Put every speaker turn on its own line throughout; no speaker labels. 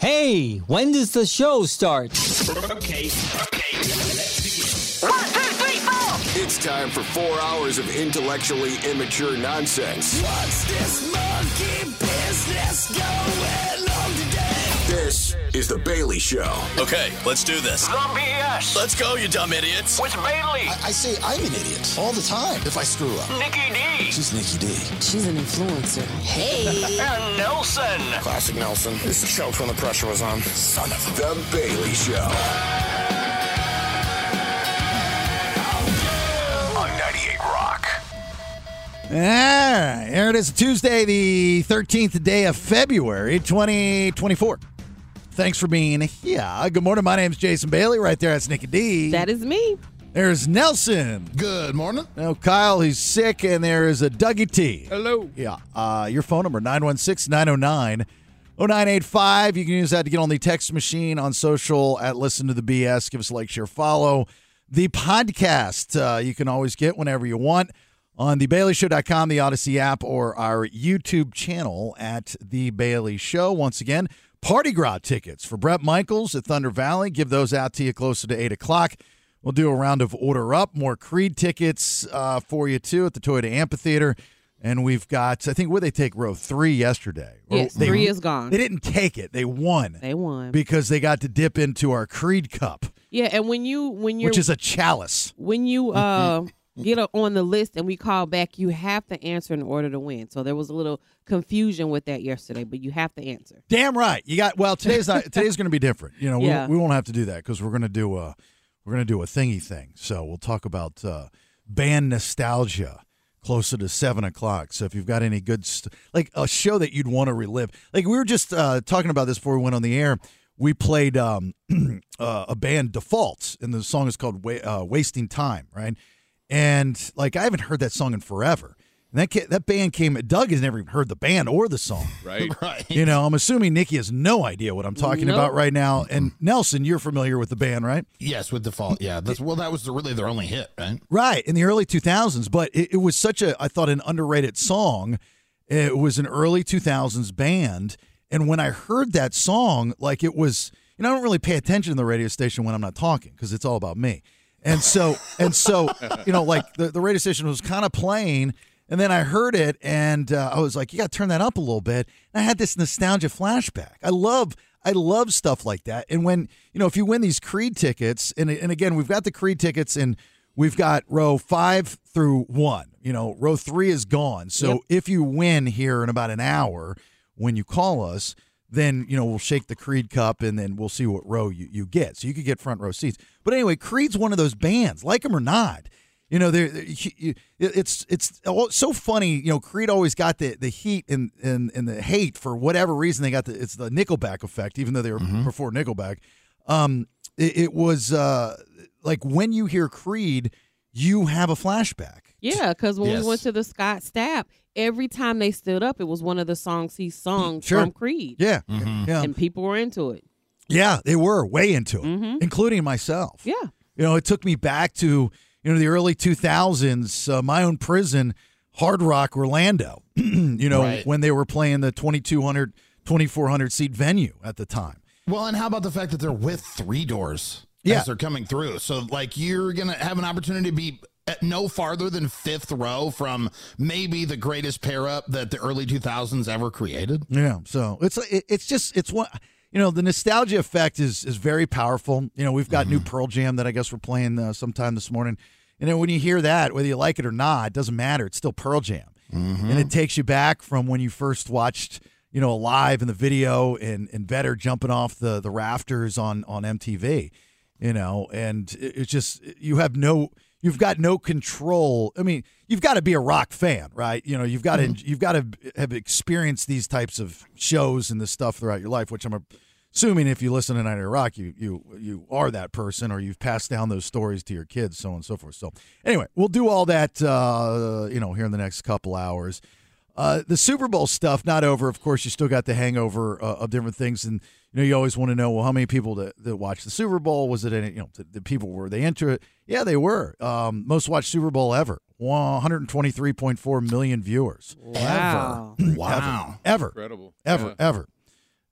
Hey, when does the show start?
Okay, okay, let's
begin. One, two, three, four.
It's time for four hours of intellectually immature nonsense.
What's this monkey business going on today?
This is the Bailey Show.
Okay, let's do this.
The BS.
Let's go, you dumb idiots.
With Bailey.
I, I say I'm an idiot all the time if I screw up.
Nikki D.
She's Nikki D.
She's an influencer.
Hey.
and Nelson.
Classic Nelson. This choked when the pressure was on. Son of
a- The Bailey Show.
On 98 Rock.
All right, here it is, Tuesday, the 13th day of February, 2024. Thanks for being here. Good morning. My name's Jason Bailey. Right there, that's Nikki D.
That is me.
There's Nelson.
Good morning.
Now, Kyle, he's sick, and there is a Dougie T.
Hello.
Yeah. Uh, your phone number, 916 909 0985. You can use that to get on the text machine on social at Listen to the BS. Give us a like, share, follow. The podcast uh, you can always get whenever you want on thebaileyshow.com, the Odyssey app, or our YouTube channel at The Bailey Show. Once again, Party Gras tickets for Brett Michaels at Thunder Valley. Give those out to you closer to 8 o'clock. We'll do a round of Order Up, more Creed tickets uh, for you too at the Toyota Amphitheater. And we've got, I think, where they take row three yesterday.
Yes,
they,
three is gone.
They didn't take it; they won.
They won
because they got to dip into our Creed Cup.
Yeah, and when you when you
which is a chalice.
When you uh, get on the list and we call back, you have to answer in order to win. So there was a little confusion with that yesterday, but you have to answer.
Damn right. You got well today's not today's going to be different. You know, we, yeah. we won't have to do that because we're going to do a we're going to do a thingy thing. So we'll talk about uh, band nostalgia closer to seven o'clock. So if you've got any good st- like a show that you'd want to relive, like we were just uh, talking about this before we went on the air. We played um, uh, a band Defaults, and the song is called Wa- uh, "Wasting Time," right? and like I haven't heard that song in forever. And that ca- that band came. Doug has never even heard the band or the song,
right? right.
You know, I'm assuming Nikki has no idea what I'm talking nope. about right now. And Nelson, you're familiar with the band, right?
Yes, with Default. Yeah. That's, well, that was the, really their only hit, right?
Right in the early 2000s. But it, it was such a I thought an underrated song. It was an early 2000s band, and when I heard that song, like it was, you know, I don't really pay attention to the radio station when I'm not talking because it's all about me. And so and so, you know, like the, the radio station was kind of playing, and then I heard it, and uh, I was like, you got to turn that up a little bit. And I had this nostalgia flashback. I love I love stuff like that. And when you know, if you win these Creed tickets, and and again, we've got the Creed tickets, and we've got row five through one. You know, row three is gone. So yep. if you win here in about an hour when you call us. Then you know we'll shake the Creed cup and then we'll see what row you, you get. So you could get front row seats. But anyway, Creed's one of those bands, like them or not. You know, they're, they're, it's it's so funny. You know, Creed always got the, the heat and, and and the hate for whatever reason they got the it's the Nickelback effect, even though they were mm-hmm. before Nickelback. Um, it, it was uh, like when you hear Creed, you have a flashback.
Yeah, because when yes. we went to the Scott Stapp, every time they stood up, it was one of the songs he sung sure. from Creed.
Yeah. Mm-hmm. Mm, yeah,
and people were into it.
Yeah, they were way into it, mm-hmm. including myself.
Yeah.
You know, it took me back to, you know, the early 2000s, uh, my own prison, Hard Rock Orlando, you know, right. when they were playing the 2200, 2400 seat venue at the time.
Well, and how about the fact that they're with three doors yeah. as they're coming through? So, like, you're going to have an opportunity to be at no farther than fifth row from maybe the greatest pair up that the early 2000s ever created.
Yeah. So it's, it's just, it's one you know the nostalgia effect is is very powerful you know we've got mm-hmm. new pearl jam that i guess we're playing uh, sometime this morning and then when you hear that whether you like it or not it doesn't matter it's still pearl jam mm-hmm. and it takes you back from when you first watched you know live in the video and and vetter jumping off the the rafters on on mtv you know and it, it's just you have no you've got no control i mean you've got to be a rock fan right you know you've got to mm-hmm. you've got to have experienced these types of shows and this stuff throughout your life which i'm a assuming if you listen to Night of Rock, you you you are that person, or you've passed down those stories to your kids, so on and so forth. So anyway, we'll do all that, uh, you know, here in the next couple hours. Uh, the Super Bowl stuff not over. Of course, you still got the hangover uh, of different things, and you know you always want to know well how many people that, that watched the Super Bowl was it any you know the, the people were they into it? Yeah, they were um, most watched Super Bowl ever. 123.4 million viewers.
Wow!
Ever. Wow! Ever.
Incredible.
Ever. Yeah. Ever.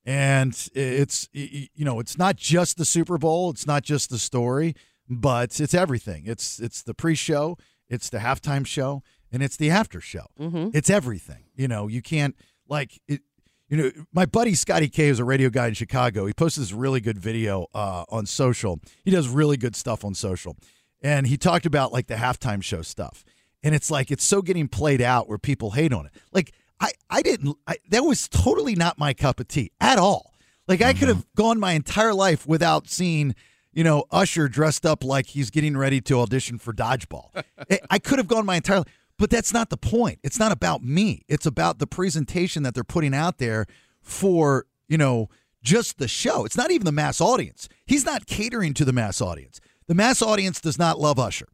and it's you know it's not just the Super Bowl, it's not just the story, but it's everything. It's it's the pre-show, it's the halftime show, and it's the after show. It's everything. You know, you can't like it. You know, my buddy Scotty K is a radio guy in Chicago. He posted this really good video uh, on social. He does really good stuff on social, and he talked about like the halftime show stuff. And it's like it's so getting played out where people hate on it. Like I, I didn't. I, that was totally not my cup of tea at all. Like I could have gone my entire life without seeing, you know, Usher dressed up like he's getting ready to audition for dodgeball. I- I could have gone my entire life, but that's not the point. It's not about me. It's about the presentation that they're putting out there for you know just the show. It's not even the mass audience. He's not catering to the mass audience. The mass audience does not love Usher,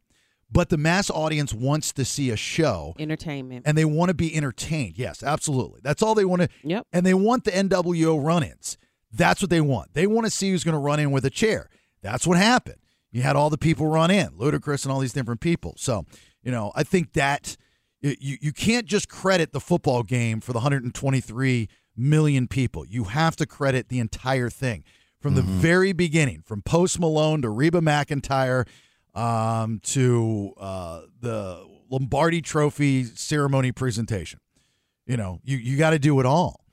but the mass audience wants to see a show
Entertainment.
and they want to be entertained. Yes, absolutely. That's all they want to.
Yep.
And they want the NWO run-ins. That's what they want. They want to see who's going to run in with a chair. That's what happened. You had all the people run in, Ludacris and all these different people. So, you know, I think that y- you you can't just credit the football game for the 123 million people. You have to credit the entire thing from
Mm-hmm.
the very beginning, from Post Malone to Reba McIntyre um, to uh, the Lombardi Trophy ceremony presentation. You know, you, you got to do it all.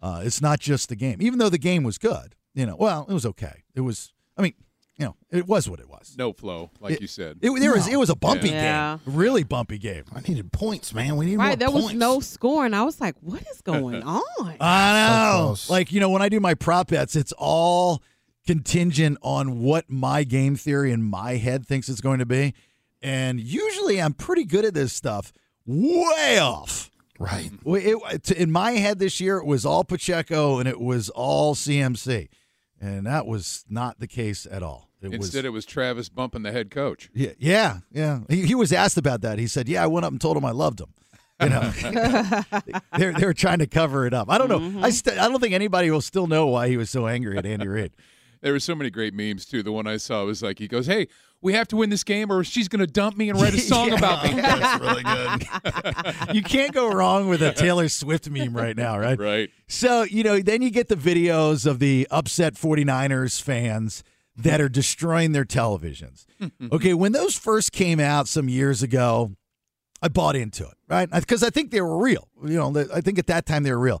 Uh, it's not just the game, even though the game was good. You know, well, it was okay. It was, I mean, you know, it was what it was.
No flow, like
It-
you said.
It, there was it was a bumpy
Yeah.
game, really bumpy game.
I needed points, man. We needed
Right, there was no scoring. I was like, what is going on?
I
So
know. like, you know, when I do my prop bets, it's all contingent on what my game theory in my head thinks it's going to be. And usually I'm pretty good at this stuff, way off.
Right.
in my head this year, it was all Pacheco and it was all CMC. And that was not the case at all. It was.
Instead, it was Travis bumping the head coach.
Yeah, yeah, yeah. He, he was asked about that. He said, "Yeah, I went up and told him I loved him." You know, they're they're trying to cover it up. I don't know. I st- I don't think anybody will still know why he was so angry at Andy Reid.
There were so many great memes too. The one I saw was like he goes, "Hey, we have to win this game, or she's going to dump me and write a song about me."
That's
really good.
you can't go wrong with a Taylor Swift meme right now, right?
Right.
So, you know, then you get the videos of the upset 49ers fans that are destroying their televisions.
Mm-hmm.
okay, when those first came out some years ago, I bought into it, right? Because I think they were real. You know, that- I think at that time they were real.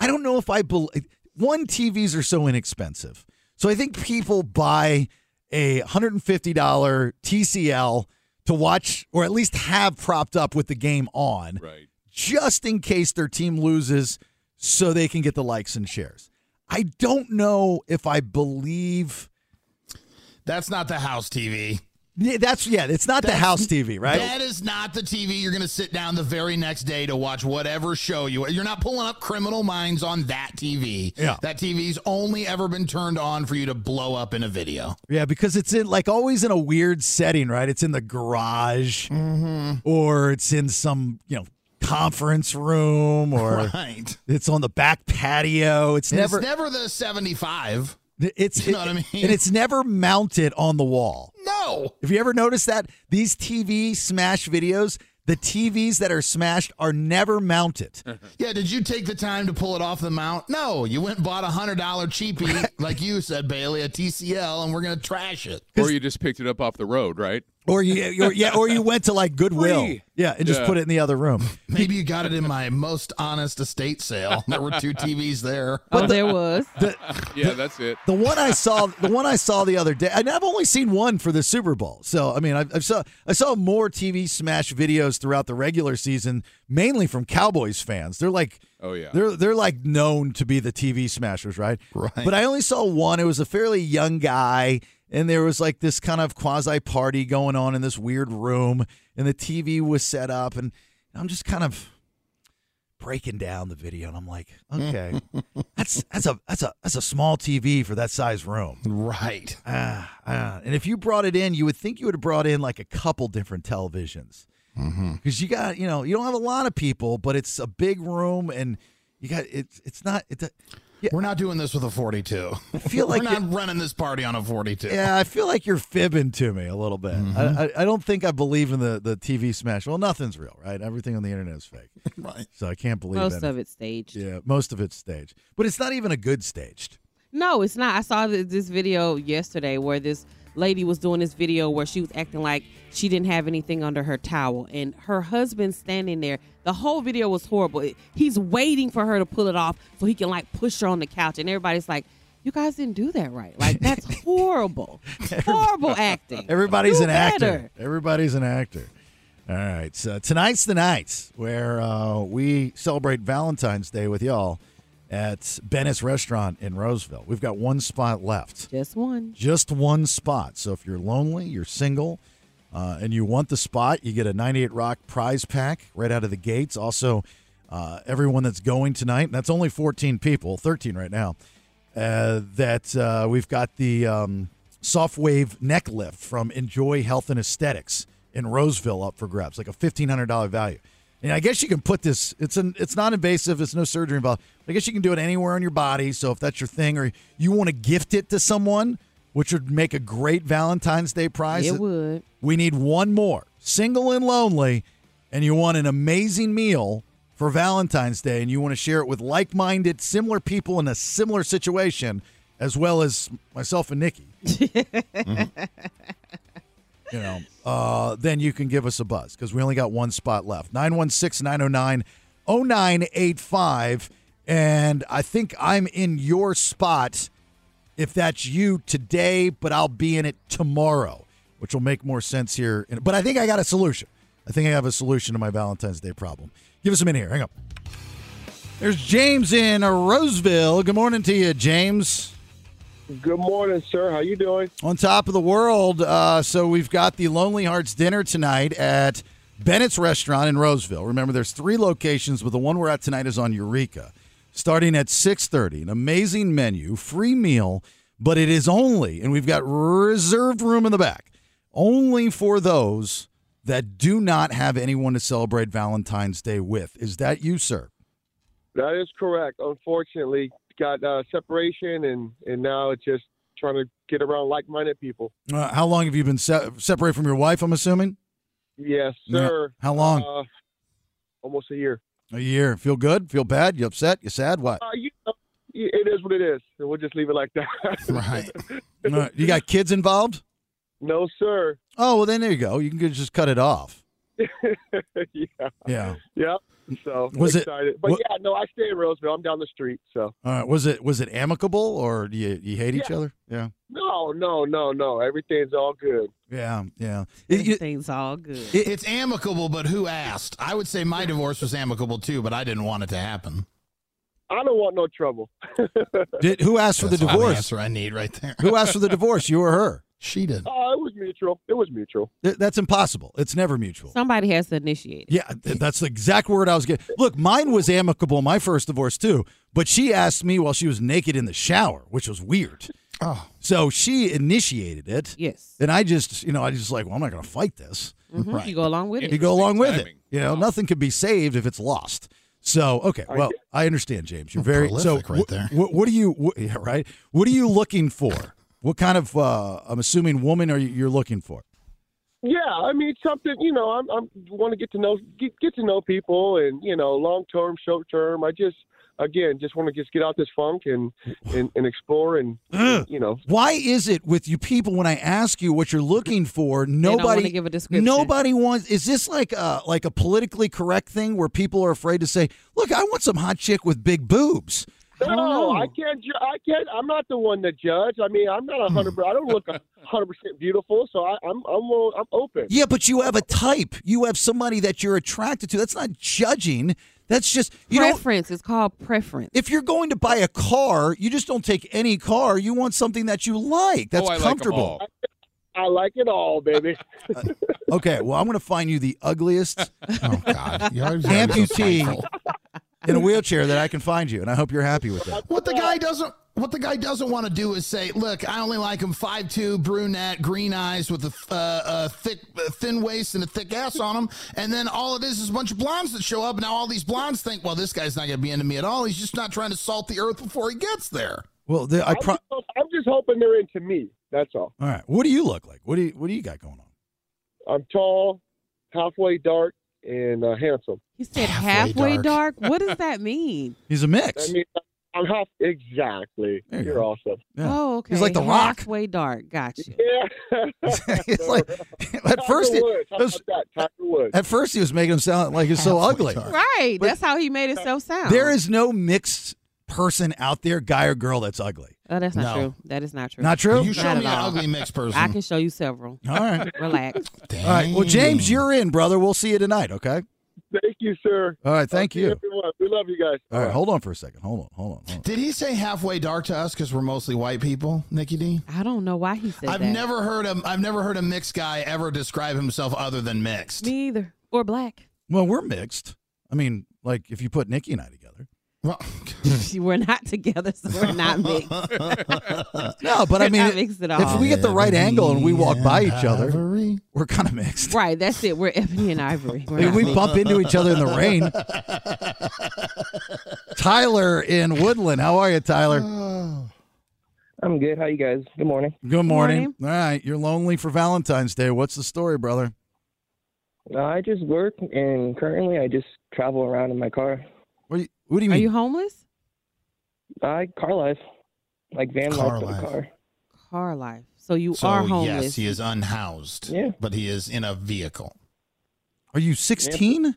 I don't know if I believe one TVs are so inexpensive, so I think people buy a hundred and fifty dollar TCL to watch or at least have propped up with the game on,
right?
Just in case their team loses, so they can get the likes and shares. I don't know if I believe.
That's not the house TV.
Yeah, that's yeah. It's not the house TV, right?
That is not the TV you're going to sit down the very next day to watch whatever show you. You're not pulling up Criminal Minds on that TV.
Yeah.
That TV's only ever been turned on for you to blow up in a video.
Yeah, because it's in like always in a weird setting, right? It's in the garage,
Mm-hmm.
or it's in some you know conference room, or
Right.
it's on the back patio. It's
And
never,
it's never the 75.
it's
You know what I mean?
and it's never mounted on the wall.
No.
Have you ever noticed that these TV smash videos, the TVs that are smashed are never mounted?
Yeah, did you take the time to pull it off the mount? No, you went and bought a $100 cheapie, like you said, Bailey, a TCL, and we're going to trash it.
Or you just picked it up off the road, right?
Or you, or, yeah, or you went to like Goodwill,
Free.
yeah, and just
Yeah.
put it in the other room.
Maybe you got it in my most honest estate sale. There were two TVs there.
Oh, there was.
yeah, that's it.
The one I saw, the one I saw the other day, and I've only seen one for the Super Bowl. So I mean, I've, I've saw I saw more TV smash videos throughout the regular season, mainly from Cowboys fans. They're like,
Oh, yeah.
they're they're like known to be the TV smashers, right? Right. But I only saw one. It was a fairly young guy, and there was like this kind of quasi party going on in this weird room, and the TV was set up, and I'm just kind of breaking down the video, and I'm like, okay, that's that's a that's a that's a small TV for that size room,
right?
Ah, ah. and if you brought it in, you would think you would have brought in like a couple different televisions
Mm-hmm.
because you got you know you don't have a lot of people, but it's a big room, and you got it's it's not it's a,
We're not doing this with a 42. I
feel like
we're not running this party on a 42.
Yeah, I feel like you're fibbing to me a little bit. I, I, I don't think I believe in the, the TV smash. Well, nothing's real, right? Everything on the internet is fake.
right.
So I can't believe
Most
anything.
of it's staged.
Yeah, most of it's staged. But it's not even a good staged.
No, it's not. I saw th- this video yesterday where this lady was doing this video where she was acting like she didn't have anything under her towel and her husband standing there. The whole video was horrible. It- He's waiting for her to pull it off so he can like push her on the couch and everybody's like, "You guys didn't do that right. Like that's horrible. horrible acting.
Everybody's
Do
an
better.
actor. Everybody's an actor. All right. So tonight's the night where uh, we celebrate Valentine's Day with y'all at Bennett's Restaurant in Roseville. We've got one spot left.
Just one.
Just one spot. So if you're lonely, you're single, uh, and you want the spot, you get a 98 Rock prize pack right out of the gates. Also, uh, everyone that's going tonight, and that's only 14 people, 13 right now, uh, that uh, we've got the um, soft wave neck lift from Enjoy Health and Aesthetics in Roseville up for grabs, like a $1,500 value. And I guess you can put this. It's an. It's not invasive. It's no surgery involved. I guess you can do it anywhere on your body. So if that's your thing, or you want to gift it to someone, which would make a great Valentine's Day prize.
It would.
We need one more, single and lonely, and you want an amazing meal for Valentine's Day, and you want to share it with like-minded, similar people in a similar situation, as well as myself and Nikki. you know, uh, then you can give us a buzz because we only got one oh spot left. 916 909 0985. And I think I'm in your spot if that's you today, but I'll be in it tomorrow, which will make more sense here. in- But I think I got a solution. I think I have a solution to my Valentine's Day problem. Give us a minute here. Hang on. There's James in Roseville. Good morning to you, James.
Good morning, sir. How you doing?
on top of the world. Uh, so we've got the Lonely Hearts dinner tonight at Bennett's Restaurant in Roseville. Remember, there's three locations, but the one we're at tonight is on Eureka, starting at 6:30. An amazing menu, free meal, but it is only, and we've got reserved room in the back, only for those that do not have anyone to celebrate Valentine's Day with. Is that you, sir?
That is correct. Unfortunately, got uh, separation, and and now it's just trying to get around like-minded people.
Uh, how long have you been se- separated from your wife? I'm assuming
Yes,
Yeah.
sir.
How long?
Uh, almost a year.
a year. Feel good? Feel bad? You upset? You sad? What?
Uh, you know, it is what it is, and we'll just leave it like that.
right. Uh, you got kids involved?
No, sir.
Oh well, then there you go. You can just cut it off.
yeah.
Yeah.
Yep. So
Was it-
excited. but
what-
yeah, no, I stay in Roseville. I'm down the street, so.
All right. Was it was it amicable or do you you hate each
Yeah.
other? Yeah.
No, no, no, no. Everything's all good.
Yeah. Yeah.
Everything's all good.
it's amicable, but who asked? I would say my divorce was amicable too, but I didn't want it to happen.
I don't want no trouble.
Did who asked for the
That's all the
divorce?
answer I need right there.
Who asked for the divorce? You or her?
She did.
Oh, it was mutual. It was mutual.
Th- That's impossible. It's never mutual.
Somebody has to initiate.
Yeah, th- that's the exact word I was getting. Look, mine was amicable, my first divorce too, but she asked me while she was naked in the shower, which was weird.
Oh.
So she initiated it.
Yes.
And I just, you know, I just like, well, I'm not going to fight this.
Mhm. You go along with it.
You go along with it. You
Oh.
know, nothing can be saved if it's lost. So, okay, well, I understand, James. You're very so.
Prolific right there.
wh- wh- what are you? wh- yeah, right. What are you looking for? What kind of? Uh, I'm assuming woman are you, you're looking for?
Yeah, I mean something. You know, I'm, I'm want to get to know get, get to know people, and you know, long term, short term. I just again just want to just get out this funk and and, and explore and you know.
Why is it with you people when I ask you what you're looking for,
don't
nobody
wanna give a description.
Nobody wants. Is this like a like a politically correct thing where people are afraid to say, "Look, I want some hot chick with big boobs."
No, I can't. Ju- I can't. I'm not the one to judge. I mean, I'm not a hundred. I don't look a hundred percent beautiful, so I, I'm I'm will- I'm open.
Yeah, but you have a type. You have somebody that you're attracted to. That's not judging. That's just you know.
preference. It's called preference.
If you're going to buy a car, you just don't take any car. You want something that you like. That's
Oh, I like 'em
comfortable.
all. Uh, I like it all, baby.
okay, well, I'm going to find you the ugliest
God, you always gotta be so
amputee in a wheelchair that I can find you, and I hope you're happy with that.
What the guy doesn't What the guy doesn't want to do is say, "Look, I only like him 5'2", brunette, green eyes with a, uh, a thick, a thin waist and a thick ass on him." And then all it is is a bunch of blondes that show up. Now all these blondes think, "Well, this guy's not going to be into me at all. He's just not trying to salt the earth before he gets there."
Well, the, I
I'm
pro-
just- I'm just hoping they're into me. That's all.
all right. What do you look like? What do you What do you got going on?
I'm tall, halfway dark, and uh, handsome.
He said halfway dark. What does that mean?
He's a mix.
I mean, I'm half exactly. You're awesome.
Oh, okay.
He's like The Rock.
Halfway dark. Gotcha.
Yeah.
It's like at first, he,
Woods. How about that? Tiger Woods.
at first he was making him sound like he's so ugly.
Right. That's how he made it so sound.
There is no mixed person out there, guy or girl, that's ugly.
Oh, that's not
No.
true. That is not true.
Not true? You
Not
show
at
me an
all.
ugly mixed person.
I can show you several.
Mm-hmm. All right.
Relax.
All right. Well, James, you're in, brother. We'll see you tonight. Okay.
Thank you, sir.
All right. Thank
See
you.
everyone. We love you guys.
All right. Hold on for a second. Hold on. Hold on. Hold on.
Did he say halfway dark to us because we're mostly white people, Nikki D?
I don't know why he said
I've
that.
never heard a I've never heard a mixed guy ever describe himself other than mixed.
Me either. Or black.
Well, we're mixed. I mean, like if you put Nikki and I together.
Well,
we're not together, so we're not mixed.
no, but I
We're
mean,
not mixed at all.
if we get the right angle and we walk by each other,
Ivory.
we're kind of mixed.
Right, that's it. We're ebony and ivory. We're
If
not
we
mixed.
bump into each other in the rain. Tyler in Woodland. How are you, Tyler?
Uh,
Oh. I'm good. How you guys? Good morning.
Good morning. All right. You're lonely for Valentine's Day. What's the story, brother?
I just work, and currently I just travel around in my car.
What do you, what do you
Are
mean?
you homeless?
I car life, like van
Car
life, for the
life.
car.
Car life. So you
So
are homeless.
yes, he is unhoused. Yeah. But he is in a vehicle.
Are you 16?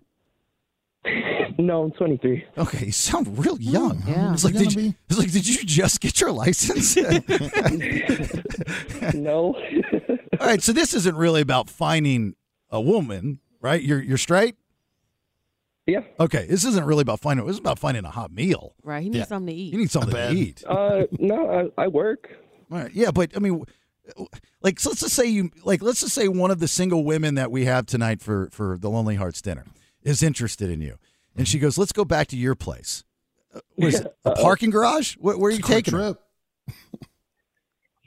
No, I'm 23.
Okay, you sound real young.
yeah.
It's like,
You're
did
gonna
you, it's like, did you just get your license?
no.
All right, so this isn't really about finding a woman, right? You're you're straight.
Yeah.
Okay, this isn't really about finding. This is about finding a hot meal.
Right. He needs something to eat.
You need something to eat.
Uh, no, I, I work.
All right. Yeah, but I mean, like, so let's just say you like, let's just say one of the single women that we have tonight for for the Lonely Hearts dinner is interested in you, and she goes, "Let's go back to your place." Uh, Was it a parking garage? Where, where are you taking her?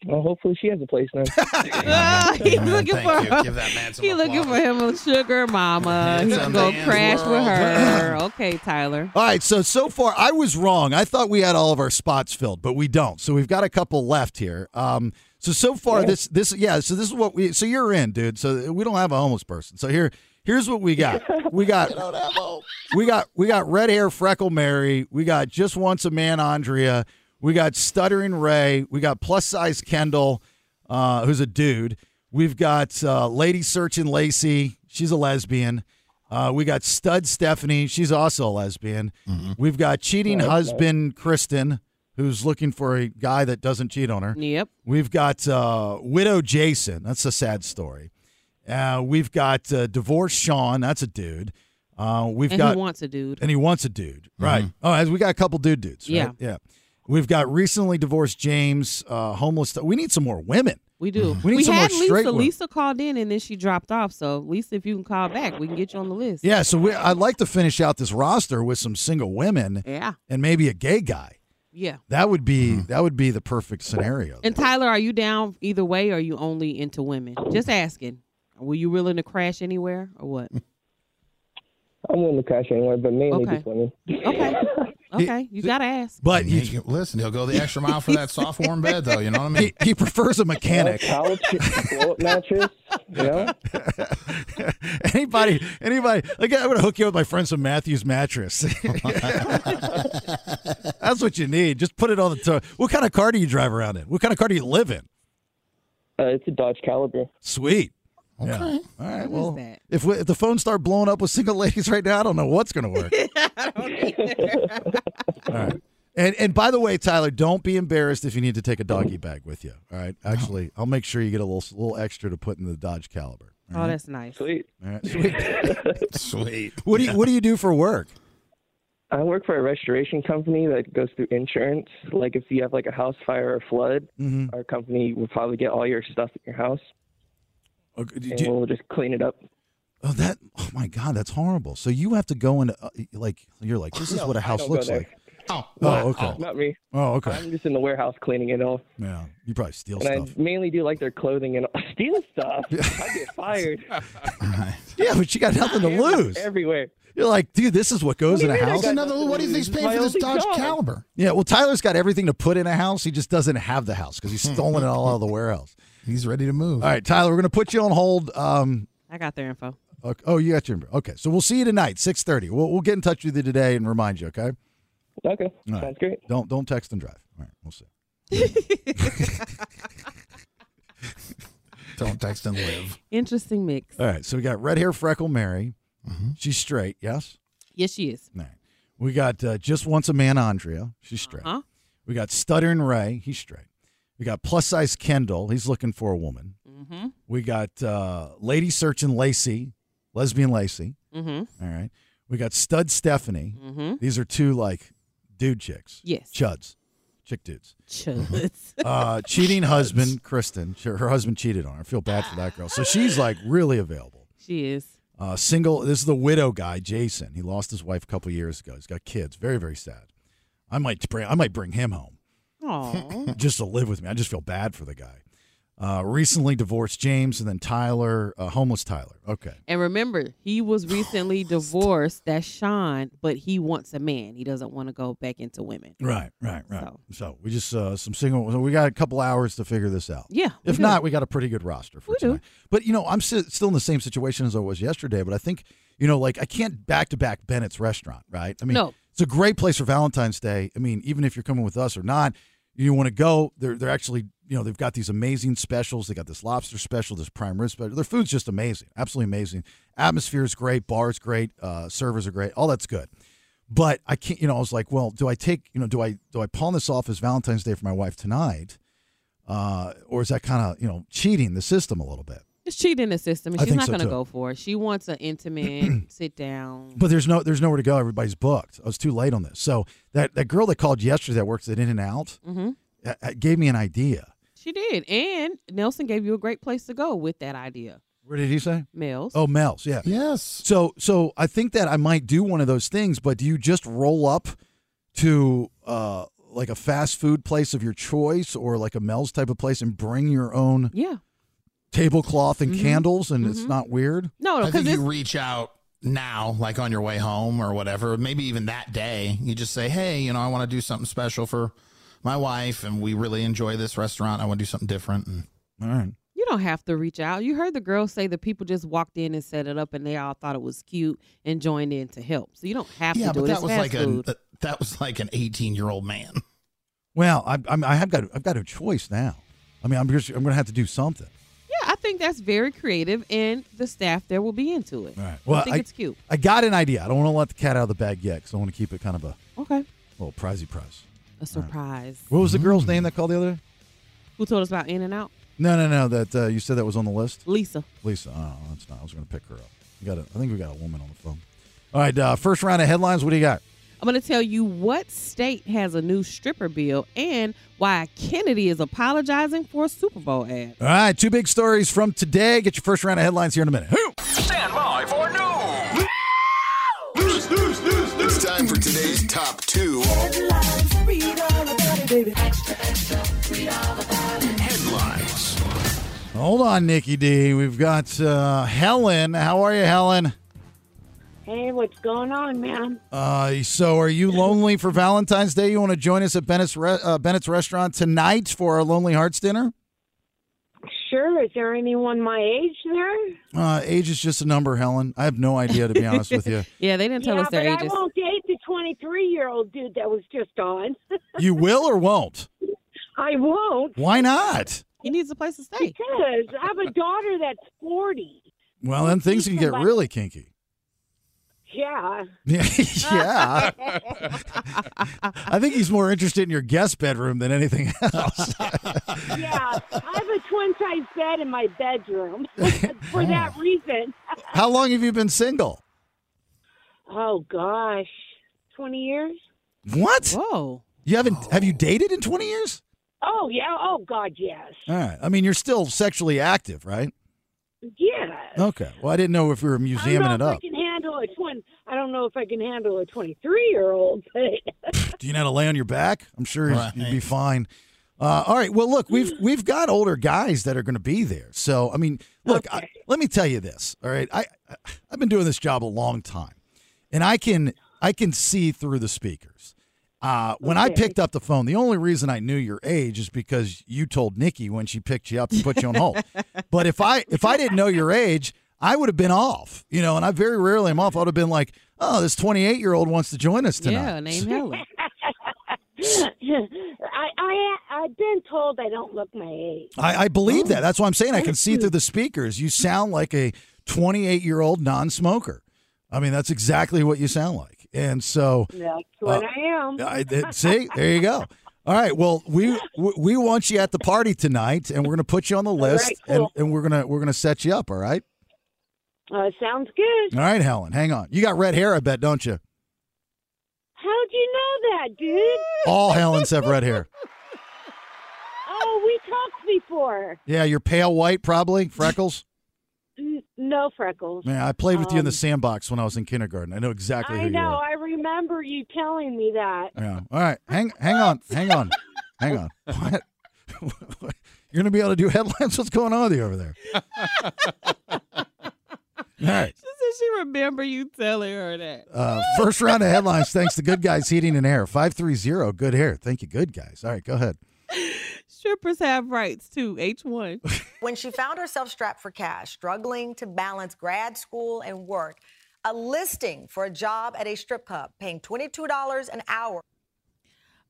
Well, hopefully she has a place now.
Ah, he's looking
Thank
for
you. Give that man some
He's looking for him a sugar mama. He's
It's a
gonna go
man's
crash with
world.
her. okay, Tyler.
All right, so so far I was wrong. I thought we had all of our spots filled, but we don't. So we've got a couple left here. Um, so so far this this yeah. So this is what we. So you're in, dude. So we don't have a homeless person. So here here's what we got. We got we got we got red hair freckle Mary. We got just once a man Andrea. We got stuttering Ray. We got plus size Kendall, uh, who's a dude. We've got uh, lady searching Lacey. She's a lesbian. Uh, we got stud Stephanie. She's also a lesbian. We've got cheating
Right, right.
husband Kristen, who's looking for a guy that doesn't cheat on her.
Yep.
We've got uh, widow Jason. That's a sad story. Uh, we've got uh, divorced Sean. That's a dude. Uh, we've
and
got
he wants a dude.
and he wants a dude, right? Oh, as we got a couple dude dudes. Right?
Yeah.
yeah. We've got recently divorced James, uh, homeless. We need some more women. Mm-hmm.
We do.
We need some more
had Lisa.
straight women.
Lisa called in and then she dropped off. So Lisa, if you can call back, we can get you on the list.
Yeah, so we, I'd like to finish out this roster with some single women
Yeah.
and maybe a gay guy.
Yeah.
That would be that would be the perfect scenario.
And Tyler, are you down either way or are you only into women? Just asking. Were you willing to crash anywhere or what?
I'm willing to crash anywhere, but mainly
Okay.
just women.
Okay. Okay. You gotta ask.
But
he, can- listen, he'll go the extra mile for that soft warm bed, though. You know what I mean?
He, he prefers a mechanic.
Couch, blow up mattress, you know?
anybody, anybody, like I'm gonna hook you up with my friend some Matthews mattress. That's what you need. Just put it on the. T- what kind of car do you drive around in? What kind of car do you live in?
Uh, it's a Dodge Caliber.
Sweet. Okay. All right. well, if, we, if the phones start blowing up with single ladies right now, I don't know what's going to work. All right. And and by the way, Tyler, don't be embarrassed if you need to take a doggy bag with you. All right. Actually, I'll make sure you get a little little extra to put in the Dodge Caliber.
Oh, that's nice.
Sweet.
All right. Sweet.
Sweet.
What do you What do you do for work?
I work for a restoration company that goes through insurance. Like if you have like a house fire or flood,
Mhm.
our company will probably get all your stuff in your house.
Okay, do-
and
do-
we'll just clean it up.
oh, that. Oh my God, that's horrible. So you have to go into uh, like you're like this is
No,
what a
I
house
don't go
looks
there.
like.
Oh,
Oh, okay.
Not me.
Oh, okay.
I'm just in the warehouse cleaning it all.
Yeah, you probably steal
and
stuff.
I mainly do like their clothing and steal stuff. I get fired.
yeah, but you got nothing to lose.
everywhere.
You're like, dude, this is what goes in a house.
another. What do you think's paying
My
for this
only
Dodge
job.
Caliber?
Yeah, well, Tyler's got everything to put in a house. He just doesn't have the house because he's
Hmm.
stolen it all out of the warehouse.
He's ready to move.
All right, Tyler, we're going to put you on hold. Um,
I got their info.
okay- oh, you got your okay. So we'll see you tonight, six thirty. We'll we'll get in touch with you today and remind you. Okay.
Okay.
All right.
Sounds great.
Don't don't text and drive. All right, we'll see.
Don't text and live.
Interesting mix.
All right, so we got red hair freckle Mary.
Mm-hmm.
She's straight. Yes.
Yes, she is.
All right. We got uh, just once a man Andrea. She's straight.
Huh?
We got stuttering Ray. He's straight. We got plus size Kendall. He's looking for a woman.
Mm-hmm.
We got uh, lady searching Lacey, lesbian Lacey.
Mm-hmm.
All right. We got Stud Stephanie.
Mhm.
These are two like dude chicks.
Yes.
Chuds. Chick dudes.
Chuds.
Uh, cheating husband, Kristen. Sure, Her husband cheated on her. I feel bad for that girl. So she's like really available.
She is.
Uh, single. This is the widow guy, Jason. He lost his wife a couple years ago. He's got kids. Very, very sad. I might bring, I might bring him home
Aw.
just to live with me. I just feel bad for the guy. Uh, recently divorced James and then Tyler, uh, homeless Tyler. Okay.
And remember, he was recently divorced. That's Sean, but he wants a man. He doesn't want to go back into women.
Right, right, right. So, we just uh, some single. So we got a couple hours to figure this out.
Yeah, we
If
do.
not, we got a pretty good roster for
We do.
tonight. But you know, I'm si- still in the same situation as I was yesterday. But I think you know, like I can't back to back Bennett's Restaurant, right? I mean,
No.
it's a great place for Valentine's Day. I mean, even if you're coming with us or not, you want to go. They're they're actually you know they've got these amazing specials. They got this lobster special, this prime rib special. Their food's just amazing, absolutely amazing. Atmosphere is great, bars great, uh, servers are great, all that's good but I can't, you know, I was like, well, do I take, you know, do I do I pawn this off as Valentine's Day for my wife tonight, uh, or is that kind of you know cheating the system a little bit?
It's cheating the system. and
I
She's
think
not
so,
going to
too.
go for it. She wants an intimate sit down.
But there's no there's nowhere to go. Everybody's booked. I was too late on this. So that that girl that called yesterday that works at In and Out
hmm
Uh, gave me an idea.
She did. And Nelson gave you a great place to go with that idea.
Where did he say?
Mel's.
Oh, Mel's. Yeah.
Yes.
So so I think that I might do one of those things. But do you just roll up to uh like a fast food place of your choice or like a Mel's type of place and bring your own?
Yeah. Mm-hmm.
tablecloth and candles and it's not weird?
No,
I
'cause
think you reach out now, like on your way home or whatever. Maybe even that day, you just say, "Hey, you know, I want to do something special for my wife, and we really enjoy this restaurant. I want to do something different." And
All right.
You don't have to reach out. You heard the girl say that people just walked in and set it up and they all thought it was cute and joined in to help. So you don't have
yeah,
to do
but
it.
that
It's
was
fast
like
food.
a that was like an eighteen year old man.
Well, I, I'm, I have got I've got a choice now. I mean, I'm just, I'm going to have to do something.
Yeah, I think that's very creative, and the staff there will be into it.
All right.
I think it's cute.
I got an idea. I don't want to let the cat out of the bag yet because I want to keep it kind of a
Okay.
little prizy prize.
A surprise.
What was the girl's name that called the other day?
Who told us about In and Out?
No, no, no. That uh, you said that was on the list.
Lisa.
Lisa. Oh, that's not. I was going to pick her up. We got. A, I think we got a woman on the phone. All right. Uh, first round of headlines. What do you got?
I'm going to tell you what state has a new stripper bill and why Kennedy is apologizing for a Super Bowl ad.
All right. Two big stories from today. Get your first round of headlines here in a minute. Who?
Stand by for news. News, news, news, news.
It's time for today's top two headlines.
Hold on, Nikki D. We've got uh, Helen. How are you, Helen?
Hey, what's going on, man?
Uh, so, are you lonely for Valentine's Day? You want to join us at Bennett's Re- uh, Bennett's Restaurant tonight for our Lonely Hearts dinner?
Sure, is there anyone my age there?
Uh, age is just a number, Helen. I have no idea, to be honest with you.
Yeah, they didn't tell
yeah,
us their
but
ages.
I won't date the 23 year old dude that was just on.
You will or won't?
I won't
Why not?
He needs a place to stay.
because I have a daughter that's 40.
Well, then things can get really kinky.
Yeah.
yeah. I think he's more interested in your guest bedroom than anything else.
Yeah. I have a twin size bed in my bedroom for that reason.
How long have you been single?
Oh, gosh. 20 years?
What?
Whoa.
You haven't? Have you dated in twenty years?
Oh, yeah. Oh, God, yes.
All right. I mean, you're still sexually active, right?
Yeah.
Okay. Well, I didn't know if we were
I don't
museuming
know
it
if
up.
I can handle a twin. I don't know if I can handle a 23 year old, but
Do you know how to lay on your back? I'm sure you'd be fine. Uh, all right. Well, look, we've we've got older guys that are going to be there. So I mean, look, I, let me tell you this. All right, I I- I've been doing this job a long time, and I can I can see through the speakers. Uh, when I picked up the phone, the only reason I knew your age is because you told Nikki when she picked you up to put you on hold. but if I if I didn't know your age, I would have been off. You know, and I very rarely am off. I would have been like, oh, this 28 year old wants to join us tonight.
Yeah, name Helen.
I, I, I've been told I don't look my age.
I, I believe
Oh.
that. That's why I'm saying I can see through the speakers. You sound like a 28 year old non smoker. I mean, that's exactly what you sound like. And so,
That's what
Uh,
I am.
I, that- see, there you go. All right. Well, we we- we want you at the party tonight, and we're gonna put you on the list,
right, cool.
and, and we're gonna we're gonna set you up. All right.
Uh, sounds good.
All right, Helen. Hang on. You got red hair, I bet, don't you?
How'd you know that, dude?
All Helens have red hair.
Oh, we talked before.
Yeah, you're pale white, probably freckles.
N- no freckles.
Man, I played with you in the
Um,
sandbox when I was in kindergarten. I know exactly who
I
you
know.
are.
I remember you telling me that.
Yeah. All right. Hang hang on. Hang on. Hang on. What? You're gonna be able to do headlines. What's going on with you over there? All right.
She said she remember you telling her that.
Uh, first round of headlines. Thanks to Good Guys Heating and Air. Five three zero. Good hair. Thank you, Good Guys. All right. Go ahead.
Strippers have rights too. H one.
When she found herself strapped for cash, struggling to balance grad school and work, a listing for a job at a strip club paying $22 an hour.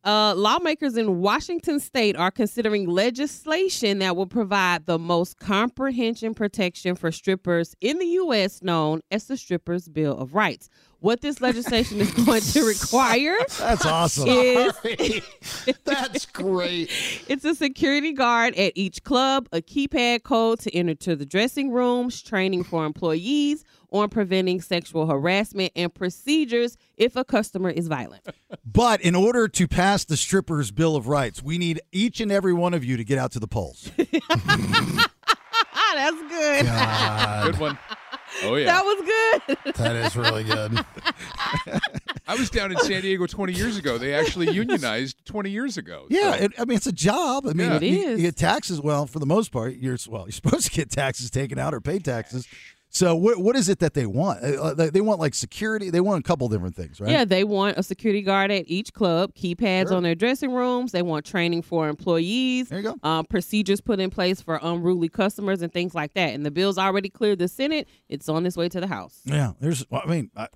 Uh, lawmakers in Washington state are considering legislation that will provide the most comprehensive protection for strippers in the U.S., known as the Strippers' Bill of Rights. What this legislation is going to require
That's awesome.
is
That's great.
It's a security guard at each club, a keypad code to enter to the dressing rooms, training for employees on preventing sexual harassment, and procedures if a customer is violent.
But in order to pass the strippers' bill of rights, we need each and every one of you to get out to the polls.
Ah, that's good.
Good one. Oh yeah.
That was good.
good.
I was down in San Diego 20 years ago. They actually unionized 20 years ago.
Yeah, it, I mean it's a job. I mean
Yeah. It
you,
is.
you get taxes. Well, for the most part, you're well. You're supposed to get taxes taken out or pay taxes. So what what is it that they want? Uh, They they want like security. They want a couple different things, right?
Yeah, they want a security guard at each club, keypads on their dressing rooms. They want training for employees. There you go. Um, procedures put in place for unruly customers and things like that. And the bill's already cleared the Senate. It's on its way to the House.
Yeah, there's. well, I mean, I,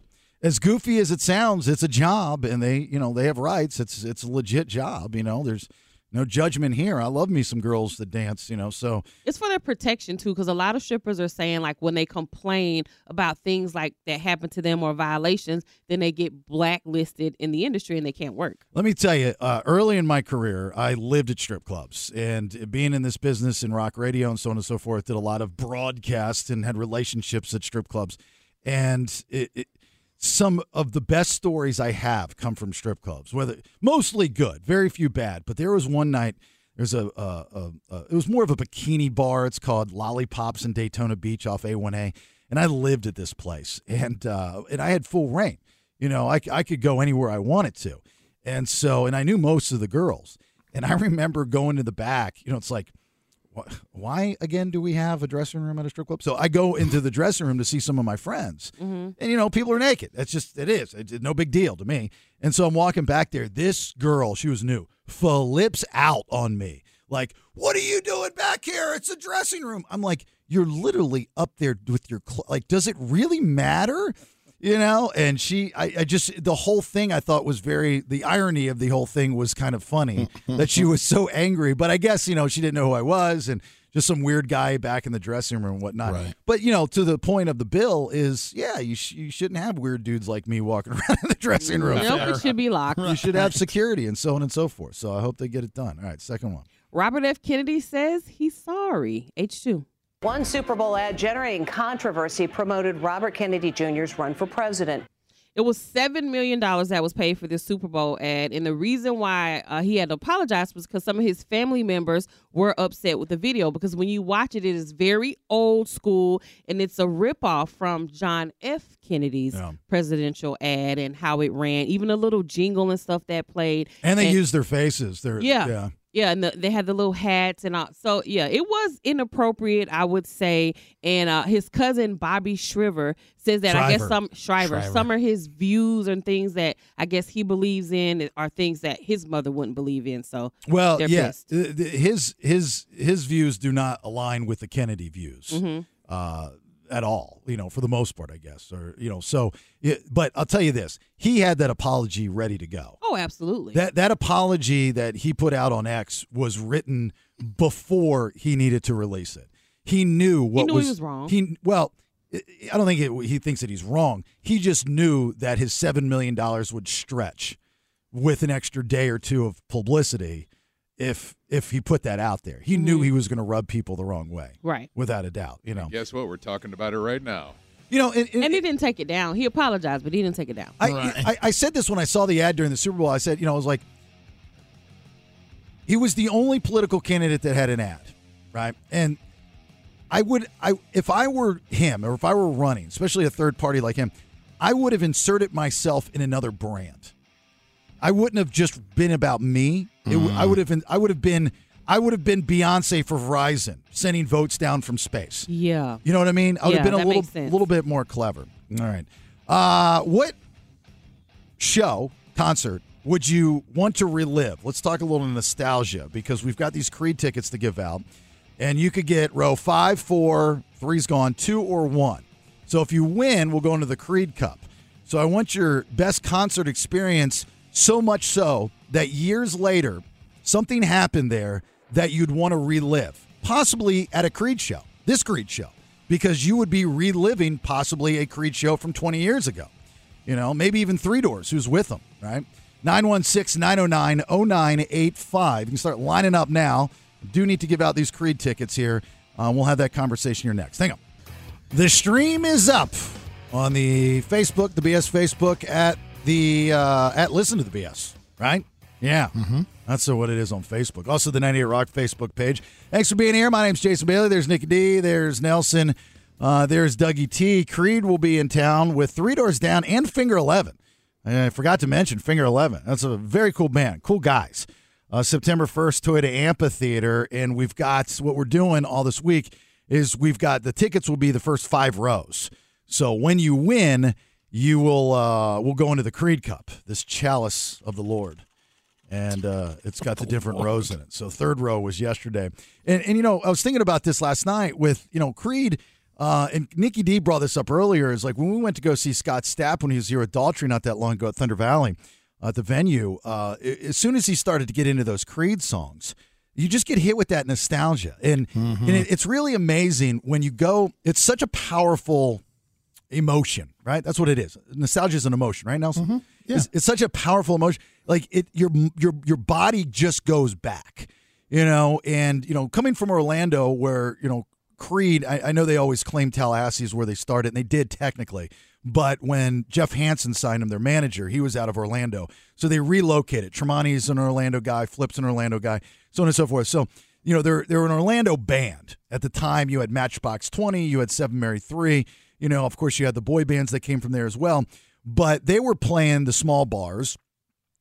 as goofy as it sounds, it's a job, and they, you know, they have rights. It's it's a legit job. You know, there's no judgment here. I love me some girls that dance. You know, so
It's for their protection too, because a lot of strippers are saying like when they complain about things like that happen to them or violations, then they get blacklisted in the industry and they can't work.
Let me tell you, uh, early in my career, I lived at strip clubs, and being in this business in rock radio and so on and so forth, did a lot of broadcast and had relationships at strip clubs, and it, it, some of the best stories I have come from strip clubs. Whether mostly good, very few bad, but there was one night. There's a, a, a, a it was more of a bikini bar. It's called Lollipops in Daytona Beach off A1A, and I lived at this place, and uh, and I had full reign. You know, I, I could go anywhere I wanted to. And so, and I knew most of the girls. And I remember going to the back, you know, it's like, wh- why again do we have a dressing room at a strip club? So I go into the dressing room to see some of my friends. And, you know, people are naked. That's just, it is. It's no big deal to me. And so I'm walking back there. This girl, she was new, flips out on me. Like, what are you doing back here? It's a dressing room. I'm like, you're literally up there with your, cl- like, does it really matter? you know and she I, I just the whole thing i thought was very the irony of the whole thing was kind of funny that she was so angry but i guess you know she didn't know who i was and just some weird guy back in the dressing room and whatnot but you know to the point of the bill is yeah you, sh- you shouldn't have weird dudes like me walking around in the dressing room
Nope, it should be locked.
you should have security and so on and so forth so i hope they get it done all right second one
Robert F. Kennedy says he's sorry. H2.
One Super Bowl ad generating controversy promoted Robert Kennedy Jr.'s run for president.
It was seven million dollars that was paid for this Super Bowl ad, and the reason why uh, he had to apologize was because some of his family members were upset with the video because when you watch it, it is very old school and it's a ripoff from John F. Kennedy's presidential ad and how it ran, even a little jingle and stuff that played.
And they use their faces. They're,
yeah. Yeah. and the, they had the little hats and all. So yeah, it was inappropriate, I would say. And uh, his cousin Bobby Shriver says that I guess
Shriver.
some Shriver,
Shriver.
some are his views and things that I guess he believes in are things that his mother wouldn't believe in. So
Well,
they're
yeah,
pissed.
th- th- his his his views do not align with the Kennedy views
Mhm.
uh, at all. You know, for the most part, I guess, or you know. So, yeah, but I'll tell you this: he had that apology ready to go.
Oh, absolutely.
That that apology that he put out on X was written before he needed to release it. He knew what
knew he
was,
was wrong.
He well, I- I don't think it, he thinks that he's wrong. He just knew that his seven million dollars would stretch with an extra day or two of publicity if if he put that out there. He knew he was going to rub people the wrong way,
Mm-hmm. Right.
Without a doubt, you know.
Guess what? We're talking about it right now.
You know, and,
he didn't take it down. He apologized, but he didn't take it down.
I, I, I said this when I saw the ad during the Super Bowl. I said, you know, I was like, he was the only political candidate that had an ad, right? And I would, I if I were him or if I were running, especially a third party like him, I would have inserted myself in another brand. I wouldn't have just been about me. It, w I I would have been, I would have been, I would have been Beyonce for Verizon, sending votes down from space.
Yeah.
You know what I mean? I would have
Yeah,
been a
that
little,
makes sense.
little bit more clever. All right. Uh, what show, concert, would you want to relive? Let's talk a little nostalgia because we've got these Creed tickets to give out. And you could get row five, four, three's gone, two, or one. So if you win, we'll go into the Creed Cup. So I want your best concert experience so much so that years later, something happened there that you'd want to relive, possibly at a Creed show, this Creed show, because you would be reliving possibly a Creed show from 20 years ago you know, maybe even Three Doors, who's with them, right? 916 909 0985. You can start lining up now. Do need to give out these Creed tickets here. Uh, we'll have that conversation here next. Hang on. The stream is up on the Facebook, the BS Facebook at the uh, at Listen to the BS, right? Yeah, mm-hmm. that's what it is on Facebook. Also, the 98 Rock Facebook page. Thanks for being here. My name's Jason Bailey. There's Nick D. There's Nelson. Uh, there's Dougie T. Creed will be in town with Three Doors Down and Finger Eleven. I forgot to mention Finger Eleven. That's a very cool band. Cool guys. Uh, September 1st, Toyota Amphitheater. And we've got what we're doing all this week is we've got the tickets will be the first five rows. So when you win, you will uh, will go into the Creed Cup, this chalice of the Lord. And uh, it's got the different rows in it. So third row was yesterday. And, and, you know, I was thinking about this last night with, you know, Creed. Uh, and Nikki D brought this up earlier. Is like when we went to go see Scott Stapp when he was here at Daltrey not that long ago at Thunder Valley at the venue, uh, a- as soon as he started to get into those Creed songs, you just get hit with that nostalgia. And, and it, it's really amazing when you go, it's such a powerful emotion, right? That's what it is. Nostalgia is an emotion, right, Nelson? It's, it's such a powerful emotion. Like it, your your your body just goes back, you know. And you know, coming from Orlando, where you know Creed, I, I know they always claim Tallahassee is where they started, and they did technically. But when Jeff Hansen signed him, their manager, he was out of Orlando, so they relocated. Tremonti is an Orlando guy, Flip's an Orlando guy, so on and so forth. So you know, they're they're an Orlando band at the time. You had Matchbox Twenty, you had Seven Mary Three. You know, of course, you had the boy bands that came from there as well. But they were playing the small bars.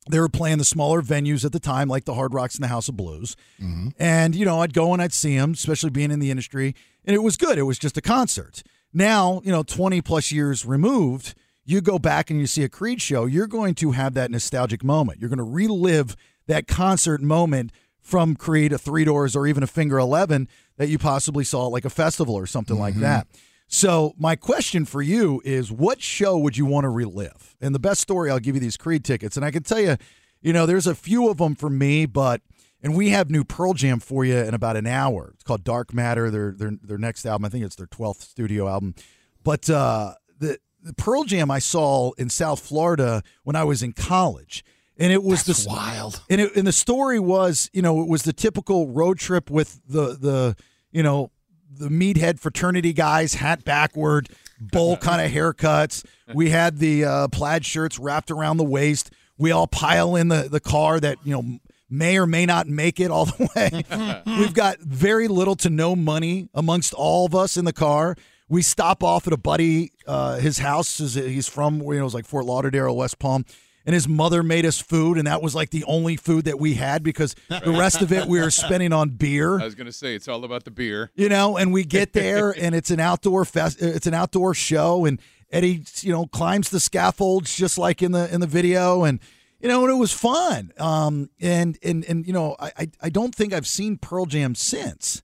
They were playing the smaller venues at the time, like the Hard Rocks and the House of Blues.
Mm-hmm.
And, you know, I'd go and I'd see them, especially being in the industry. And it was good. It was just a concert. Now, you know, 20 plus years removed, you go back and you see a Creed show, you're going to have that nostalgic moment. You're going to relive that concert moment from Creed, a Three Doors, or even a Finger 11 that you possibly saw at like a festival or something like that. So, my question for you is what show would you want to relive? And the best story, I'll give you these Creed tickets. And I can tell you, you know, there's a few of them for me, but and we have new Pearl Jam for you in about an hour. It's called Dark Matter, their their their next album. I think it's their 12th studio album. But uh the, the Pearl Jam I saw in South Florida when I was in college. And it was this wild. And it, and the story was, you know, it was the typical road trip with the the you know the meathead fraternity guys, hat backward, bowl kind of haircuts. We had the uh, plaid shirts wrapped around the waist. We all pile in the, the car that, you know, may or may not make it all the way. We've got very little to no money amongst all of us in the car. We stop off at a buddy, uh, his house is he's from, you know, it was like Fort Lauderdale, West Palm. And his mother made us food, and that was like the only food that we had because the rest of it we were spending on beer
I was going to say it's all about the beer.
you know and we get there and it's an outdoor fest uh, it's an outdoor show and eddie you know climbs the scaffolds just like in the in the video and you know and it was fun um and and and you know i i, I don't think i've seen pearl jam since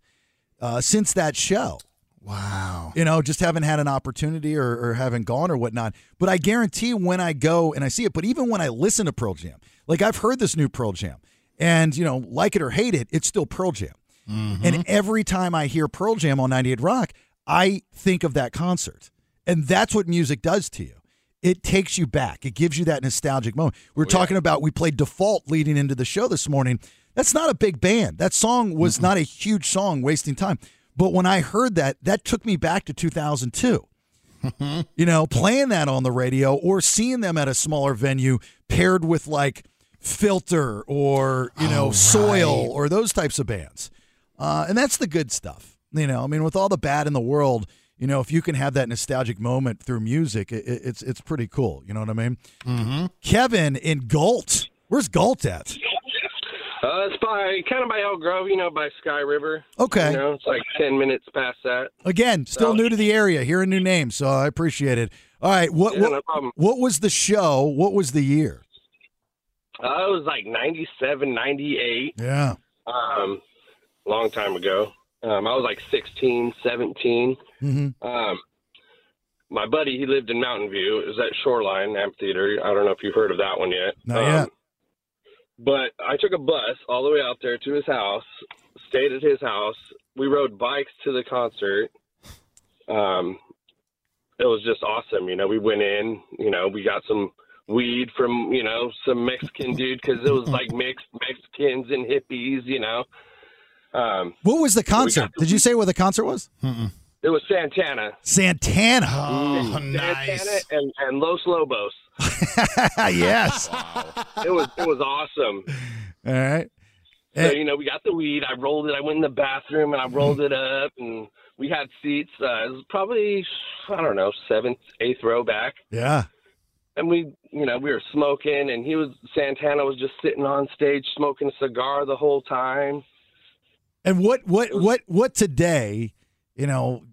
uh since that show
Wow.
you know, just haven't had an opportunity or, or haven't gone or whatnot. But I guarantee when I go and I see it, but even when I listen to Pearl Jam, like I've heard this new Pearl Jam, and you know, like it or hate it, it's still Pearl Jam. And every time I hear Pearl Jam on 98 Rock, I think of that concert. And that's what music does to you. It takes you back. It gives you that nostalgic moment. We We're talking about we played Default leading into the show this morning. That's not a big band. That song was not a huge song wasting time. But when I heard that, that took me back to 2002. you know, playing that on the radio or seeing them at a smaller venue paired with like Filter or, you know, Soil or those types of bands. Uh, and that's the good stuff. You know, I mean, with all the bad in the world, you know, if you can have that nostalgic moment through music, it, it- it's it's pretty cool. You know what I mean? Mm-hmm. Kevin in Galt. Where's Galt at?
Uh, it's by kind of by Elk Grove, you know, by Sky River.
Okay.
You know, it's like ten minutes past that.
Again, still new to the area, hearing new names, so I appreciate it. All right, what
Yeah,
what,
no problem.
what was the show? What was the year?
Uh, it was like 97, 98,
Yeah.
um, long time ago. Um, I was like 16, 17.
Mm-hmm.
Um, my buddy, he lived in Mountain View. It was at Shoreline Amphitheater. I don't know if you've heard of that one yet. Um,
Not yet.
But I took a bus all the way out there to his house, stayed at his house. We rode bikes to the concert. Um, it was just awesome. You know, we went in, you know, we got some weed from, you know, some Mexican dude because it was like mixed Mexicans and hippies, you know. Um,
What was the concert? Did you say what the concert was?
it was Santana.
Santana.
Oh, Mm. Santana and, and Los Lobos.
yes.
It was it was awesome.
All right.
So you know, we got the weed. I rolled it. I went in the bathroom and I rolled it up, and we had seats. Uh, it was probably I don't know seventh, eighth row back,
Yeah.
and we you know we were smoking, and he was Santana was just sitting on stage smoking a cigar the whole time.
And what what what what today, you know,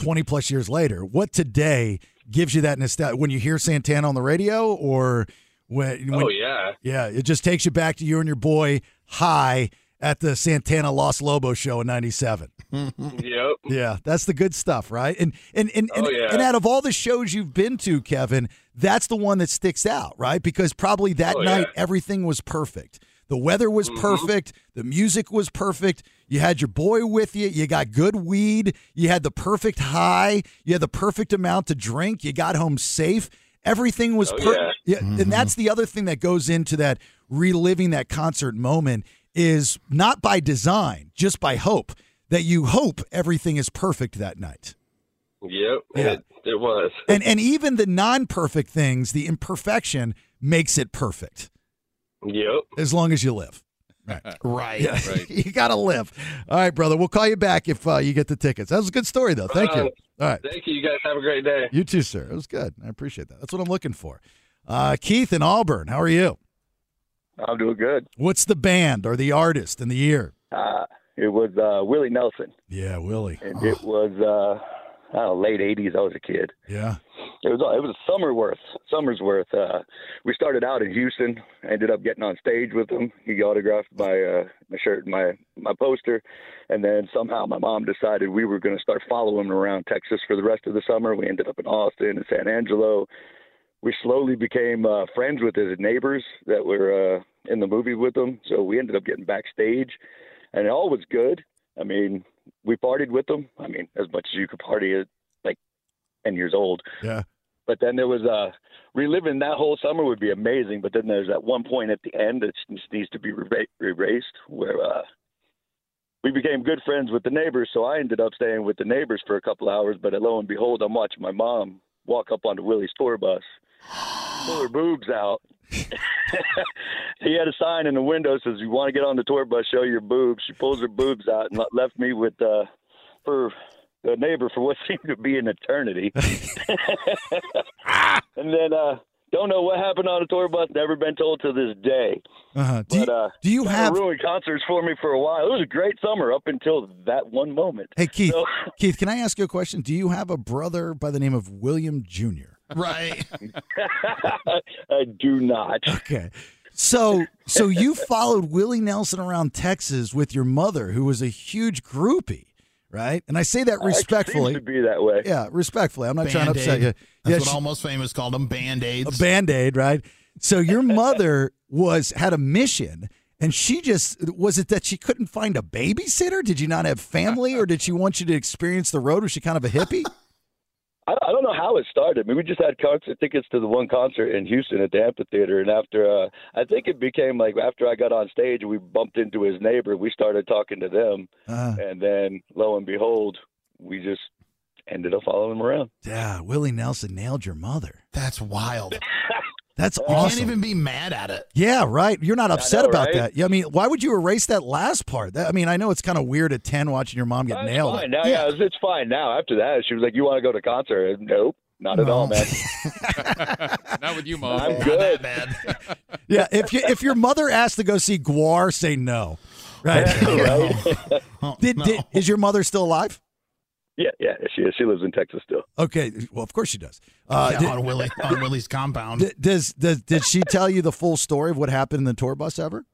20 plus years later, what today gives you that nostalgia when you hear Santana on the radio or when, when
oh yeah,
Yeah, it just takes you back to you and your boy high at the Santana Los Lobos show in '97.
yep.
Yeah, that's the good stuff, right? And and and and,
Oh, yeah.
and out of all the shows you've been to, Kevin, that's the one that sticks out, right? Because probably that
Oh,
night
yeah. Mm-hmm.
everything was perfect. The weather was perfect. The music was perfect. You had your boy with you. You got good weed. You had the perfect high. You had the perfect amount to drink. You got home safe. Everything was
Oh,
perfect.
yeah.
Yeah, and that's the other thing that goes into that reliving that concert moment is not by design, just by hope that you hope everything is perfect that night.
Yep.
Yeah.
It, it was.
And and even the non-perfect things, the imperfection makes it perfect
Yep.
as long as you live.
Right.
Yeah. you got to live. All right, brother. We'll call you back if uh, you get the tickets. That was a good story though. Thank you.
Uh,
All right.
Thank you. You guys have a great day.
You too, sir. It was good. I appreciate that. That's what I'm looking for. Uh, Keith in Auburn, how are you?
I'm doing good.
What's the band or the artist and the year?
Uh, it was uh, Willie Nelson,
Yeah, Willie.
and it was uh, I don't know, late '80s. I was a kid.
Yeah.
It was it was Summerworth. Summersworth. Uh, we started out in Houston. Ended up getting on stage with him. He autographed my uh, my shirt, and my my poster, and then somehow my mom decided we were going to start following him around Texas for the rest of the summer. We ended up in Austin and San Angelo. We slowly became uh, friends with his neighbors that were uh, in the movie with him. So we ended up getting backstage, and it all was good. I mean, we partied with them. I mean, as much as you could party at like ten years old.
Yeah.
But then there was uh, reliving that whole summer would be amazing. But then there's that one point at the end that just needs to be re- erased where uh, we became good friends with the neighbors. So I ended up staying with the neighbors for a couple hours. But lo and behold, I'm watching my mom walk up onto Willie's tour bus, pull her boobs out. he had a sign in the window says, "You want to get on the tour bus? Show your boobs." She pulls her boobs out and le- left me with uh, for the neighbor for what seemed to be an eternity. and then uh, don't know what happened on the tour bus. Never been told to this day.
Uh-huh. Do,
But uh,
do you
kinda
have-
ruined concerts for me for a while? It was a great summer up until that one moment.
Hey Keith,
So-
Keith, can I ask you a question? Do you have a brother by the name of William Jr.?
Right. I do not.
Okay. So, so you followed Willie Nelson around Texas with your mother, who was a huge groupie, right? And I say that
Actually, seems
respectfully.
to be that way.
Yeah, respectfully. I'm not trying to upset you.
Band-Aid. That's
Yeah,
what
she-
all most famous called them band aids.
a band aid, right? So your mother was had a mission, and she just was it that she couldn't find a babysitter? Did you not have family, or did she want you to experience the road? Was she kind of a hippie?
I, I don't know how it started. I mean, we just had concert tickets to the one concert in Houston at the amphitheater, and after uh, I think it became like after I got on stage, we bumped into his neighbor. We started talking to them,
Uh,
and then lo and behold, we just ended up following him around.
yeah, Willie Nelson nailed your mother.
That's wild.
That's
You
awesome.
can't even be mad at it.
Yeah, right. You're not upset
know,
about
right?
that. Yeah, I mean, why would you erase that last part? That, I mean, I know it's kind of weird at 10 watching your mom get nailed.
Fine now, yeah. it's, it's fine now. After that, she was like, "You want to go to concert?" And, nope, not at
No.
all, man.
Not with you, mom.
I'm good.
Yeah, if you, if your mother asked to go see Guar, say no. Right. did, did, is your mother still alive?
Yeah, yeah, she is. She lives in Texas still.
Okay. Well, of course she does. Uh,
yeah,
did-
on Willie on Willie's compound.
d- does, does did she tell you the full story of what happened in the tour bus ever?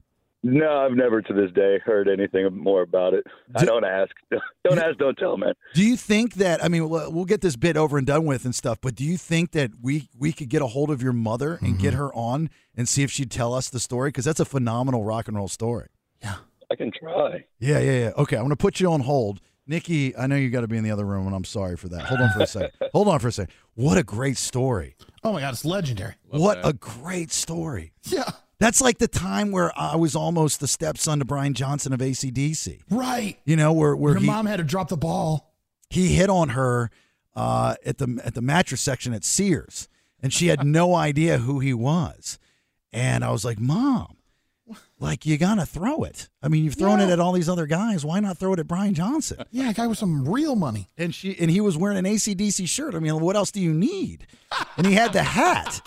No, I've never to this day heard anything more about it. I don't ask. Don't ask, don't tell, man.
Do you think that I mean we'll, we'll get this bit over and done with and stuff, but do you think that we we could get a hold of your mother and get her on and see if she'd tell us the story because that's a phenomenal rock and roll story.
I can try.
Yeah, yeah, yeah. Okay, I'm going to put you on hold. Nikki, I know you got to be in the other room, and I'm sorry for that. Hold on for a second. Hold on for a second. What a great story.
Oh my god, it's legendary.
what a great story. Yeah. That's like the time where I was almost the stepson to Brian Johnson of ACDC.
Right.
You know, where, where
Your
he,
mom had to drop the ball.
he hit on her uh, at the at the mattress section at Sears, and she had no idea who he was. And I was like, "Mom, like you gotta throw it. I mean, you've thrown it at all these other guys. Why not throw it at Brian Johnson?"
Yeah, a guy with some real money.
And she and he was wearing an ACDC shirt. I mean, what else do you need? And he had the hat.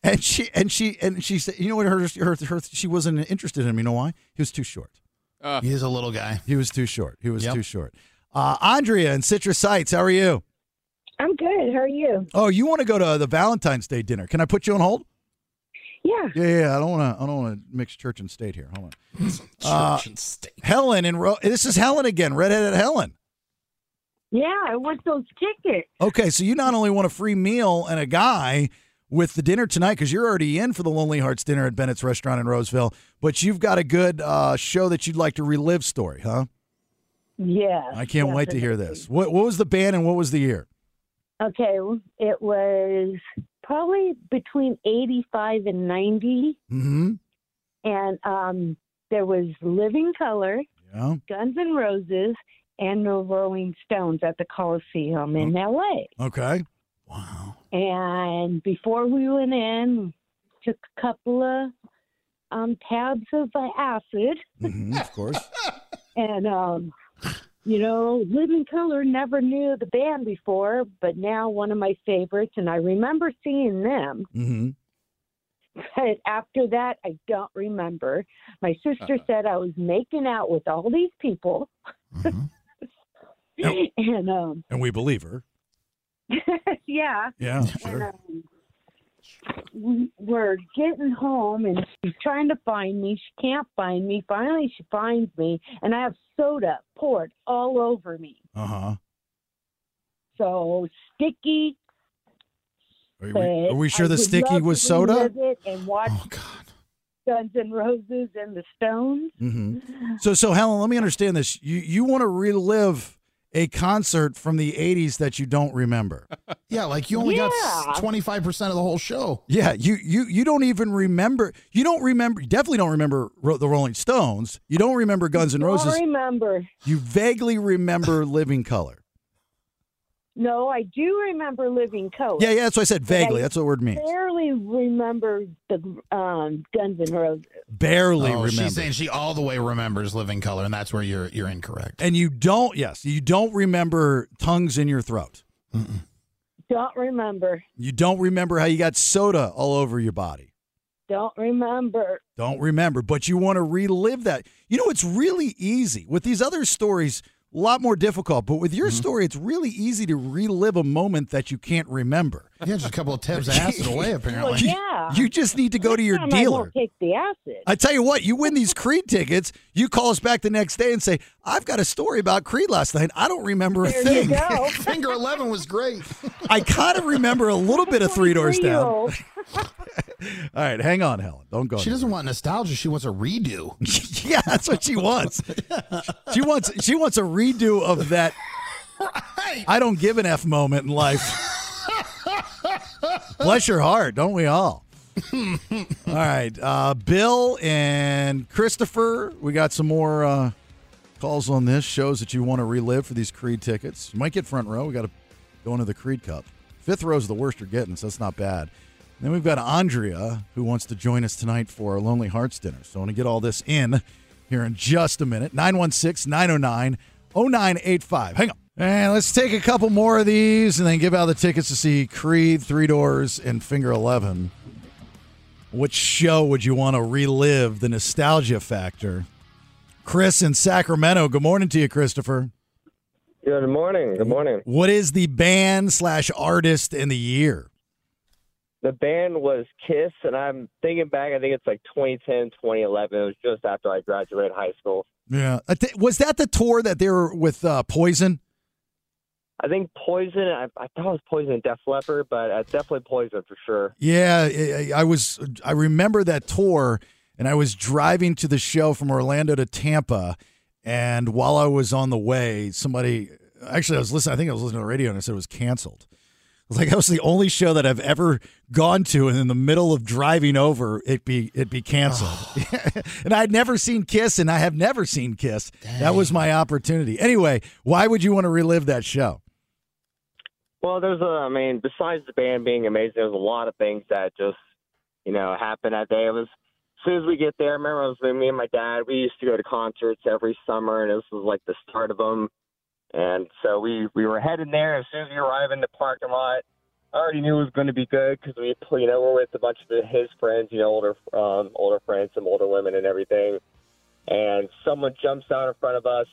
And she and she and she said, "You know what? Her her, her she wasn't interested in him. You know why? He was too short."
he is a little guy.
He was too short. He was too short. Uh, Andrea in Citrus Heights, how are you?
I'm good. How are you?
Oh, you want to go to the Valentine's Day dinner? Can I put you on hold?
Yeah.
Yeah, yeah. I don't want to. I don't want to mix church and state here. Hold on. Uh, Helen and Ro- this is Helen again. Redheaded Helen.
Yeah, I want those tickets.
Okay, so you not only want a free meal and a guy with the dinner tonight because you're already in for the Lonely Hearts dinner at Bennett's Restaurant in Roseville, but you've got a good uh, show that you'd like to relive story, huh?
Yeah.
I can't wait to hear this. What What was the band and what was the year?
Okay, it was probably between 85 and 90,
Mm-hmm.
and um, there was Living Color,
Yeah.
Guns N' Roses, and the Rolling Stones at the Coliseum in L.A.
Okay.
And before we went in, took a couple of um, tabs of uh, acid.
hmm of course.
And um, you know, Living Color never knew the band before, but now one of my favorites, and I remember seeing them.
Mm-hmm.
But after that, I don't remember. My sister
Uh-huh.
said I was making out with all these people,
Mm-hmm.
and um,
And we believe her.
yeah,
Yeah,
and
sure.
um, we we're getting home, and she's trying to find me. She can't find me. Finally, she finds me, and I have soda poured all over me.
Uh huh.
so sticky.
Are
but
we, are we sure
I
the
would
sticky
love
was
to
soda? Oh,
relive It and watch Guns N' Roses and the Stones.
Mm-hmm. hmm So, so Helen, let me understand this. You you want to relive a concert from the 80s that you don't remember.
Yeah, like you only got twenty five percent of the whole show.
Yeah, you you you don't even remember. You don't remember. You definitely don't remember Ro- the Rolling Stones. You don't remember Guns N' Roses.
Don't remember.
You vaguely remember Living Color.
No, I do remember Living Color.
Yeah, yeah. That's what I said.
But I
Vaguely. That's what the word means.
barely remember the um, Guns N' Roses.
Barely
Oh,
remember.
She's saying she all the way remembers Living Color, and that's where you're you're incorrect.
and you don't. Yes, you don't remember tongues in your throat.
Don't remember.
You don't remember how you got soda all over your body.
Don't remember.
Don't remember, but you want to relive that. You know, it's really easy. With these other stories, a lot more difficult, but with
Mm-hmm.
your story, it's really easy to relive a moment that you can't remember.
Yeah, just a couple of tips acid away, apparently.
Well, yeah.
You just need to go to your
Sometimes I
dealer.
won't take the acid.
I tell you what, you win these Creed tickets, you call us back the next day and say, I've got a story about Creed last night. I don't remember a
There you
thing.
go.
Finger eleven was great.
I kind of remember a little bit of Three Doors Down. All
Three-year-old.
right, hang on, Helen. Don't go.
She doesn't want nostalgia. She wants a redo.
yeah, that's what she wants. She wants she wants a redo of that I don't give an F moment in life. Bless your heart, don't we all? all right. Uh, Bill and Christopher, we got some more uh, calls on this. Shows that you want to relive for these Creed tickets. You might get front row. We got to go into the Creed Cup. Fifth row is the worst you're getting, so that's not bad. And then we've got Andrea, who wants to join us tonight for our Lonely Hearts dinner. So I want to get all this in here in just a minute. 916 909 0985. Hang on. And let's take a couple more of these and then give out the tickets to see Creed, Three Doors, and Finger 11. Which show would you want to relive the nostalgia factor? Chris in Sacramento. Good morning to you, Christopher.
Good morning.
Mm-hmm.
Good morning.
What is the band slash artist in the year?
The band was Kiss, and I'm thinking back, I think it's like 2010, 2011. It was just after I graduated high school.
Yeah, was that the tour that they were with uh, Poison?
I think Poison, I, I thought it was Poison and Def Leppard, but uh, definitely Poison for sure.
Yeah, I- I I was. I remember that tour, and I was driving to the show from Orlando to Tampa, and while I was on the way, somebody actually I was listening. I think I was listening to the radio, and I said it was canceled. I was like, that was the only show that I've ever gone to, and in the middle of driving over, it be it be canceled. and I'd never seen Kiss, and I have never seen Kiss. That was my opportunity. Anyway, why would you want to relive that show?
Well, there's a, I mean, besides the band being amazing, there's a lot of things that just, you know, happened that day. It was, as soon as we get there, I remember it was with me and my dad. We used to go to concerts every summer, and this was like the start of them. And so we, we were heading there. As soon as we arrived in the parking lot, I already knew it was going to be good because we, you know, we're with a bunch of his friends, you know, older, um, older friends, some older women and everything. And someone jumps out in front of us,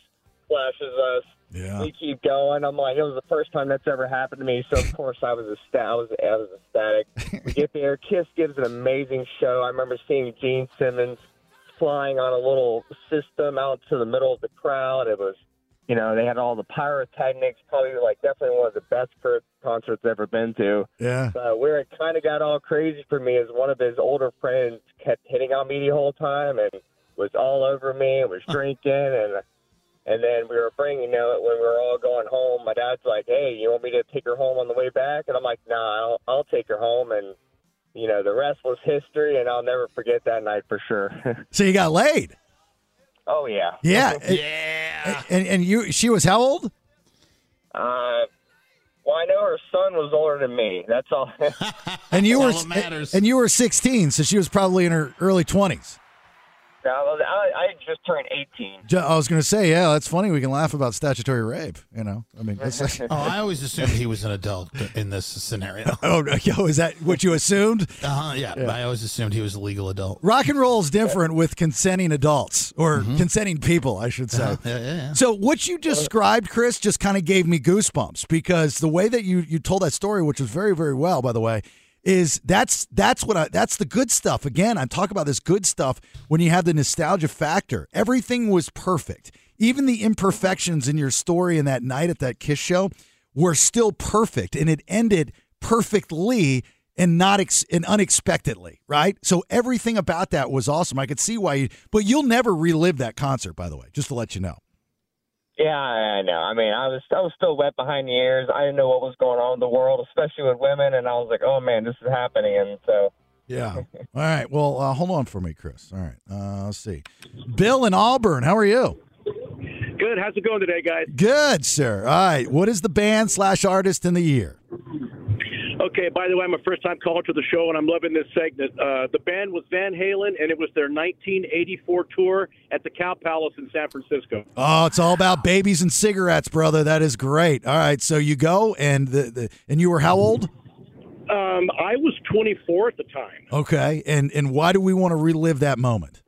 flashes
uh,
us.
Yeah.
We keep going. I'm like, it was the first time that's ever happened to me. So of course I was ecstatic. I was, I was ecstatic. We get there. Kiss gives an amazing show. I remember seeing Gene Simmons flying on a little system out to the middle of the crowd. It was you know, they had all the pyrotechnics, probably like definitely one of the best cur- concerts I've ever been to.
Yeah.
But Uh, where it kind of got all crazy for me is one of his older friends kept hitting on me the whole time and was all over me and was drinking and and then we were bringing you know when we were all going home. My dad's like, "Hey, you want me to take her home on the way back?" And I'm like, "Nah, I'll, I'll take her home." And you know, the rest was history, and I'll never forget that night for sure.
So you got laid.
oh yeah.
Yeah. yeah. And and you she was how old?
Uh, well, I know her son was older than me. That's all.
And you were
That's all that matters.
and you were 16, so she was probably in her early 20s.
No, I, was- I I just turned 18.
Ju- I was going to say, yeah, that's funny. We can laugh about statutory rape, you know. I mean, it's like,
Oh, I always assumed he was an adult in this scenario.
oh, no, yo, is that what you assumed?
Uh-huh, yeah, I always assumed he was a legal adult.
Rock and roll is different with consenting adults or consenting people, I should say.
Mm-hmm. Uh-huh, yeah, yeah, yeah.
So what you described, Chris, just kind of gave me goosebumps because the way that you you told that story, which was very very well, by the way, is that's that's what I that's the good stuff. Again, I talk about this good stuff when you have the nostalgia factor. Everything was perfect, even the imperfections in your story in that night at that Kiss show were still perfect, and it ended perfectly and not ex- and unexpectedly, right? So everything about that was awesome. I could see why you, but you'll never relive that concert, by the way, just to let you know.
Yeah, I I know. I mean, I was I was still wet behind the ears. I didn't know what was going on in the world, especially with women, and I was like, oh man, this is happening. And so,
Yeah. All right. Well, uh, hold on for me, Chris. All right. Uh, let's see. Bill in Auburn, how are you?
Good. How's it going today, guys?
Good, sir. All right. What is the band slash artist in the year?
Okay. By the way, I'm a first-time caller to the show, and I'm loving this segment. Uh, the band was Van Halen, and it was their 1984 tour at the Cow Palace in San Francisco.
Oh, it's all about babies and cigarettes, brother. That is great. All right. So you go and the, the and you were how old?
Um, I was 24 at the time.
Okay. And and why do we want to relive that moment?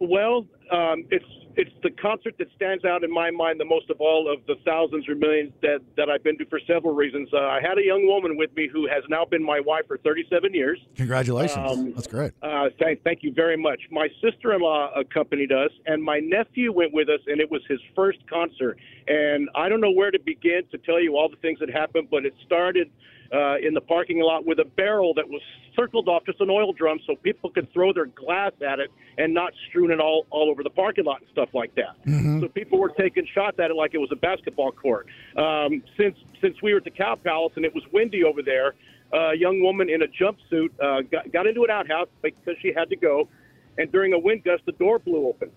Well, um, it's it's the concert that stands out in my mind the most of all of the thousands or millions that that I've been to for several reasons. Uh, I had a young woman with me who has now been my wife for 37 years.
Congratulations.
Um,
That's great.
Uh, thank, thank you very much. My sister-in-law accompanied us, and my nephew went with us, and it was his first concert. And I don't know where to begin to tell you all the things that happened, but it started uh, in the parking lot with a barrel that was circled off just an oil drum, so people could throw their glass at it and not strewn it all all over the parking lot and stuff like that. So people were taking shots at it like it was a basketball court. Um, since since we were at the Cow Palace and it was windy over there, a young woman in a jumpsuit uh, got, got into an outhouse because she had to go, and during a wind gust, the door blew open,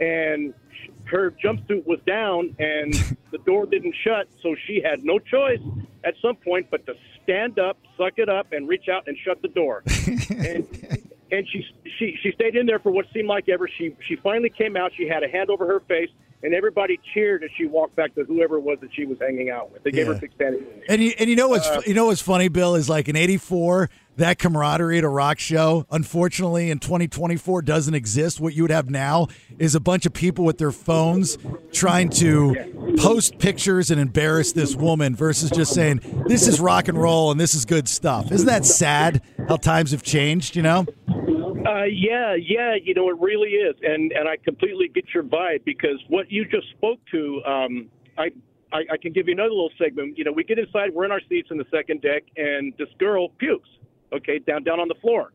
and sh- her jumpsuit was down, and the door didn't shut, so she had no choice at some point but to stand up, suck it up, and reach out and shut the door. and and she she she stayed in there for what seemed like ever. She she finally came out. She had a hand over her face, and everybody cheered as she walked back to whoever it was that she was hanging out with. They gave her
Yeah.
a big
standing. ovation.
And you, and you know what's
Uh,
you know what's funny, Bill, is like in '84 that camaraderie at a rock show. Unfortunately, in 2024 doesn't exist. What you would have now is a bunch of people with their phones trying to post pictures and embarrass this woman versus just saying this is rock and roll and this is good stuff. Isn't that sad? How times have changed, you know?
Uh, yeah, yeah, you know it really is, and and I completely get your vibe because what you just spoke to, um, I, I I can give you another little segment. You know, we get inside, we're in our seats in the second deck, and this girl pukes, okay, down down on the floor.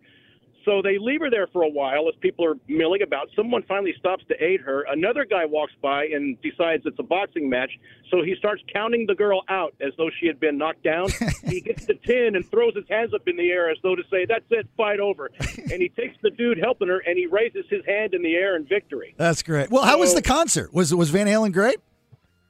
So they leave her there for a while as people are milling about. Someone finally stops to aid her. Another guy walks by and decides it's a boxing match, so he starts counting the girl out as though she had been knocked down. he gets to 10 and throws his hands up in the air as though to say, That's it, fight over. And he takes the dude helping her and he raises his hand in the air in victory.
That's great. Well, how was
So-
the concert? Was was Van Halen great?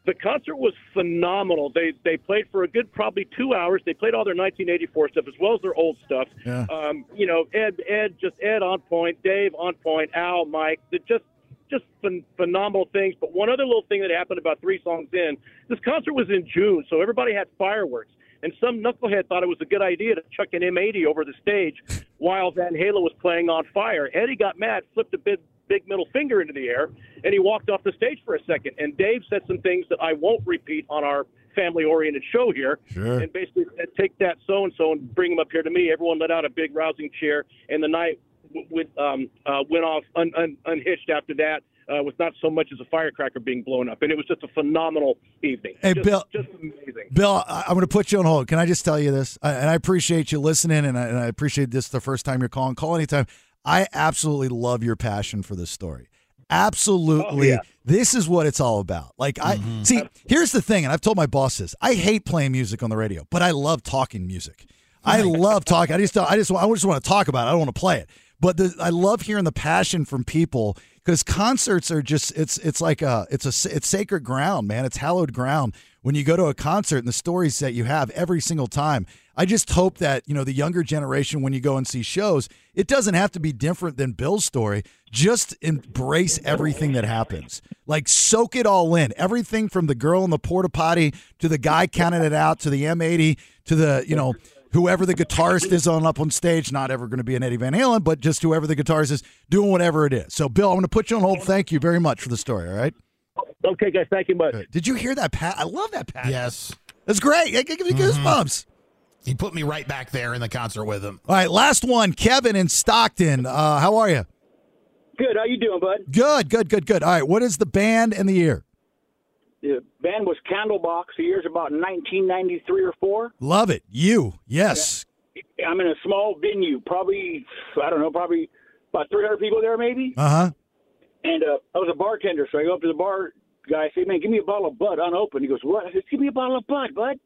The concert was phenomenal. They they played for a good probably two hours. They played all their 1984 stuff as well as their old stuff.
Yeah.
Um, you know, Ed Ed just Ed on point, Dave on point, Al, Mike, they just just phen- phenomenal things. But one other little thing that happened about three songs in, this concert was in June, so everybody had fireworks. And some knucklehead thought it was a good idea to chuck an M80 over the stage while Van Halen was playing on fire. Eddie got mad, flipped a big, big middle finger into the air, and he walked off the stage for a second. And Dave said some things that I won't repeat on our family oriented show here.
Sure.
And basically said, take that so and so and bring him up here to me. Everyone let out a big rousing cheer, and the night w- with, um, uh, went off un- un- unhitched after that. Uh, with not so much as a firecracker being blown up, and it was just a phenomenal evening.
Hey,
just,
Bill-
just amazing.
Bill, uh, I- I'm going to put you on hold. Can I just tell you this? I, and I appreciate you listening, and I, and I appreciate this the first time you're calling. Call anytime. I absolutely love your passion for this story. Absolutely.
Oh,
This is what it's all about. Like, I
Mm-hmm.
see, here's the thing, and I've told my boss this I hate playing music on the radio, but I love talking music. I love talking. I just, don't- I just, I just want to talk about it. I don't want to play it. But the, I love hearing the passion from people because concerts are just it's it's like a it's a s- it's sacred ground, man. It's hallowed ground when you go to a concert and the stories that you have every single time. I just hope that you know the younger generation when you go and see shows, it doesn't have to be different than Bill's story. Just embrace everything that happens. Like soak it all in. Everything from the girl in the porta potty to the guy counting it out to the M80 to the you know whoever the guitarist is on up on stage, not ever going to be an Eddie Van Halen, but just whoever the guitarist is doing whatever it is. So, Bill, I'm going to put you on hold. Thank you very much for the story. All right.
Okay, guys. Thank you much.
Did you hear that, Pat? I love that, Pat.
Yes. Mm-hmm.
That's great. That gave me goosebumps.
He put me right back there in the concert with him.
All right. Last one, Kevin in Stockton. Uh, how are you?
Good. How you doing, bud?
Good, good, good, good. All right. What is the band and the year?
The band was Candlebox. The year's about 1993 or four.
Love it. You. Yes.
I'm in a small venue, probably I don't know, probably about 300 people there, maybe.
Uh huh.
And uh, I was a bartender, so I go up to the bar guy. I say, man, give me a bottle of Bud unopened. He goes, what? I said, give me a bottle of Bud, Bud.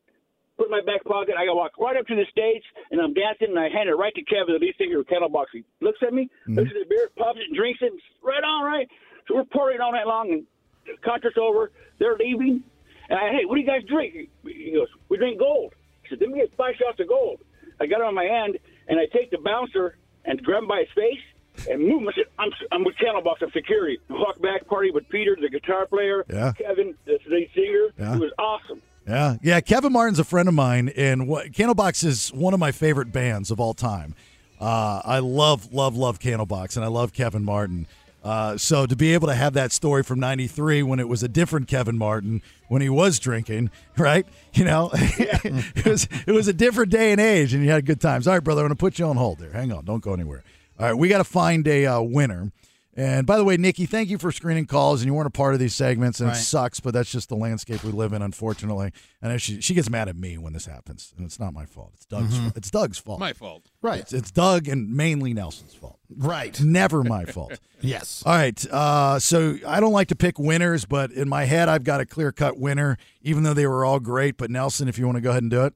Put it in my back pocket. I walk right up to the stage and I'm dancing and I hand it right to Kevin, the lead singer of Kettle Box. He looks at me, looks at the beer, pops it, and drinks it. Right on, right. So we're pouring all night long and the concert's over. They're leaving. And I, hey, what do you guys drink? He goes, we drink gold. I said, let me get five shots of gold. I got it on my hand and I take the bouncer and grab him by his face and move him. I said, I'm, I'm with Candlebox. I'm security. Walk back party with Peter, the guitar player,
Yeah.
Kevin, the lead singer.
Yeah.
It was awesome.
Yeah, yeah. Kevin Martin's a friend of mine, and what, Candlebox is one of my favorite bands of all time. Uh, I love, love, love Candlebox, and I love Kevin Martin. Uh, so to be able to have that story from '93 when it was a different Kevin Martin when he was drinking, right? You know, it was it was a different day and age, and you had good times. All right, brother, I'm going to put you on hold there. Hang on, don't go anywhere. All right, we got to find a uh, winner. And by the way, Nikki, thank you for screening calls, and you weren't a part of these segments, and
Right.
it sucks, but that's just the landscape we live in, unfortunately. I know she she gets mad at me when this happens, and it's not my fault. It's Doug's
Mhm.
fault. It's Doug's fault.
My fault. Right.
It's, it's Doug and mainly Nelson's fault.
Right.
Never my fault.
Yes.
All right. Uh, so I don't like to pick winners, but in my head, I've got a clear cut winner, even though they were all great. But Nelson, if you want to go ahead and do it.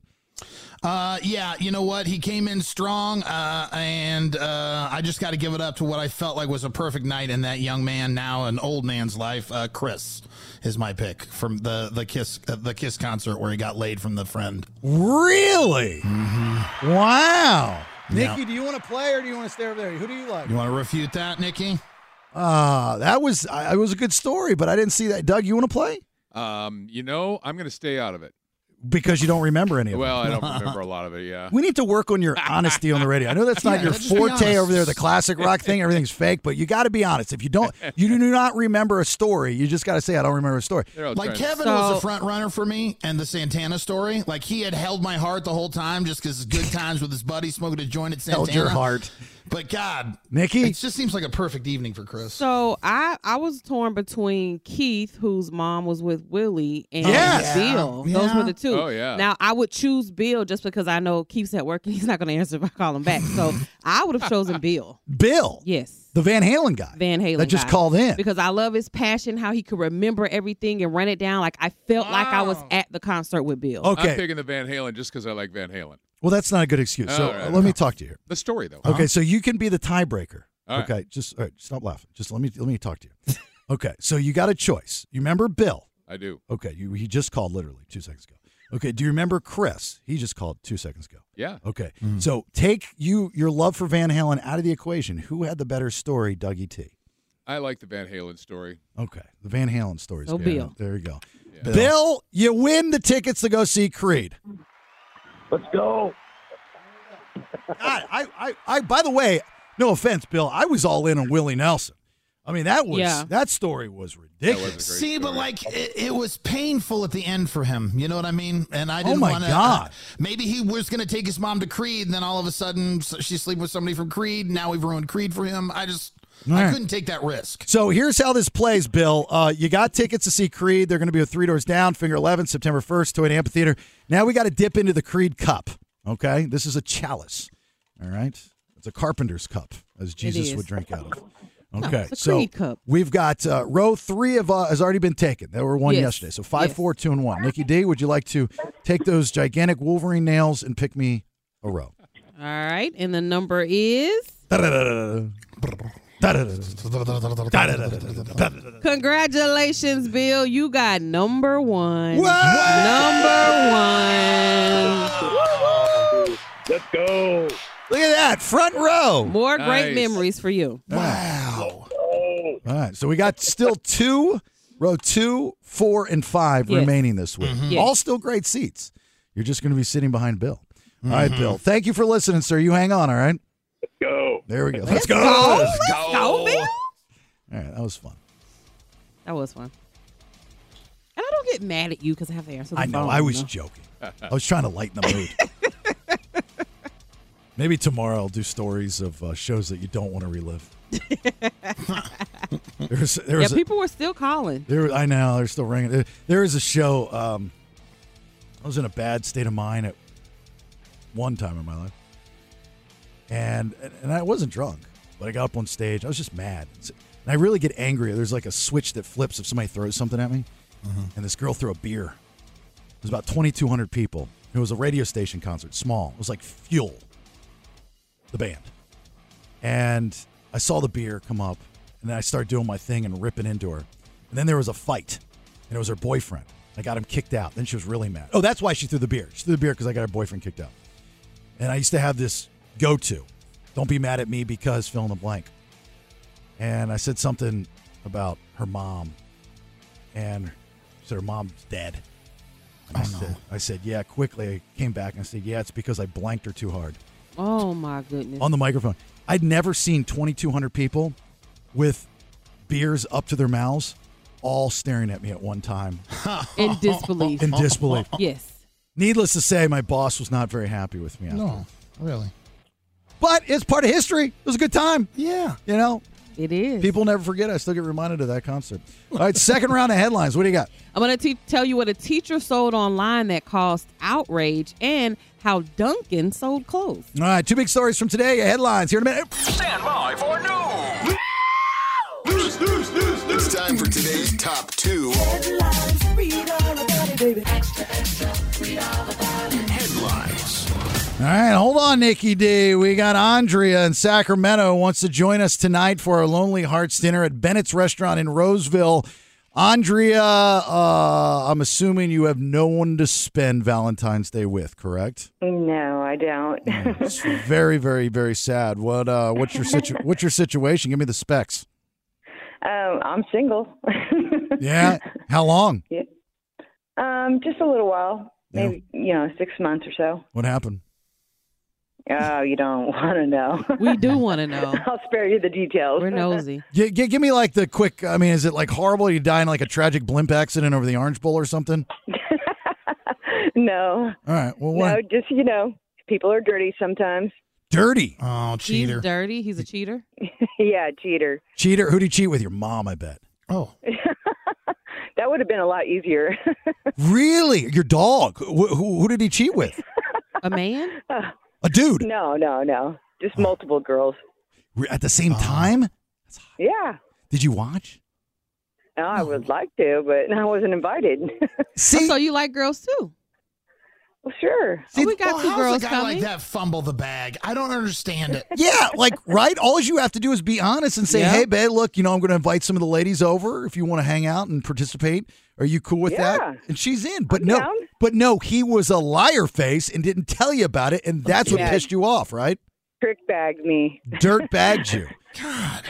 Uh, yeah, you know what? He came in strong, uh, and uh, I just got to give it up to what I felt like was a perfect night in that young man, now an old man's life. Uh, Chris is my pick from the the Kiss uh, the Kiss concert where he got laid from the friend. Mm-hmm.
Really? Wow.
Yeah.
Nikki, do you want to play or do you want to stay over there? Who do you like?
You want to refute that, Nikki?
Uh, that was I, it was a good story, but I didn't see that. Doug, you want to play?
Um, you know, I'm going to stay out of it.
Because you don't remember any of it.
Well, I don't remember a lot of it. Yeah.
We need to work on your honesty on the radio. I know that's not
Yeah,
your
let's just be
forte
honest.
over there, the classic rock thing. Everything's fake, but you got to be honest. If you don't, you do not remember a story. You just got to say, I don't remember a story.
Like Kevin was a front runner for me, and the Santana story. Like he had held my heart the whole time, just because good times with his buddy smoking a joint at Santana.
Held your heart.
But God,
Nikki?
it just seems like a perfect evening for Chris.
So I I was torn between Keith, whose mom was with Willie,
Oh,
and
Yes.
Bill.
Yeah.
Those were the two.
Oh, yeah.
Now I would choose Bill just because I know Keith's at work and he's not going to answer if I call him back. So I would have chosen Bill.
Bill.
Yes.
The Van Halen guy.
Van Halen.
That just
guy.
called in.
Because I love his passion, how he could remember everything and run it down. Like I felt like I was at the concert with Bill.
I'm picking the Van Halen just because I like Van Halen.
Well, that's not a good excuse. So
All right.
uh, let me talk to you. here.
The story, though.
Okay, so you can be the tiebreaker.
All right.
okay, just all right, stop laughing. Just let me let me talk to you. okay, so you got a choice. You remember Bill?
I do.
Okay, you he just called literally two seconds ago. Okay, do you remember Chris? He just called two seconds ago.
Yeah.
Okay, so take you your love for Van Halen out of the equation. Who had the better story, Dougie T?
I like the Van Halen story.
Okay, the Van Halen stories.
So Bill.
There you go. Bill. you win the tickets to go see Creed.
Let's go.
God, I, I, I, by the way, no offense, Bill, I was all in on Willie Nelson. I mean, that was
Yeah.
that story was ridiculous.
See, but like it, it was painful at the end for him. You know what I mean? And I
Oh
didn't
my
want to.
God.
maybe he was going to take his mom to Creed, and then all of a sudden so- she's sleeping with somebody from Creed. Now we've ruined Creed for him. I just
All
I
right.
couldn't take that risk.
So here's how this plays, Bill. Uh, you got tickets to see Creed. They're going to be with Three Doors Down, Finger 11, September 1st, Toyota Amphitheater. Now we got to dip into the Creed Cup. Okay, this is a chalice. All right, it's a carpenter's cup, as Jesus
is.
would drink out of.
No,
Okay,
it's a
so
Creed cup.
we've got uh, row three of uh, has already been taken. There were one
Yes.
yesterday, so five,
Yes.
four, two, and one. Nikki D, would you like to take those gigantic Wolverine nails and pick me a row?
All right. And the number is Congratulations, Bill. You got number one. Number one.
Let's go.
Look at that front row.
More great
Nice.
memories for you.
Oh. Wow. All right. So we got still two, row two, four, and five
Yes.
remaining this week.
Mhm. Yes.
All still great seats. You're just going to be sitting behind Bill. All right,
Mm-hmm.
Mhm.
Bill. Thank you for listening, sir. You hang on. All right.
Go.
There we go. Let's,
Let's
go.
go.
Let's
Let's go, Bill.
All right. That was fun.
That was fun. And I don't get mad at you because I have to answer the
I know.
phone,
I
you
was
know?
joking. I was trying to lighten the mood. Maybe tomorrow I'll do stories of uh, shows that you don't want to relive. there was, there
yeah,
was a-
people were still calling.
There, I know they're still ringing. There, there was a show. Um, I was in a bad state of mind at one time in my life, and and I wasn't drunk, but I got up on stage. I was just mad. It's- And I really get angry. There's like a switch that flips if somebody throws something at me. And this girl threw a beer. There's about 2,200 people. It was a radio station concert, small. It was like Fuel, the band. And I saw the beer come up, and then I started doing my thing and ripping into her. And then there was a fight, and it was her boyfriend. I got him kicked out. Then she was really mad. Oh, that's why she threw the beer. She threw the beer because I got her boyfriend kicked out. And I used to have this go to don't be mad at me because fill in the blank. And I said something about her mom. And she said her mom's dead. And I, said, I said, yeah, quickly. I came back and I said, yeah, it's because I blanked her too hard
Oh my goodness.
on the microphone. I'd never seen 2,200 people with beers up to their mouths all staring at me at one time.
in disbelief.
In disbelief.
Yes.
Needless to say, my boss was not very happy with me. after.
No, really.
But it's part of history. It was a good time.
Yeah.
You know?
It is.
People never forget. I still get reminded of that concert. All right, second round of headlines. What do you got?
I'm going to tell you what a teacher sold online that caused outrage and how Duncan sold clothes.
All right, two big stories from today. Headlines here in a minute.
Stand by for news. News, news, news, news.
It's time for today's top two. Headlines.
All right, hold on, Nikki D. We got Andrea in Sacramento wants to join us tonight for our Lonely Hearts dinner at Bennett's Restaurant in Roseville. Andrea, uh, I'm assuming you have no one to spend Valentine's Day with, correct?
No, I don't.
Very, very, very sad. What uh, what's your situ- what's your situation? Give me the specs.
um, I'm single.
Yeah, how long?
yeah. Um, just a little while,
Yeah.
maybe you know, six months or so.
What happened?
Oh, you don't want to know.
we do want to know.
I'll spare you the details.
We're nosy.
G- g- give me like the quick. I mean, is it like horrible? You die in like a tragic blimp accident over the Orange Bowl or something?
no,
All right. Well, what?
no, just you know, people are dirty sometimes.
Dirty.
Oh,
He's dirty. He's a cheater.
yeah, cheater.
Cheater. Who do you cheat with? Your mom, I bet.
That would have been a lot easier.
Really? Your dog? Who, who, who did he cheat with?
A man?
A dude
Uh, no, no, no. Just multiple girls.
Re- at the same time?
Yeah.
Did you watch?
No, I would like to, but I wasn't invited.
See,
Oh, so you like girls too?
well, sure.
See,
Oh, we got
well,
two
how's
girls
a guy
coming.
like that fumble the bag? I don't understand it.
Yeah, like right. All you have to do is be honest and say,
Yeah.
"Hey, babe, look, you know, I'm going to invite some of the ladies over if you want to hang out and participate. Are you cool with
Yeah.
that?" And she's in. But no, but no, he was a liar face and didn't tell you about it, and that's what
Oh, Yeah.
pissed you off, right?
Trick bagged me.
Dirt bagged you.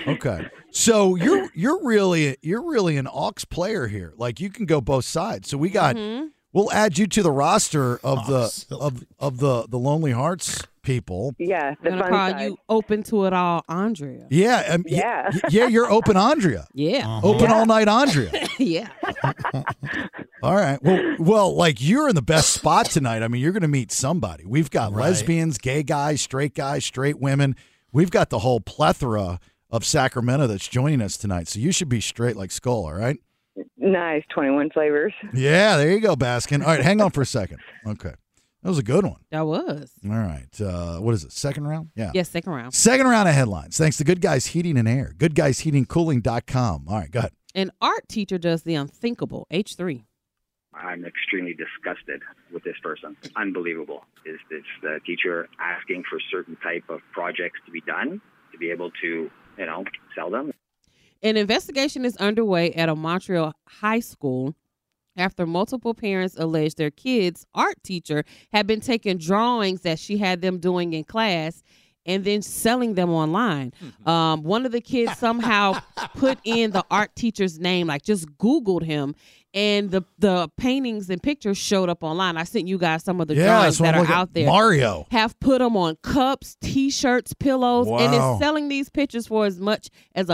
Okay, so you're you're really you're really an aux player here. Like you can go both sides. So we got
Mm-hmm.
Mhm.
we'll add you to the roster of
Ox.
the of of the the Lonely Hearts people.
Yeah,
I'm gonna call you open to it all, Andrea.
Yeah, um, yeah, yeah. You're open, Andrea.
Yeah.
Uh-huh. Open all night, Andrea.
yeah.
All right. Well, well, like you're in the best spot tonight. I mean, you're going to meet somebody. We've got lesbians, gay guys, straight guys, straight women. We've got the whole plethora of Sacramento that's joining us tonight. So you should be straight like skull. All right.
Nice, 21 flavors.
Yeah. There you go, Baskin. All right. Hang on for a second. Okay. That was a good one.
That was.
All right. Uh, what is it? Second round? Yeah.
Yes, second round.
Second round of headlines. Thanks to Good Guys Heating and Air. GoodGuysHeatingCooling.com. All right. Go ahead.
An art teacher does the unthinkable. H3.
I'm extremely disgusted with this person. Unbelievable is this the teacher asking for certain type of projects to be done to be able to, you know, sell them.
An investigation is underway at a Montreal high school after multiple parents alleged their kids' art teacher had been taking drawings that she had them doing in class and then selling them online.
Mm-hmm.
Um, one of the kids somehow put in the art teacher's name, like just Googled him, and the the paintings and pictures showed up online. I sent you guys some of the
Yeah,
drawings
that's what
that
I'm
are
looking-
out there.
Mario.
have put them on cups, t-shirts, pillows, and
Wow.
is selling these pictures for as much as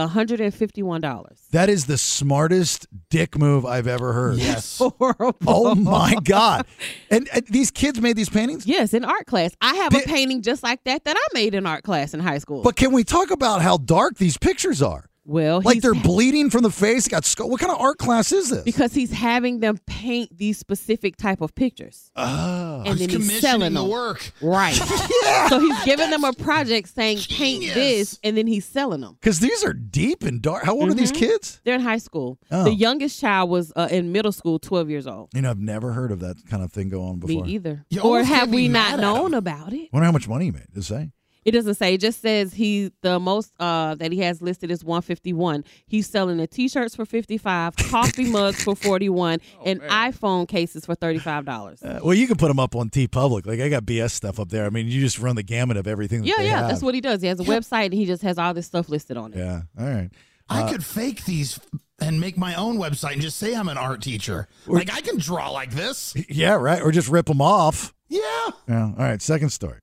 $151.
That is the smartest dick move I've ever heard. Yes.
Horrible.
Oh my god! And, and these kids made these paintings.
Yes, in art class. I have a painting just like that that I made in art class in high school.
But can we talk about how dark these pictures are?
Well,
like they're bleeding from the face. Got sco- what kind of art class is this?
because he's having them paint these specific type of pictures.
Oh,
and
he's
then he's
commissioning
selling
the
them.
work.
Right. So he's giving them a project saying paint this and then he's selling them.
Because these are deep and dark. How old are these
Mhm.
kids?
They're in high school.
Oh.
The youngest child was uh, in middle school, 12 years old.
You know, I've never heard of that kind of thing go on before.
Me either.
You
or
always
have
can't be
we
mad
not
at
known about it?
Wonder how much money he made. Does it say?
It doesn't say. It just says he the most uh, that he has listed is 151. He's selling the t-shirts for 55, coffee mugs for 41,
Oh,
and iPhone cases for 35 dollars.
Uh, well, you can put them up on T Public. Like I got BS stuff up there. I mean, you just run the gamut of everything. That
yeah,
they
yeah,
have.
that's what he does. He has a website and he just has all this stuff listed on it.
Yeah. All right.
I
Uh,
could fake these and make my own website and just say I'm an art teacher. like I can draw like this.
Yeah. Right. Or just rip them off.
Yeah.
Yeah. All right. Second story.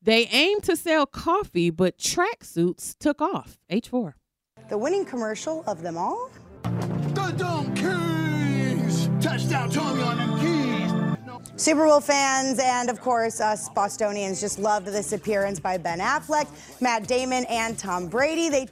They aim to sell coffee, but tracksuits took off. H4.
The winning commercial of them all?
The Donkeys! Touchdown, Tommy on them keys!
Super Bowl fans and, of course, us Bostonians just loved this appearance by Ben Affleck, Matt Damon, and Tom Brady. They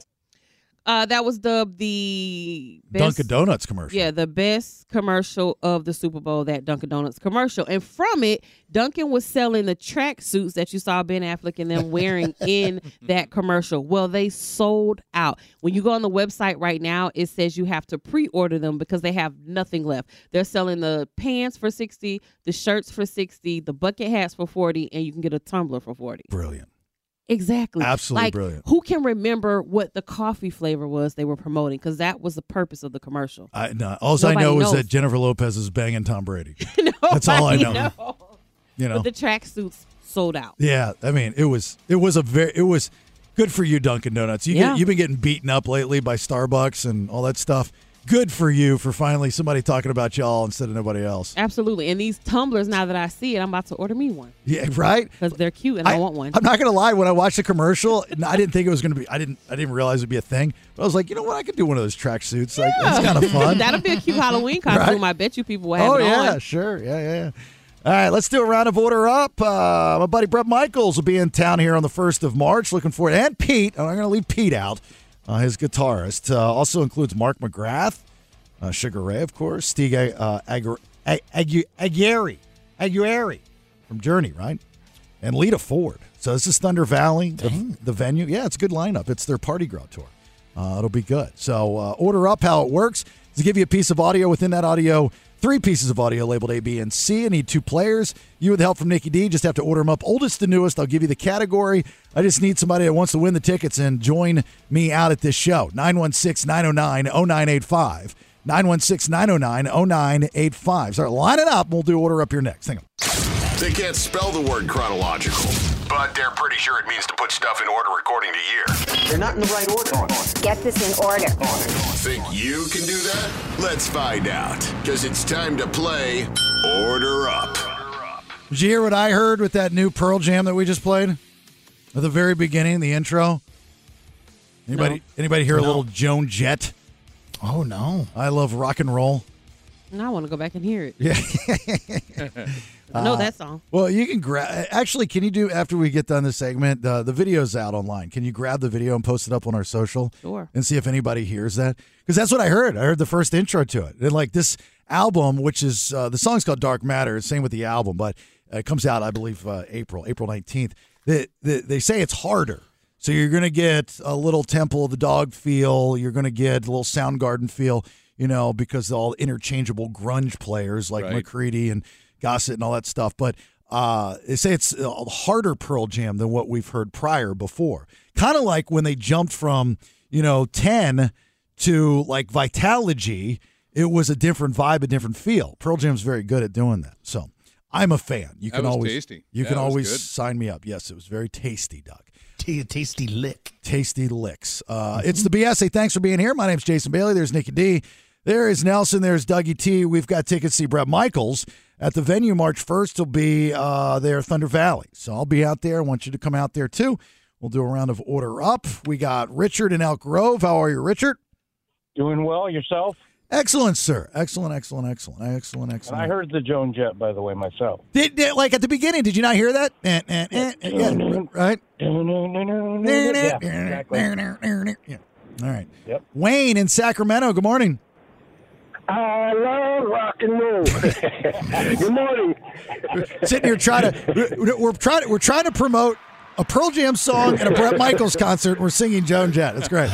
Uh, that was dubbed the best,
Dunkin' Donuts commercial.
Yeah, the best commercial of the Super Bowl, that Dunkin' Donuts commercial. And from it, Dunkin' was selling the track suits that you saw Ben Affleck and them wearing in that commercial. Well, they sold out. When you go on the website right now, it says you have to pre-order them because they have nothing left. They're selling the pants for 60, the shirts for 60, the bucket hats for 40, and you can get a tumbler for 40.
Brilliant.
Exactly.
Absolutely
Like,
brilliant.
Who can remember what the coffee flavor was they were promoting? Because that was the purpose of the commercial.
I, no, all I
Nobody
know is
knows.
that Jennifer Lopez is banging Tom Brady. That's all I know. You know.
But the tracksuits sold out.
Yeah, I mean, it was it was a very it was good for you, Dunkin' Donuts. You
Yeah.
get, you've been getting beaten up lately by Starbucks and all that stuff. Good for you for finally somebody talking about y'all instead of nobody else.
Absolutely. And these tumblers, now that I see it, I'm about to order me one
Yeah, right.
because they're cute and I, want one.
I'm not gonna lie. When I watched the commercial, n- I didn't think it was gonna be. I didn't. I didn't realize it'd be a thing. But I was like, you know what? I could do one of those tracksuits. Like that's kind of fun.
That'll be a cute Halloween costume.
Right?
I bet you people will have
Oh
it
yeah,
on.
sure. Yeah, yeah, yeah. All right, let's do a round of order up. Uh, my buddy Brett Michaels will be in town here on the first of March. Looking forward. And Pete, and I'm going to leave Pete out. Uh, his guitarist uh, also includes Mark McGrath, uh, Sugar Ray, of course, Stig uh, Aguirre, Aguirre, Aguirre from Journey, right? And Lita Ford. So this is Thunder Valley, the, the venue. Yeah, it's a good lineup. It's their party girl tour. Uh, it'll be good. So uh, order up. How it works is to give you a piece of audio. Within that audio, three pieces of audio labeled A, B, and C. I need two players. You, with the help from Nikki D, just have to order them up, oldest to newest. I'll give you the category. I just need somebody that wants to win the tickets and join me out at this show. 916 909 0985. 916 909 0985. Start lining up and we'll do order up here next. Hang on.
They can't spell the word chronological, but they're pretty sure it means to put stuff in order according to year.
They're not in the right order.
Get this in order. Think you can do that? Let's find out, because it's time to play Order Up.
Did you hear what I heard with that new Pearl Jam that we just played? At the very beginning, the intro. Anybody
No.
anybody hear a
No.
little Joan Jett?
Oh no.
I love rock and roll.
And I want to go back and hear it.
Yeah.
I know
Uh,
that song.
Well, you can grab. Actually, can you do after we get done this segment? Uh, the video's out online. Can you grab the video and post it up on our social?
Sure.
And see if anybody hears that because that's what I heard. I heard the first intro to it, and like this album, which is uh, the song's called Dark Matter. Same with the album, but uh, it comes out, I believe, uh, April April nineteenth. They, they, they say it's harder. So you're gonna get a little Temple of the Dog feel. You're gonna get a little Soundgarden feel, you know, because all interchangeable grunge players like
Right.
McCready and Gossett and all that stuff. But uh, they say it's a harder Pearl Jam than what we've heard prior before. Kind of like when they jumped from you know ten to like Vitalogy, it was a different vibe, a different feel. Pearl Jam's very good at doing that. So I'm a fan. You
That
can
was
always
tasty.
you
Yeah,
can
that was
always
good.
sign me up. Yes, it was very tasty, Doc.
T- tasty lick.
Tasty licks. Uh, It's the BSA. Thanks for being here. My name's Jason Bailey. There's Nikki D. There is Nelson. There's Dougie T. We've got tickets to see Brett Michaels at the venue March 1st. Will be uh, there, Thunder Valley. So I'll be out there. I want you to come out there too. We'll do a round of order up. We got Richard in Elk Grove. How are you, Richard?
Doing well yourself?
Excellent, sir. Excellent, excellent, excellent, excellent,
And
excellent.
I heard the Joan Jett, by the way, myself.
Did, did- like at the beginning? Did you not hear that? Eh, eh, eh, eh, yeah, right.
Yeah, exactly.
Yeah. All right. Yep. Wayne in Sacramento. Good morning.
I love rock and roll. Good morning.
Sitting here trying to we're- we're trying to, we're trying to promote a Pearl Jam song and a Brett Michaels concert. and We're singing Joan Jett. That's great.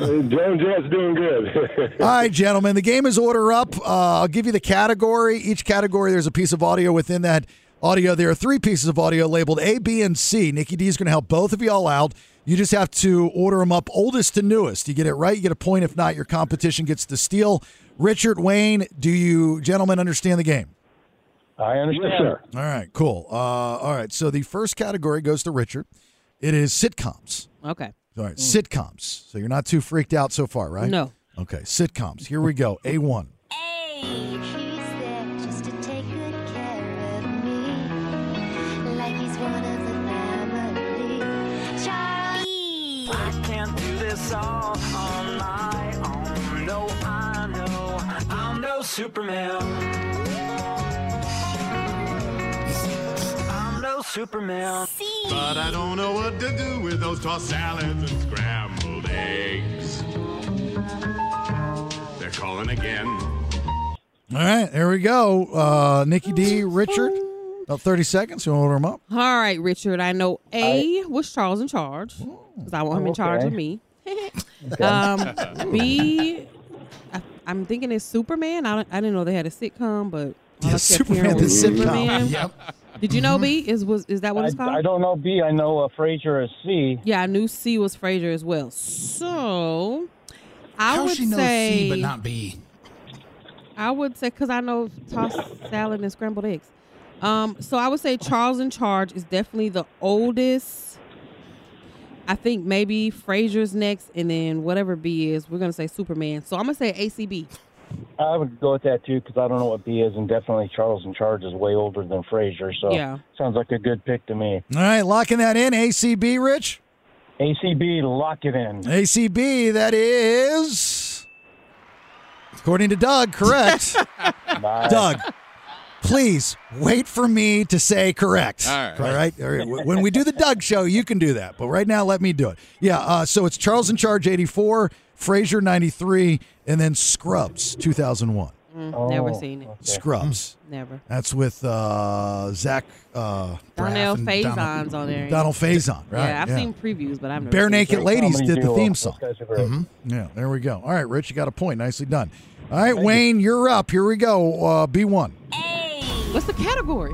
Joan Jett's doing good.
All right, gentlemen. The game is order up. Uh, I'll give you the category. Each category, there's a piece of audio within that audio. There are three pieces of audio labeled A, B, and C. Nikki D is going to help both of y'all out. You just have to order them up oldest to newest. You get it right, you get a point. If not, your competition gets to steal. Richard Wayne, do you gentlemen understand the game?
I understand. Yes, sir.
All right, cool. Uh, all right, so the first category goes to Richard. It is sitcoms.
Okay.
All right, sitcoms. So you're not too freaked out so far, right?
No.
Okay, sitcoms. Here we go. A1.
I can't do this all on my own. No, I know I'm no Superman. I'm no Superman.
But I don't know what to do with those tossed salads and scrambled eggs. They're calling again.
All right, there we go. Uh, Nikki D, Richard. About 30 seconds. You want to order them up?
All right, Richard. I know A was Charles in charge because I want him in charge of
Okay.
me.
Okay.
um, B, I, I'm thinking it's Superman. I, don't, I didn't know they had a sitcom, but all I kept hearing
Superman,
was
the sitcom.
Superman.
Yep. Mm-hmm.
Did you know B? Is was is that what
I,
it's called?
I don't know B. I know uh, Frazier is C.
Yeah, I knew C was Frazier as well. So I
How
would
she knows
say
C but not B?
I would say because I know tossed salad and scrambled eggs. Um, so I would say Charles in Charge is definitely the oldest. I think maybe Frazier's next, and then whatever B is, we're gonna say Superman. So I'm gonna say ACB.
I would go with that too because I don't know what B is, and definitely Charles in Charge is way older than Frazier. So
Yeah.
sounds like a good pick to me.
All right, locking that in. ACB, Rich.
ACB, lock it in.
ACB, that is. According to Doug, correct. Doug, please wait for me to say correct.
All right.
All right. All right. When we do the Doug show, you can do that. But right now, let me do it. Yeah. Uh, so it's Charles in Charge 84, Frasier 93, and then Scrubs 2001.
Mm,
Oh,
Never seen it.
Scrubs.
Never.
That's with uh, Zach. Uh,
Donnell
Braff and
Faison's on there.
Donald Faison, right?
Yeah, I've seen previews, but I've never.
Bare
seen
Naked
it.
Ladies did the theme song. Mhm. Yeah, there we go. All right, Rich, you got a point. Nicely done. All right, Wayne, you're up. Here we go. Uh, B1.
What's the category?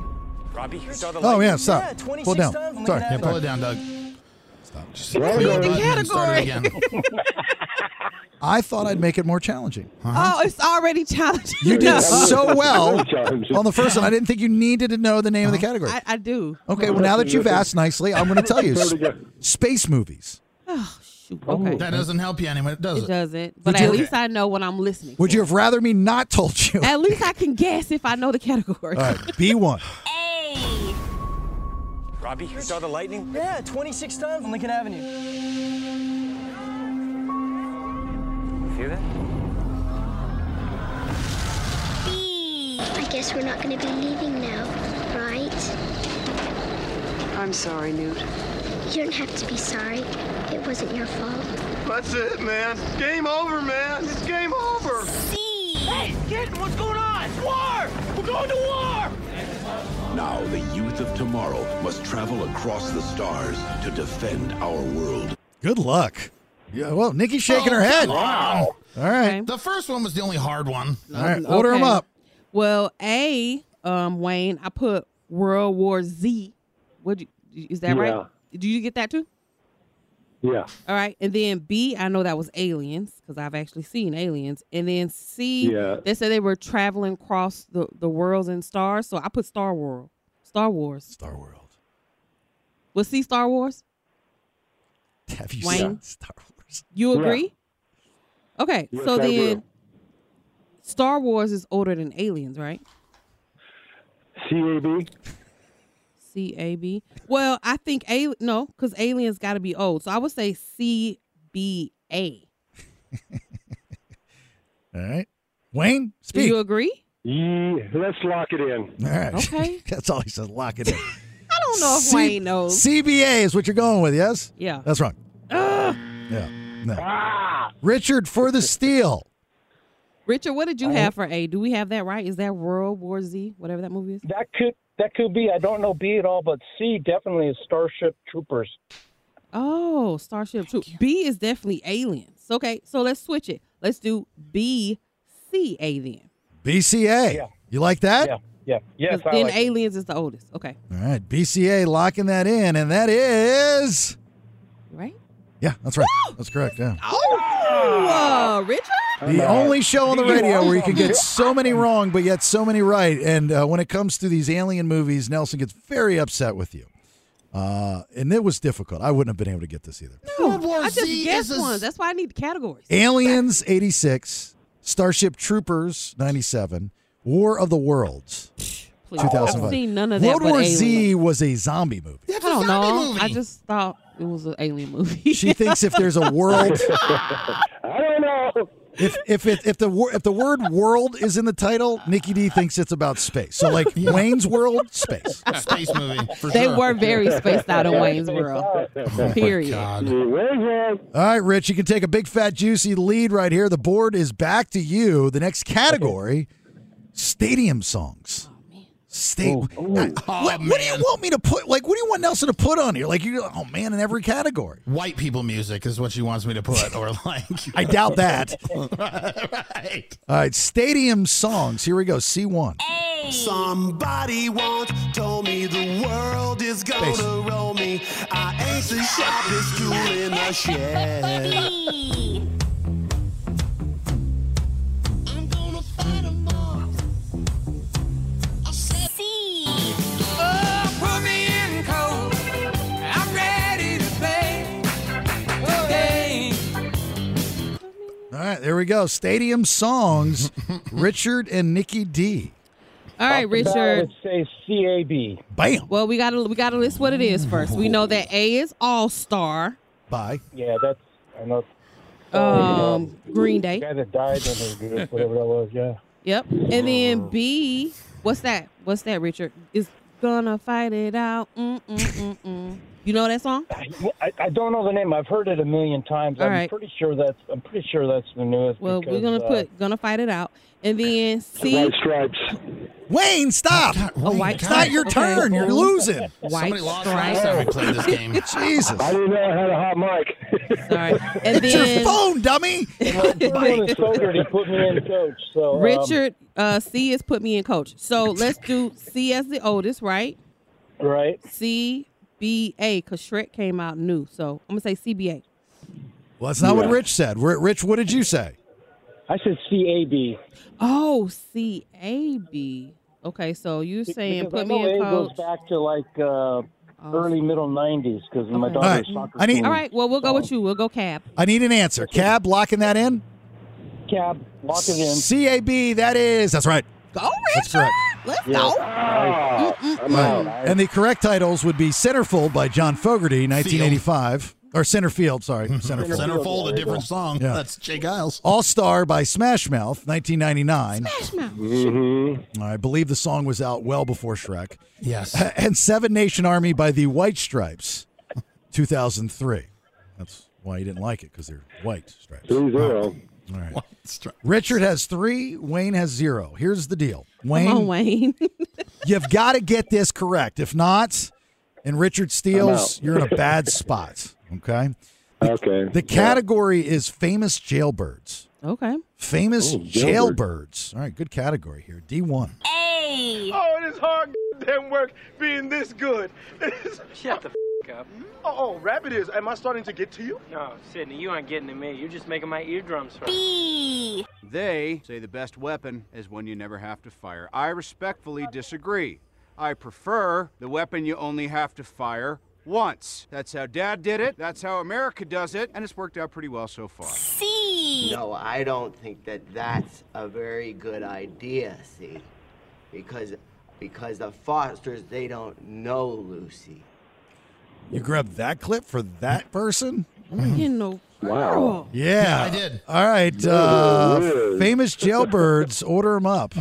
Robbie, saw the
Oh, yeah, stop. Pull it down. Sorry.
Yeah, pull it down, Doug.
Stop.
Just
Well,
click the
the
button and start it
category.
again. Uh-huh.
I thought I'd make it more challenging. Uh,
Oh, it's already challenging.
You
No.
did so well on the first one. I didn't think you needed to know the name
Uh-huh.
of the category.
I, I do.
Okay, well, now that you've asked nicely, I'm going to tell you
There we go.
space movies.
Oh, shoot. Okay.
That doesn't help you anyway, does it?
It doesn't. But at
Would you-
least I know when I'm listening.
Would you have rather me not told you?
At least I can guess if I know the category.
All right, B1.
Robbie, you saw the lightning? Yeah, 26 times on Lincoln Avenue. Feel that?
I guess we're not going to be leaving now, right?
I'm sorry, Newt.
You don't have to be sorry. It wasn't your fault.
That's it, man. Game over, man. It's game over. Hey, kid, what's going on? It's war! We're going to war!
Now, the youth of tomorrow must travel across the stars to defend our world.
Good luck. Yeah, well, Nikki's shaking
Oh,
her head.
Wow.
All right.
The first one was the only hard one.
All right, order 'em
Okay.
up.
Well, A, um, Wayne, I put World War Z. What is that right? Did you get that too?
Yeah.
All right. And then B, I know that was aliens because I've actually seen aliens. And then C,
Yeah.
they said they were traveling across the, the worlds and stars. So I put Star World. Star Wars.
Star World.
Was C Star Wars?
Have you
Wayne?
seen Star Wars?
You
Yeah.
agree? Okay.
Yes,
so
I will.
then Star Wars is older than aliens, right?
CAB?
C A B. Well, I think A no, because aliens got to be old. So I would say C B A.
All right. Wayne,
Do
speak.
you agree?
Yeah, Mm, let's lock it in.
All right.
Okay. Oh.
That's all he says. Lock it in.
I don't know if
C-
Wayne knows.
CBA is what you're going with, yes?
Yeah.
That's wrong.
Ugh.
Yeah. No.
Ah.
Richard for the steal.
Richard, what did you have for A? Do we have that right? Is that World War Z, whatever that movie is?
That could that could be. I don't know B at all, but C definitely is Starship Troopers.
Oh, Starship Troop. B is definitely aliens. Okay, so let's switch it. Let's do B C A then.
BCA. You like that?
Yeah.
Because then aliens is the oldest. Okay.
All right, BCA locking that in, and that is
Right?
Yeah, that's right. That's correct. Yeah.
Oh, uh, Richard.
The only show on the radio where you can get so many wrong, but yet so many right. And uh, when it comes to these alien movies, Nelson gets very upset with you. Uh, and it was difficult. I wouldn't have been able to get this either.
World War I just guessed ones. That's why I need the categories.
Aliens 86, Starship Troopers 97, War of the Worlds
Please.
2005.
I've seen none of that
World
but
War
Alien.
Z was a zombie movie.
I don't know. I just thought it was an alien movie.
She thinks if there's a world
I don't know.
if if it, if the wor- if the word world is in the title, Nikki D thinks it's about space. So like Wayne's World, space.
Space movie. For
They
sure.
were very spaced out on Wayne's World. Period.
Oh,
All right, Rich, you can take a big fat juicy lead right here. The board is back to you. The next category, stadium songs. State. what, what do you want me to put? Like, what do you want Nelson to put on here? Like, you oh man, in every category.
White people music is what she wants me to put, or like
I doubt that.
right.
All right, stadium songs. Here we go. C one.
Somebody once told me the world is gonna
Bass.
roll me. I ain't the sharpest tool in the shed.
Oh, put me in cold. I'm ready to play. Hey.
All right, there we go. Stadium songs. Richard and Nikki D.
All right, Richard.
say CAB.
Bam.
Well, we gotta we gotta list what it is first. We know that A is All Star.
Bye.
Yeah, that's I know.
Um, Green Day.
The guy that died in his group, whatever that was. Yeah.
Yep. And then B, what's that? What's that, Richard? Is gonna fight it out. Mm mm mm mm. You know that song?
I, I don't know the name. I've heard it a million times.
All
I'm
right.
pretty sure that's I'm pretty sure that's the newest.
Well,
because,
we're gonna
uh,
put gonna fight it out. And then C.
stripes.
Wayne, stop!
A white
it's not your
Okay.
turn. You're losing.
White
Last time we played this game.
Jesus. I
didn't know I had a hot mic.
Sorry. And
It's your
then
phone, dummy.
Everyone is Fogarty put me in coach. So um,
Richard uh, C is put me in coach. So let's do C as the oldest, right?
right?
C B A because Shrek came out new. So I'm gonna say C B A.
Well, that's not what
Yeah.
Rich said. Ri- Rich, what did you say?
I said CAB.
Oh, C A B. Okay, so you're saying
Because I
put me
know
in
it
coach.
goes back to like uh, early middle '90s because my
Okay.
daughter's
All right.
soccer
I need-
team.
All right, well we'll go with you. We'll go Cab.
I need an answer. Cab, locking that in.
Cab, lock it in.
C A B. That is. That's right.
Go Richard.
That's correct.
Let's
Yeah.
go.
Ah, I'm out.
Right. And the correct titles would be Centerfold by John Fogerty, 1985, or Centerfield. Sorry, Centerfield.
Centerfold, a different song. That's Jay Giles.
All Star by Smash Mouth, 1999.
Mm-hmm.
I believe the song was out well before Shrek.
Yes.
And Seven Nation Army by the White Stripes, 2003. That's why he didn't like it, because they're white stripes.
Two zero.
All right. Richard has three, Wayne has zero. Here's the deal Wayne,
Come on, Wayne.
you've got to get this correct. If not, and Richard steals,
out.
you're in a bad spot. Okay.
Okay.
The category is famous jailbirds.
okay.
Famous
Ooh, Oh, jailbird.
jailbirds. All right, good category here. D1.
Oh, it is hard damn work being this good. Shut the f up. Oh, oh, rap it is. Am I starting to get to you?
No, Sydney, you aren't getting to me. You're just making my eardrums hurt.
They say the best weapon is one you never have to fire. I respectfully disagree. I prefer the weapon you only have to fire once. That's how Dad did it, that's how America does it, and it's worked out pretty well so far.
No, I don't think that that's a very good idea, see? Because because the Fosters they don't know Lucy.
You grabbed that clip for that person?
You know.
Wow. Yeah. I did. All right. Uh, famous jailbirds, order them up.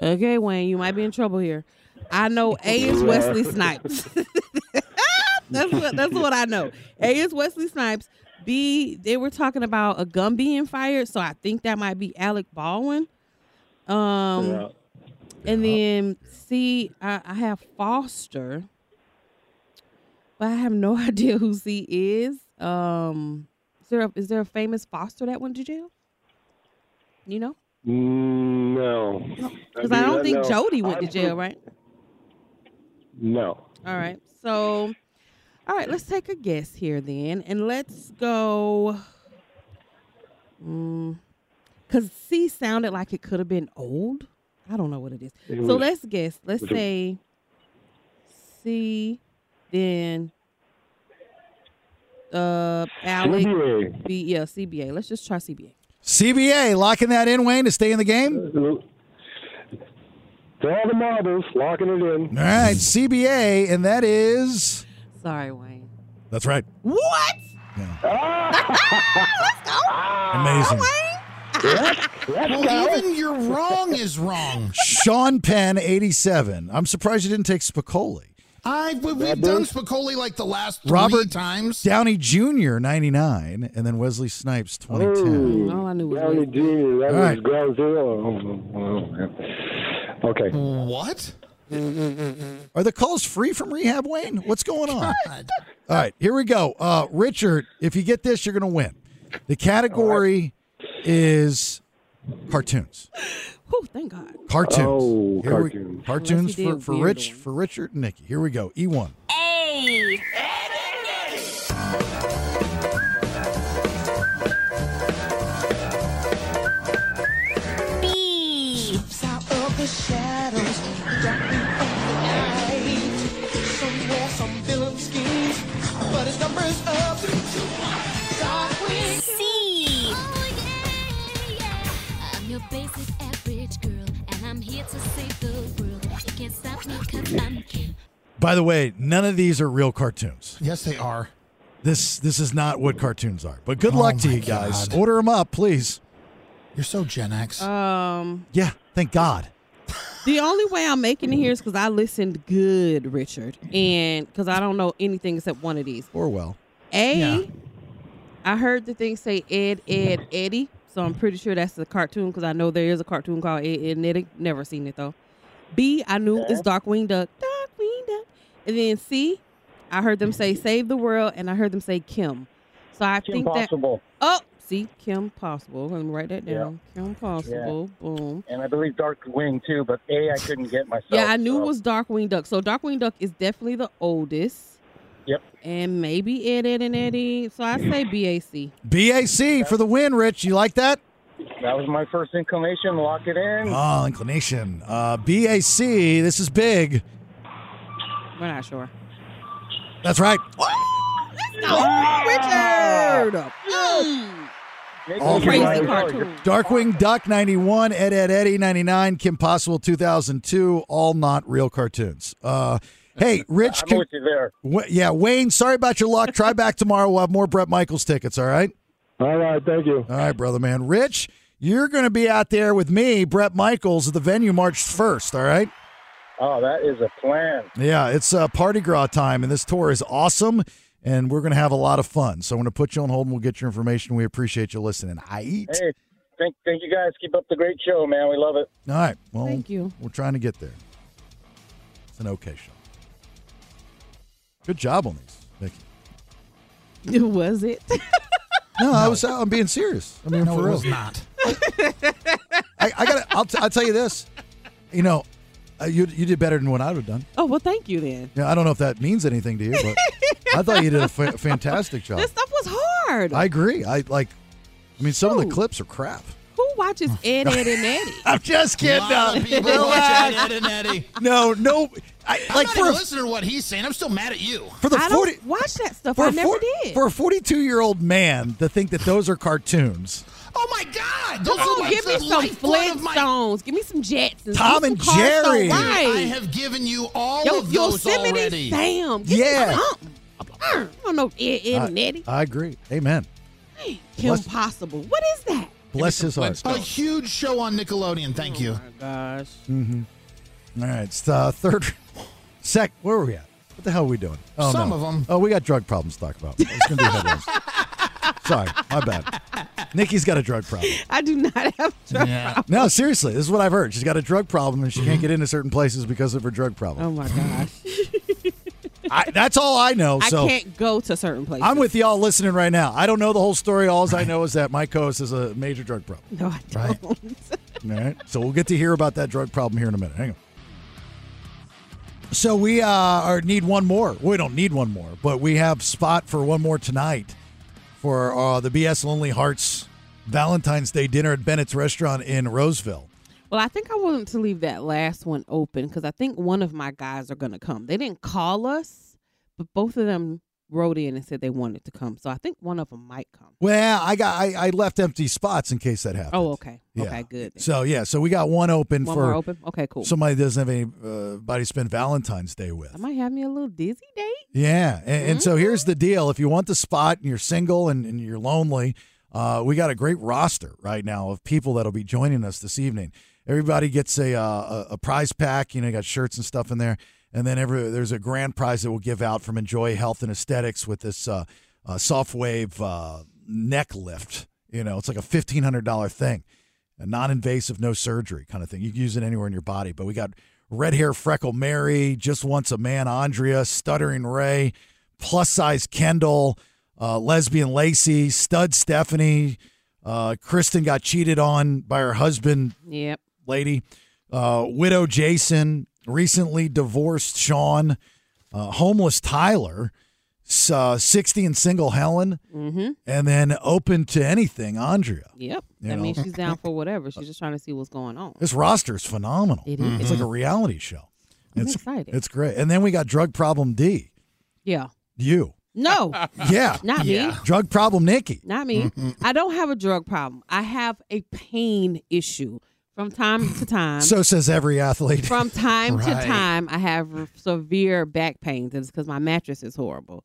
Okay, Wayne, you might be in trouble here. I know A is Wesley Snipes. that's what that's what I know. A is Wesley Snipes. B, they were talking about a gun being fired, so I think that might be Alec Baldwin. Um,
Yeah.
and then C, I, I have Foster, but I have no idea who C is. Um, is there a, is there a famous Foster that went to jail? You know,
Mm, No.
because I, don't think
no.
Jody went to
I-
jail, right?
No.
All right. So, all right, let's take a guess here then. And let's go. Because C sounded like it could have been old. I don't know what it is.
It
so
was-
let's guess. Let's
was a-
say C, then uh, Alec.
CBA.
B, yeah, CBA. Let's just try CBA.
CBA locking that in, Wayne, to stay in the game.
To all the marbles, locking it in.
All right, CBA, and that is.
Sorry, Wayne.
That's right.
What?
Amazing.
Well, even you're wrong is wrong.
Sean Penn, 87. I'm surprised you didn't take Spicoli.
I we- we've done Spicoli like the last three
Robert
times.
Downey Jr., 99, and then Wesley Snipes, 2010.
all Oh, I knew was
Downey Jr. That
All
was
right.
ground zero. Okay.
What?
Are the calls free from rehab, Wayne? What's going on? All right, here we go. Uh, Richard, if you get this, you're going to win. The category is cartoons.
Oh, thank God.
Cartoons.
Oh,
Here we-
cartoons.
cartoons
Unless you
for,
did
for
weird
Rich, for Richard, and Nikki. Here we go. E E1.
Hey!
Slips out of the shadows, darkening of the night. Some war, some villain schemes, but his number's up. God we see.
I'm your basic average girl, and I'm here to save the world. You can't stop me because I'm king.
By the way, none of these are real cartoons.
Yes, they are. Oh
This this is not what cartoons are. But good luck to you guys. Order them up, please.
You're so Gen X.
Um,
Yeah, thank God.
The only way I'm making it here is because I listened good, Richard,
Mm-hmm.
and because I don't know anything except one of these.
Orwell.
A, I heard the thing say Ed, Ed, Eddie, so I'm pretty sure that's the cartoon because I know there is a cartoon called Ed, Ed, and Eddie. Never seen it though. B, I knew it's Darkwing Duck, Darkwing Duck, and then C, I heard them say Save the World, and I heard them say Kim. So I
Kim
think
Possible.
that. Oh, see, Kim Possible. Let me write that down. Kim Possible. Boom.
And I believe Dark Wing too, but A, I couldn't get myself.
Yeah, I knew
so-
it was Darkwing Duck. So Darkwing Duck is definitely the oldest.
Yep.
And maybe Ed, Ed, and Eddie. So I say BAC.
BAC for the win, Rich. You like that?
That was my first inclination. Lock it in.
Oh, inclination. Uh, BAC, this is big.
We're not sure.
That's right.
Oh, Richard!
All
Crazy
right.
cartoon.
Darkwing Duck 91, Ed Ed Eddie 99, Kim Possible 2002, all not real cartoons. Uh, hey, Rich.
I'm with you there.
Wa- yeah, Wayne, sorry about your luck. Try back tomorrow. We'll have more Brett Michaels tickets, all right?
All right, thank you.
All right, brother man. Rich, you're going to be out there with me, Brett Michaels, at the venue March 1st, all right?
Oh, that is a plan.
Yeah, it's uh, Party Gras time, and this tour is awesome, and we're going to have a lot of fun. So I'm going to put you on hold, and we'll get your information. We appreciate you listening. I eat.
Hey, thank, thank you guys. Keep up the great show, man. We love it.
All right. Well,
Thank you.
We're trying to get there. It's an okay show. Good job on these, Vicky.
Was it?
No, I was. I'm being serious. I mean,
No,
for
it
real.
was not.
I, I got. I'll, t- I'll tell you this. You know, uh, you you did better than what I would have done.
Oh, well, thank you then.
Yeah, I don't know if that means anything to you, but I thought you did a fa- fantastic job.
That stuff was hard.
I agree. I like. I mean, some of the clips are crap.
Who watches Ed, Ed, and Eddie?
I'm just kidding.
Lot of
Uh,
people
relax.
watch Ed, Ed, and Eddie.
No, no. I,
I'm
like
not
for
even
a,
listening to what he's saying. I'm still mad at you.
for the
I don't
forty
watch that stuff.
for
I
a
never
four-
did.
for a forty-two year old man to think that those are cartoons.
Oh my God! Those
Oh,
are
give me
like the
some
lifeblood of my
Flintstones. Give me some Jetsons.
Tom
Give me
and
some Carlson.
Jerry.
Right.
I have given you all
Yo-
of those
Yosemite
already.
Sam. Give me
Yeah.
something. I don't know Ed, Ed, and Eddie.
I, I agree. Amen.
Hey, Kim
Bless-
Possible. What is that?
Bless his heart.
A huge show on Nickelodeon. Thank you.
Oh
Gosh.
Mhm. All right. It's uh, third. Sec. Where were we at? What the hell are we doing?
Some of 'em.
Oh, we got drug problems to talk about. It's gonna be headlines. Sorry, my bad. Nikki's got a drug problem.
I do not have a drug problem.
No, seriously, this is what I've heard. She's got a drug problem and she can't get into certain places because of her drug problem.
Oh my gosh.
I, that's all I know.
I
So
can't go to certain places.
I'm with y'all listening right now. I don't know the whole story. All I know is that my co-host has a major drug problem.
No, I don't.
Right. All right. So we'll get to hear about that drug problem here in a minute. Hang on. So we uh, are, need one more. We don't need one more, but we have spot for one more tonight for uh, the BS Lonely Hearts Valentine's Day dinner at Bennett's Restaurant in Roseville.
Well, I think I wanted to leave that last one open because I think one of my guys are going to come. They didn't call us, but both of them wrote in and said they wanted to come. So I think one of them might come.
Well, I got I, I left empty spots in case that happened.
Oh, okay.
Yeah.
Okay, good. then.
So yeah, so we got one open
One
for
more open? Okay, cool. Mm-hmm.
Somebody that doesn't have anybody to spend Valentine's Day with.
I might have me a little dizzy date.
Yeah, and, and
Mm-hmm.
so here's the deal: if you want the spot and you're single and, and you're lonely, uh, we got a great roster right now of people that'll be joining us this evening. Everybody gets a uh, a, a prize pack. You know, you got shirts and stuff in there, and then every there's a grand prize that we'll give out from Enjoy Health and Aesthetics with this uh, uh, soft wave uh, neck lift. You know, it's like a fifteen hundred dollar thing a non-invasive, no surgery kind of thing. You can use it anywhere in your body. But we got red hair, freckle Mary, just wants a man, Andrea, stuttering Ray, plus size Kendall, uh, lesbian Lacey, stud Stephanie. Uh, Kristen got cheated on by her husband,
Yep.
lady, uh, widow Jason, recently divorced Sean, uh, homeless Tyler, s- uh, sixty and single Helen,
Mm-hmm.
and then open to anything, Andrea.
Yep.
You
that
know.
means she's down for whatever. She's just trying to see what's going on.
This roster is phenomenal.
It is.
It's like a reality show.
I'm
it's
excited.
It's great. And then we got drug problem D.
Yeah.
You.
No.
Yeah.
Not me.
Drug problem Nikki. Mm-hmm.
Not me. I don't have a drug problem. I have a pain issue. From time to time.
So says every athlete.
Um, From time
Right.
to time, I have r- severe back pains. and It's because my mattress is horrible.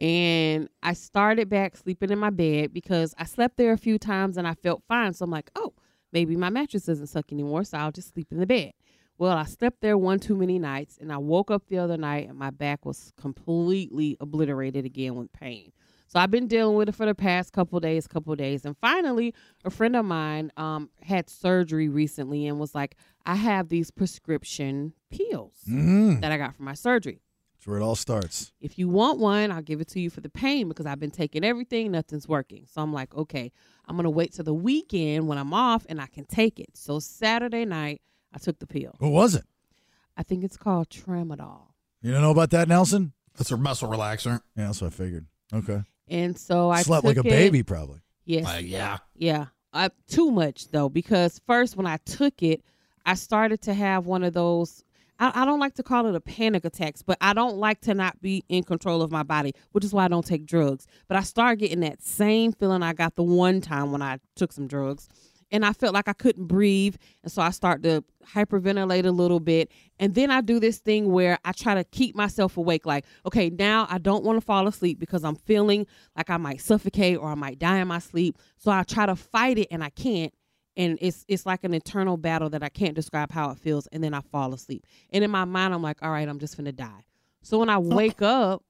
And I started back sleeping in my bed because I slept there a few times and I felt fine. So I'm like, oh, maybe my mattress doesn't suck anymore. So I'll just sleep in the bed. Well, I slept there one too many nights and I woke up the other night and my back was completely obliterated again with pain. So I've been dealing with it for the past couple days, couple days, and finally, a friend of mine um, had surgery recently and was like, "I have these prescription pills
Mm.
that I got from my surgery.
That's where it all starts.
If you want one, I'll give it to you for the pain because I've been taking everything, nothing's working." So I'm like, "Okay, I'm gonna wait till the weekend when I'm off and I can take it." So Saturday night, I took the pill.
What was it?
I think it's called tramadol.
You don't know about that, Nelson?
That's her muscle relaxer.
Yeah, that's what I figured. Okay.
And so I
Slept like a
took it-
baby, probably.
Yes.
Like, Uh, yeah.
Yeah. I, too much though, because first when I took it, I started to have one of those. I, I don't like to call it a panic attacks, but I don't like to not be in control of my body, which is why I don't take drugs. But I started getting that same feeling I got the one time when I took some drugs. And I felt like I couldn't breathe. And so I start to hyperventilate a little bit. And then I do this thing where I try to keep myself awake. Like, okay, now I don't want to fall asleep because I'm feeling like I might suffocate or I might die in my sleep. So I try to fight it and I can't and it's it's like an internal battle that I can't describe how it feels, and then I fall asleep. And in my mind, I'm like, all right, I'm just gonna die. So when I wake up,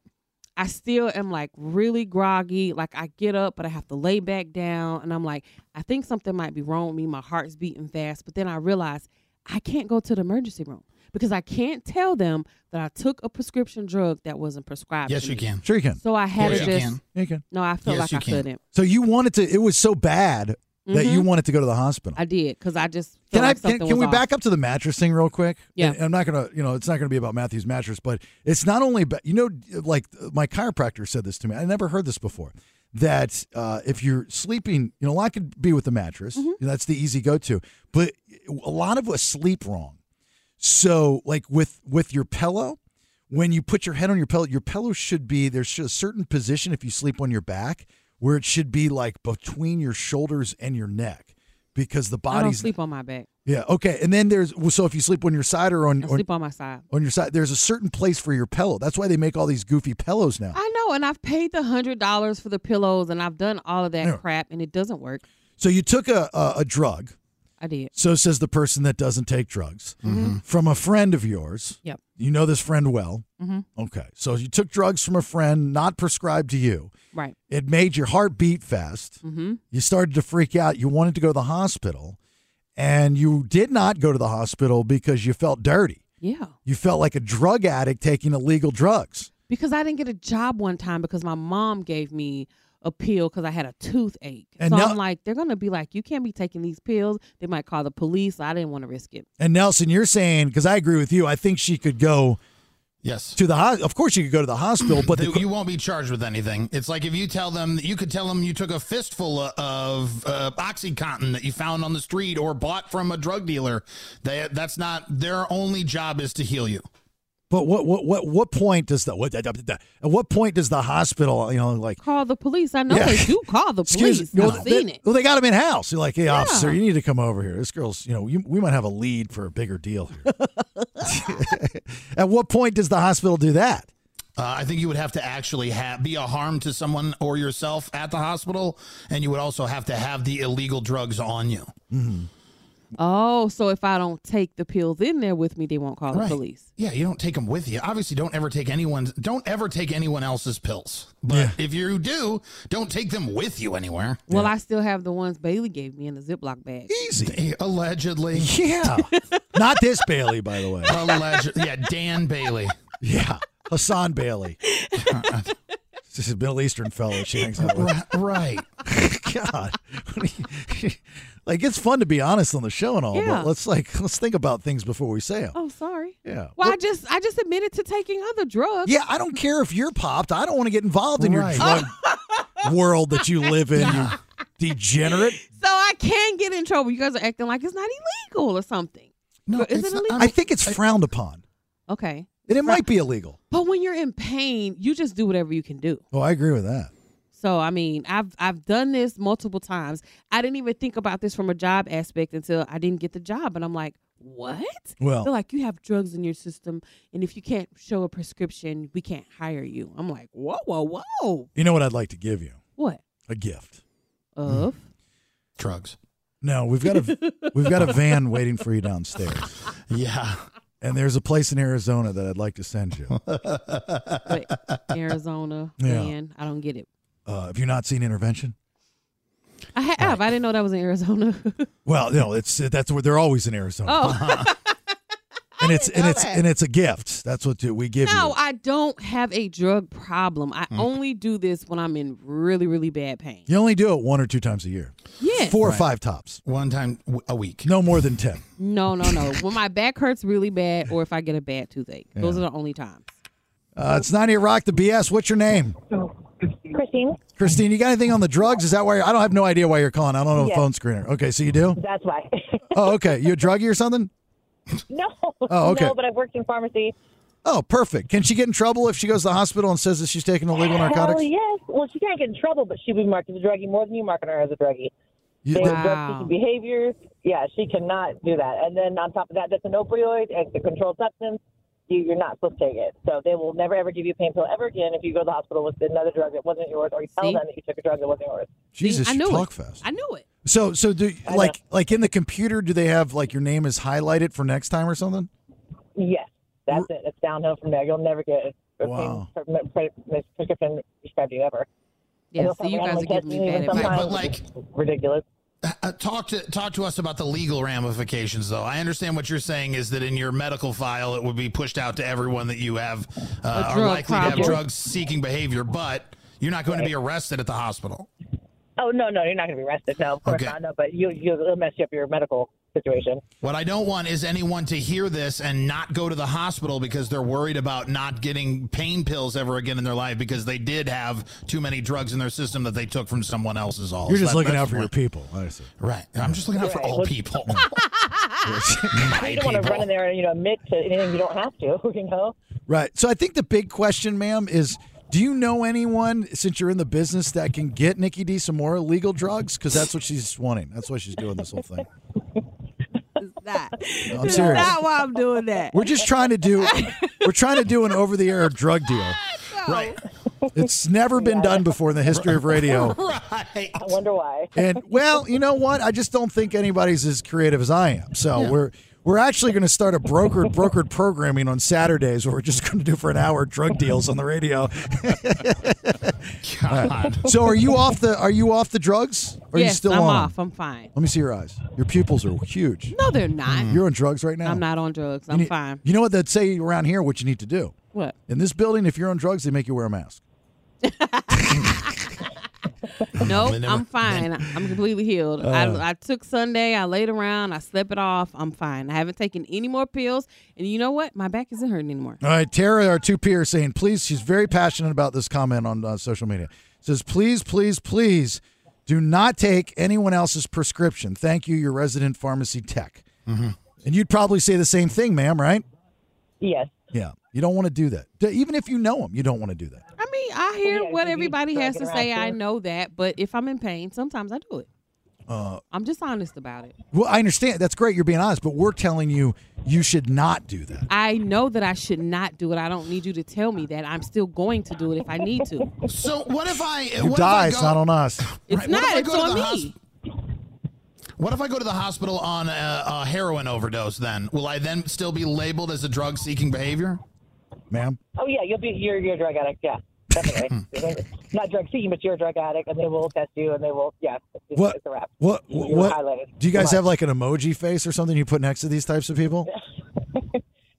I still am like really groggy. Like I get up, but I have to lay back down, and I'm like, I think something might be wrong with me. My heart's beating fast, but then I realize I can't go to the emergency room because I can't tell them that I took a prescription drug that wasn't prescribed.
Yes,
to
you
me.
can.
Sure you can.
So I had
Yes,
to
you
just.
can.
You can.
No, I felt
Yes,
like
you
I
can.
couldn't.
So you wanted to, it was so bad that you
Mhm.
wanted to go to the hospital.
I did because I just. felt
Can I?
like
Can,
something
can
was
we
off.
back up to the mattress thing real quick?
Yeah.
And I'm not gonna. You know, it's not gonna be about Matthew's mattress, but it's not only. About, you know, like my chiropractor said this to me. I never heard this before. That uh, if you're sleeping, you know, a lot could be with the mattress.
Mm-hmm.
That's the easy go-to. But a lot of us sleep wrong. So, like with with your pillow, when you put your head on your pillow, your pillow should be there's a certain position if you sleep on your back where it should be like between your shoulders and your neck because the
I don't
body's
sleep on my back.
yeah. Okay. And then there's well, so if you sleep on your side or on
I
on,
sleep on my side.
on your side, there's a certain place for your pillow. That's why they make all these goofy pillows now.
I know, and I've paid the hundred dollars for the pillows, and I've done all of that
Yeah.
crap, and it doesn't work.
So you took a a, a drug
I did.
So says the person that doesn't take drugs.
Mhm.
From a friend of yours.
Yep.
You know this friend well.
Mm-hmm.
Mhm.
Okay. So you took drugs from a friend not prescribed to you.
Right.
It made your heart beat fast.
Mm-hmm.
You started to freak out. You wanted to go to the hospital. And you did not go to the hospital because you felt dirty.
Yeah.
You felt like a drug addict taking illegal drugs.
Because I didn't get a job one time because my mom gave me a pill because I had a toothache.
And
so
now-
I'm like, they're going to be like, you can't be taking these pills. They might call the police. I didn't want to risk it.
And Nelson, you're saying because I agree with you. I think she could go.
Yes.
To the ho- of course she could go to the hospital, but the,
They- you won't be charged with anything. It's like if you tell them, you could tell them you took a fistful o- of uh, OxyContin that you found on the street or bought from a drug dealer. They, that's not their only job is to heal you.
but what what what what point does the what, da- da- da- at what point does the hospital you know like
Call the police. I know
Yeah.
they do call the
excuse
police.
well,
I've
they,
seen it.
well they got him in house. You're like hey officer,
Yeah.
you need to come over here. This girl's you know you, we might have a lead for a bigger deal here. at what point does the hospital do that?
Uh, I think you would have to actually have, be a harm to someone or yourself at the hospital, and you would also have to have the illegal drugs on you.
Oh, so if I don't take the pills in there with me, they won't call
Right.
the police.
Yeah, you don't take them with you. Obviously, don't ever take anyone's. Don't ever take anyone else's pills. But if you do, don't take them with you anywhere.
Well, I still have the ones Bailey gave me in the Ziploc bag.
Easy. Allegedly.
Yeah. Not this Bailey, by the way.
Alleged. Yeah, Dan Bailey.
Yeah, Hassan Bailey. this is a Middle Eastern fellow she hangs out with.
Right.
God, like it's fun to be honest on the show and all,
Yeah.
but let's like let's think about things before we say them.
Oh, sorry.
Yeah.
Well, I just I just admitted to taking other drugs.
Yeah, I don't care if you're popped. I don't want to get involved in your
Right.
drug world that you live in. You degenerate.
So I can get in trouble. You guys are acting like it's not illegal or something.
No,
is it illegal?
I think it's frowned upon,
okay.
and it might be illegal.
But when you're in pain, you just do whatever you can do.
Oh, I agree with that.
So I mean, I've I've done this multiple times. I didn't even think about this from a job aspect until I didn't get the job, and I'm like, what?
Well-
they're like, you have drugs in your system, and if you can't show a prescription, we can't hire you. I'm like, whoa, whoa, whoa,
You know what I'd like to give you?
what?
A gift.
Of
Drugs.
No, we've got a we've got a van waiting for you downstairs.
Yeah.
And there's a place in Arizona that I'd like to send you.
but Arizona,
Yeah.
man, I don't get it.
Uh, have you not seen Intervention?
I have. I didn't know that was in Arizona.
Well, no, it's that's where they're always in Arizona.
oh
and it's and
know
it's
that.
and it's a gift. That's what we give
no,
you. Mm.
I don't have a drug problem. I only do this when I'm in really, really bad pain.
You only do it one or two times a year.
Yes.
Four or
Right.
five tops.
One time a week.
No more than 10.
No, no, no. when my back hurts really bad, or if I get a bad toothache, those are the only times.
Uh, it's 90 at Rock the BS. What's your name?
Christine?
Christine, you got anything on the drugs? Is that why you're, I don't have no idea why you're calling. I don't know a
Yes.
phone screener. Okay, so you do?
That's why.
Oh, okay. You a druggie or something?
no.
Oh, okay.
No, but I've worked in pharmacy.
Oh, perfect. Can she get in trouble if she goes to the hospital and says that she's taking illegal narcotics?
Hell yes. Well, she can't get in trouble, but she'll be marked as a druggie more than you marking her as a druggie.
You-
they have
Wow.
drug-seeking behavior. Yeah, she cannot do that. And then on top of that, that's an opioid. It's a controlled substance. You, you're not supposed to take it. So they will never, ever give you a pain pill ever again if you go to the hospital with another drug that wasn't yours or you tell
See?
them that you took a drug that wasn't yours.
Jesus,
I
you
knew
talk
it.
fast.
I knew it.
So, so do like like in the computer? Do they have like your name is highlighted for next time or something?
Yes, that's it. It's downhill from there. You'll never get a
Wow.
pain pre- pre- pre- prescription prescribed to you ever.
Yeah,
And they'll
so you
probably
guys
have
are
them
giving me
testing you,
bad
and
advice.
sometimes
But,
it's ridiculous.
Uh, talk to talk to us about the legal ramifications, though. I understand what you're saying is that in your medical file, it would be pushed out to everyone that you have uh, are
drug
likely to have
problem.
drug seeking behavior, but you're not going to be arrested at the hospital.
Oh no, no, you're not going to be arrested. No, of course not. No, but you you will mess you up your medical situation.
What I don't want is anyone to hear this and not go to the hospital because they're worried about not getting pain pills ever again in their life because they did have too many drugs in their system that they took from someone else's. All
You're just looking out for your people. I see.
Right. I'm just looking out for all people.
you don't want to run in there and you know admit to anything you don't have to. You know.
Right. So I think the big question, ma'am, is do you know anyone since you're in the business that can get Nikki D some more illegal drugs? Because that's what she's wanting. That's why she's doing this whole thing. No, I'm
That's
serious.
not why I'm doing that.
We're just trying to do we're trying to do an over the air drug deal.
Right.
It's never been done before in the history of radio.
right. I wonder why.
And well, you know what? I just don't think anybody's as creative as I am. So we're we're actually going to start a brokered brokered programming on Saturdays where we're just going to do for an hour drug deals on the radio.
God.
So are you off the are you off the drugs? Are you
yes,
still
I'm
on?
off. I'm fine.
Let me see your eyes. Your pupils are huge.
No, they're not.
You're on drugs right now.
I'm not on drugs.
You
I'm
need-
fine.
You know what they'd say around here? What you need to do?
What?
In this building, if you're on drugs, they make you wear a mask.
No,
Whenever-
I'm fine. I'm completely healed.
Uh.
I, I took Sunday. I laid around. I slept it off. I'm fine. I haven't taken any more pills. And you know what? My back isn't hurting anymore.
All right, Tara, our two peer saying, please, she's very passionate about this comment on uh, social media. Says, please, please, please do not take anyone else's prescription. Thank you, your resident pharmacy tech. And you'd probably say the same thing, ma'am, right?
Yes.
Yeah. You don't want to do that. D- Even if you know him, you don't want to do that.
I mean, I hear
Oh, yeah,
what
you
everybody
drag
has
it
to
around
say. I
too.
know that. But if I'm in pain, sometimes I do it.
Uh,
I'm just honest about it.
well, I understand. That's great. You're being honest, but we're telling you you should not do that.
I know that I should not do it. I don't need you to tell me that. I'm still going to do it if I need to.
So what if I?
You
what
die.
If I
It's not
go,
on us.
It's
Right, what
not.
if I
It's
go to
on
the
me.
hosp- what if I go to the hospital on a, a heroin overdose? Then will I then still be labeled as a drug-seeking behavior?
Ma'am.
Oh yeah, you'll be you're you're a drug addict. Yeah,
Hmm.
definitely. Not drug seeking, but you're a drug addict, and they will test you, and they will. Yeah, it's, it's
What?
a wrap.
What?
You-
What?
you highlighted.
do you guys
Come
have like an emoji face or something you put next to these types of people?
on.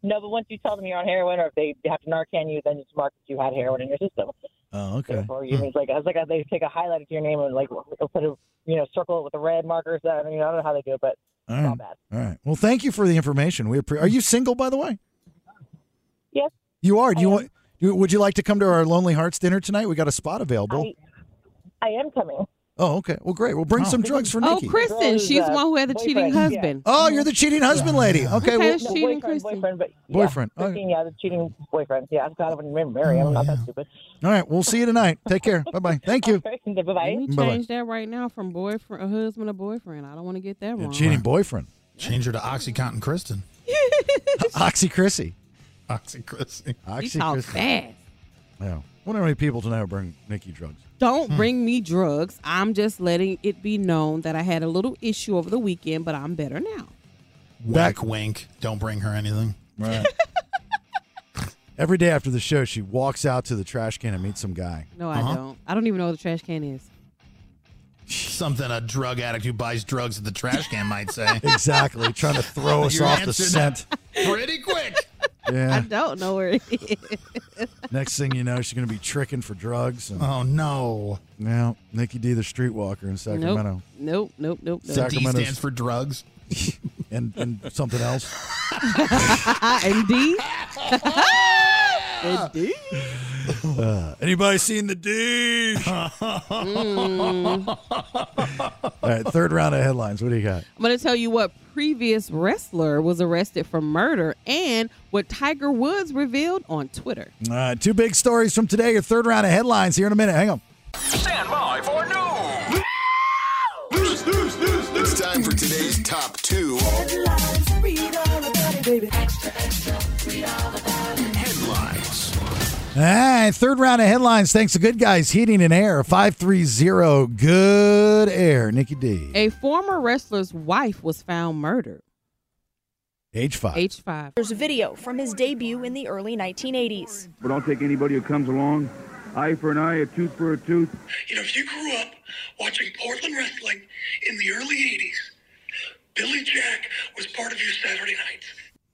No, but once you tell them you're on heroin, or if they have to Narcan you, then it's marked that you had heroin in your system.
Oh, okay.
Or you it's like it's like they take a highlight of your name and like put a you know circle it with a red marker. or something. you know, I don't know how they do it, but
All right. All right. Well, thank you for the information. We appre- Are you single, by the way?
Yes.
You are. Do you want? do- Would you like to come to our Lonely Hearts dinner tonight? We got a spot available.
I am coming.
Oh, okay. Well, great. We'll bring some drugs for
oh,
Nikki.
Kristen, she's
uh,
the one who had the cheating husband.
Oh, you're the cheating husband lady. Okay. well,
No, boyfriend, boyfriend, but
Boyfriend.
yeah, 15, yeah, the cheating boyfriend. Yeah, I'm glad I wouldn't marry him. I'm
Oh,
not that stupid.
all right. We'll see you tonight. Take care. Bye bye. Thank you.
Bye bye.
Let me
Bye-bye.
change that right now from boyfriend, a husband to boyfriend. I don't want to get that wrong.
Cheating boyfriend.
Change her to OxyContin Kristen.
Oxy Chrissy.
Oxy Chrissy.
Oxy
talk
Chrissy.
fast.
Yeah. Wonder how many people tonight will bring Nikki drugs.
Don't bring me drugs. I'm just letting it be known that I had a little issue over the weekend, but I'm better now.
Wink, wink. Don't bring her anything.
Right. Every day after the show, she walks out to the trash can and meets some guy.
No, I don't. I don't even know what the trash can is.
Something a drug addict who buys drugs at the trash can might say.
Exactly, trying to throw us
You
off the
answered
scent.
that Pretty quick.
I
Yeah.
don't know where it is.
Next thing you know, she's going to be tricking for drugs. And,
Oh no.
Now, Nikki D, the streetwalker in Sacramento,
Nope, nope, nope, nope.
D
Sacramento's-
stands for drugs.
and and something else.
and D. and D.
Uh, anybody seen the D?
Mm.
All right, third round of headlines. What do you got?
I'm going to tell you what previous wrestler was arrested for murder and what Tiger Woods revealed on Twitter.
All right, two big stories from today. Your third round of headlines here in a minute. Hang on.
Stand by for news. News, news, news, news. It's time for today's top two. Headlines. Read all about it, baby. Extra, extra. Read all about it. Headlines.
All right, third round of headlines. Thanks to Good Guys Heating and Air, 530 Good Air. Nikki D,
A former wrestler's wife was found murdered.
age five.
Age five.
There's a video from his debut in the early 1980s.
But I'll take anybody who comes along. Eye for an eye, a tooth for a tooth.
You know, if you grew up watching Portland wrestling in the early 80s, Billy Jack was part of your Saturday nights.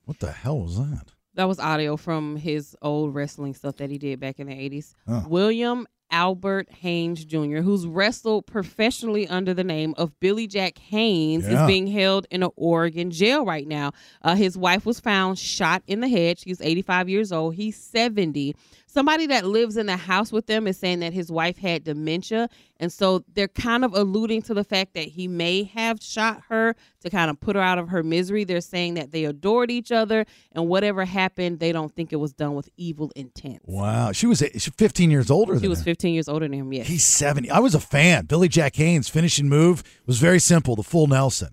What the hell was that?
That was audio from his old wrestling stuff that he did back in the 80s.
Huh.
William Albert Haynes Jr., who's wrestled professionally under the name of Billy Jack Haynes,
Yeah.
is being held in an Oregon jail right now. Uh, his wife was found shot in the head. She's 85 years old. He's 70. Somebody that lives in the house with them is saying that his wife had dementia. And so they're kind of alluding to the fact that he may have shot her to kind of put her out of her misery. They're saying that they adored each other and whatever happened, they don't think it was done with evil intent.
Wow, she was she's 15 years older
She
than
was
him.
15 years older than him, yes.
He's 70. I was a fan. Billy Jack Haynes' finishing move was very simple, the full Nelson.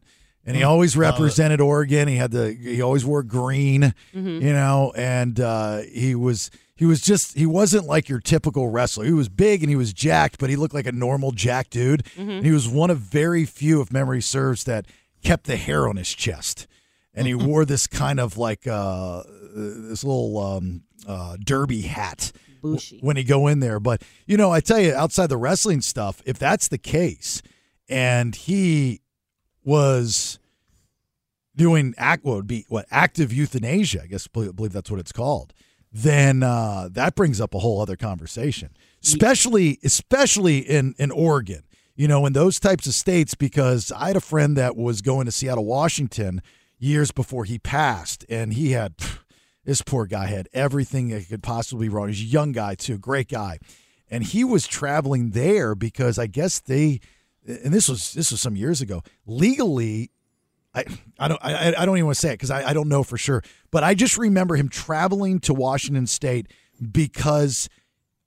and he always represented Oregon. He had the he always wore green,
Mhm.
you know, and uh, he was he was just he wasn't like your typical wrestler. He was big and he was jacked, but he looked like a normal jack dude.
Mhm.
And he was one of very few, if memory serves, that kept the hair on his chest, and he wore this kind of like uh, this little um, uh, derby hat.
Bushy.
When he go in there, but you know, I tell you, outside the wrestling stuff, if that's the case, and he was doing act what would be what active euthanasia, I guess I believe that's what it's called. Then uh, that brings up a whole other conversation, especially especially in in Oregon, you know, in those types of states. Because I had a friend that was going to Seattle, Washington, years before he passed, and he had pff, this poor guy had everything that could possibly be wrong. He's a young guy too, great guy, and he was traveling there because I guess they, and this was this was some years ago, legally I, I don't I, I don't even want to say it because I, I don't know for sure. But I just remember him traveling to Washington State because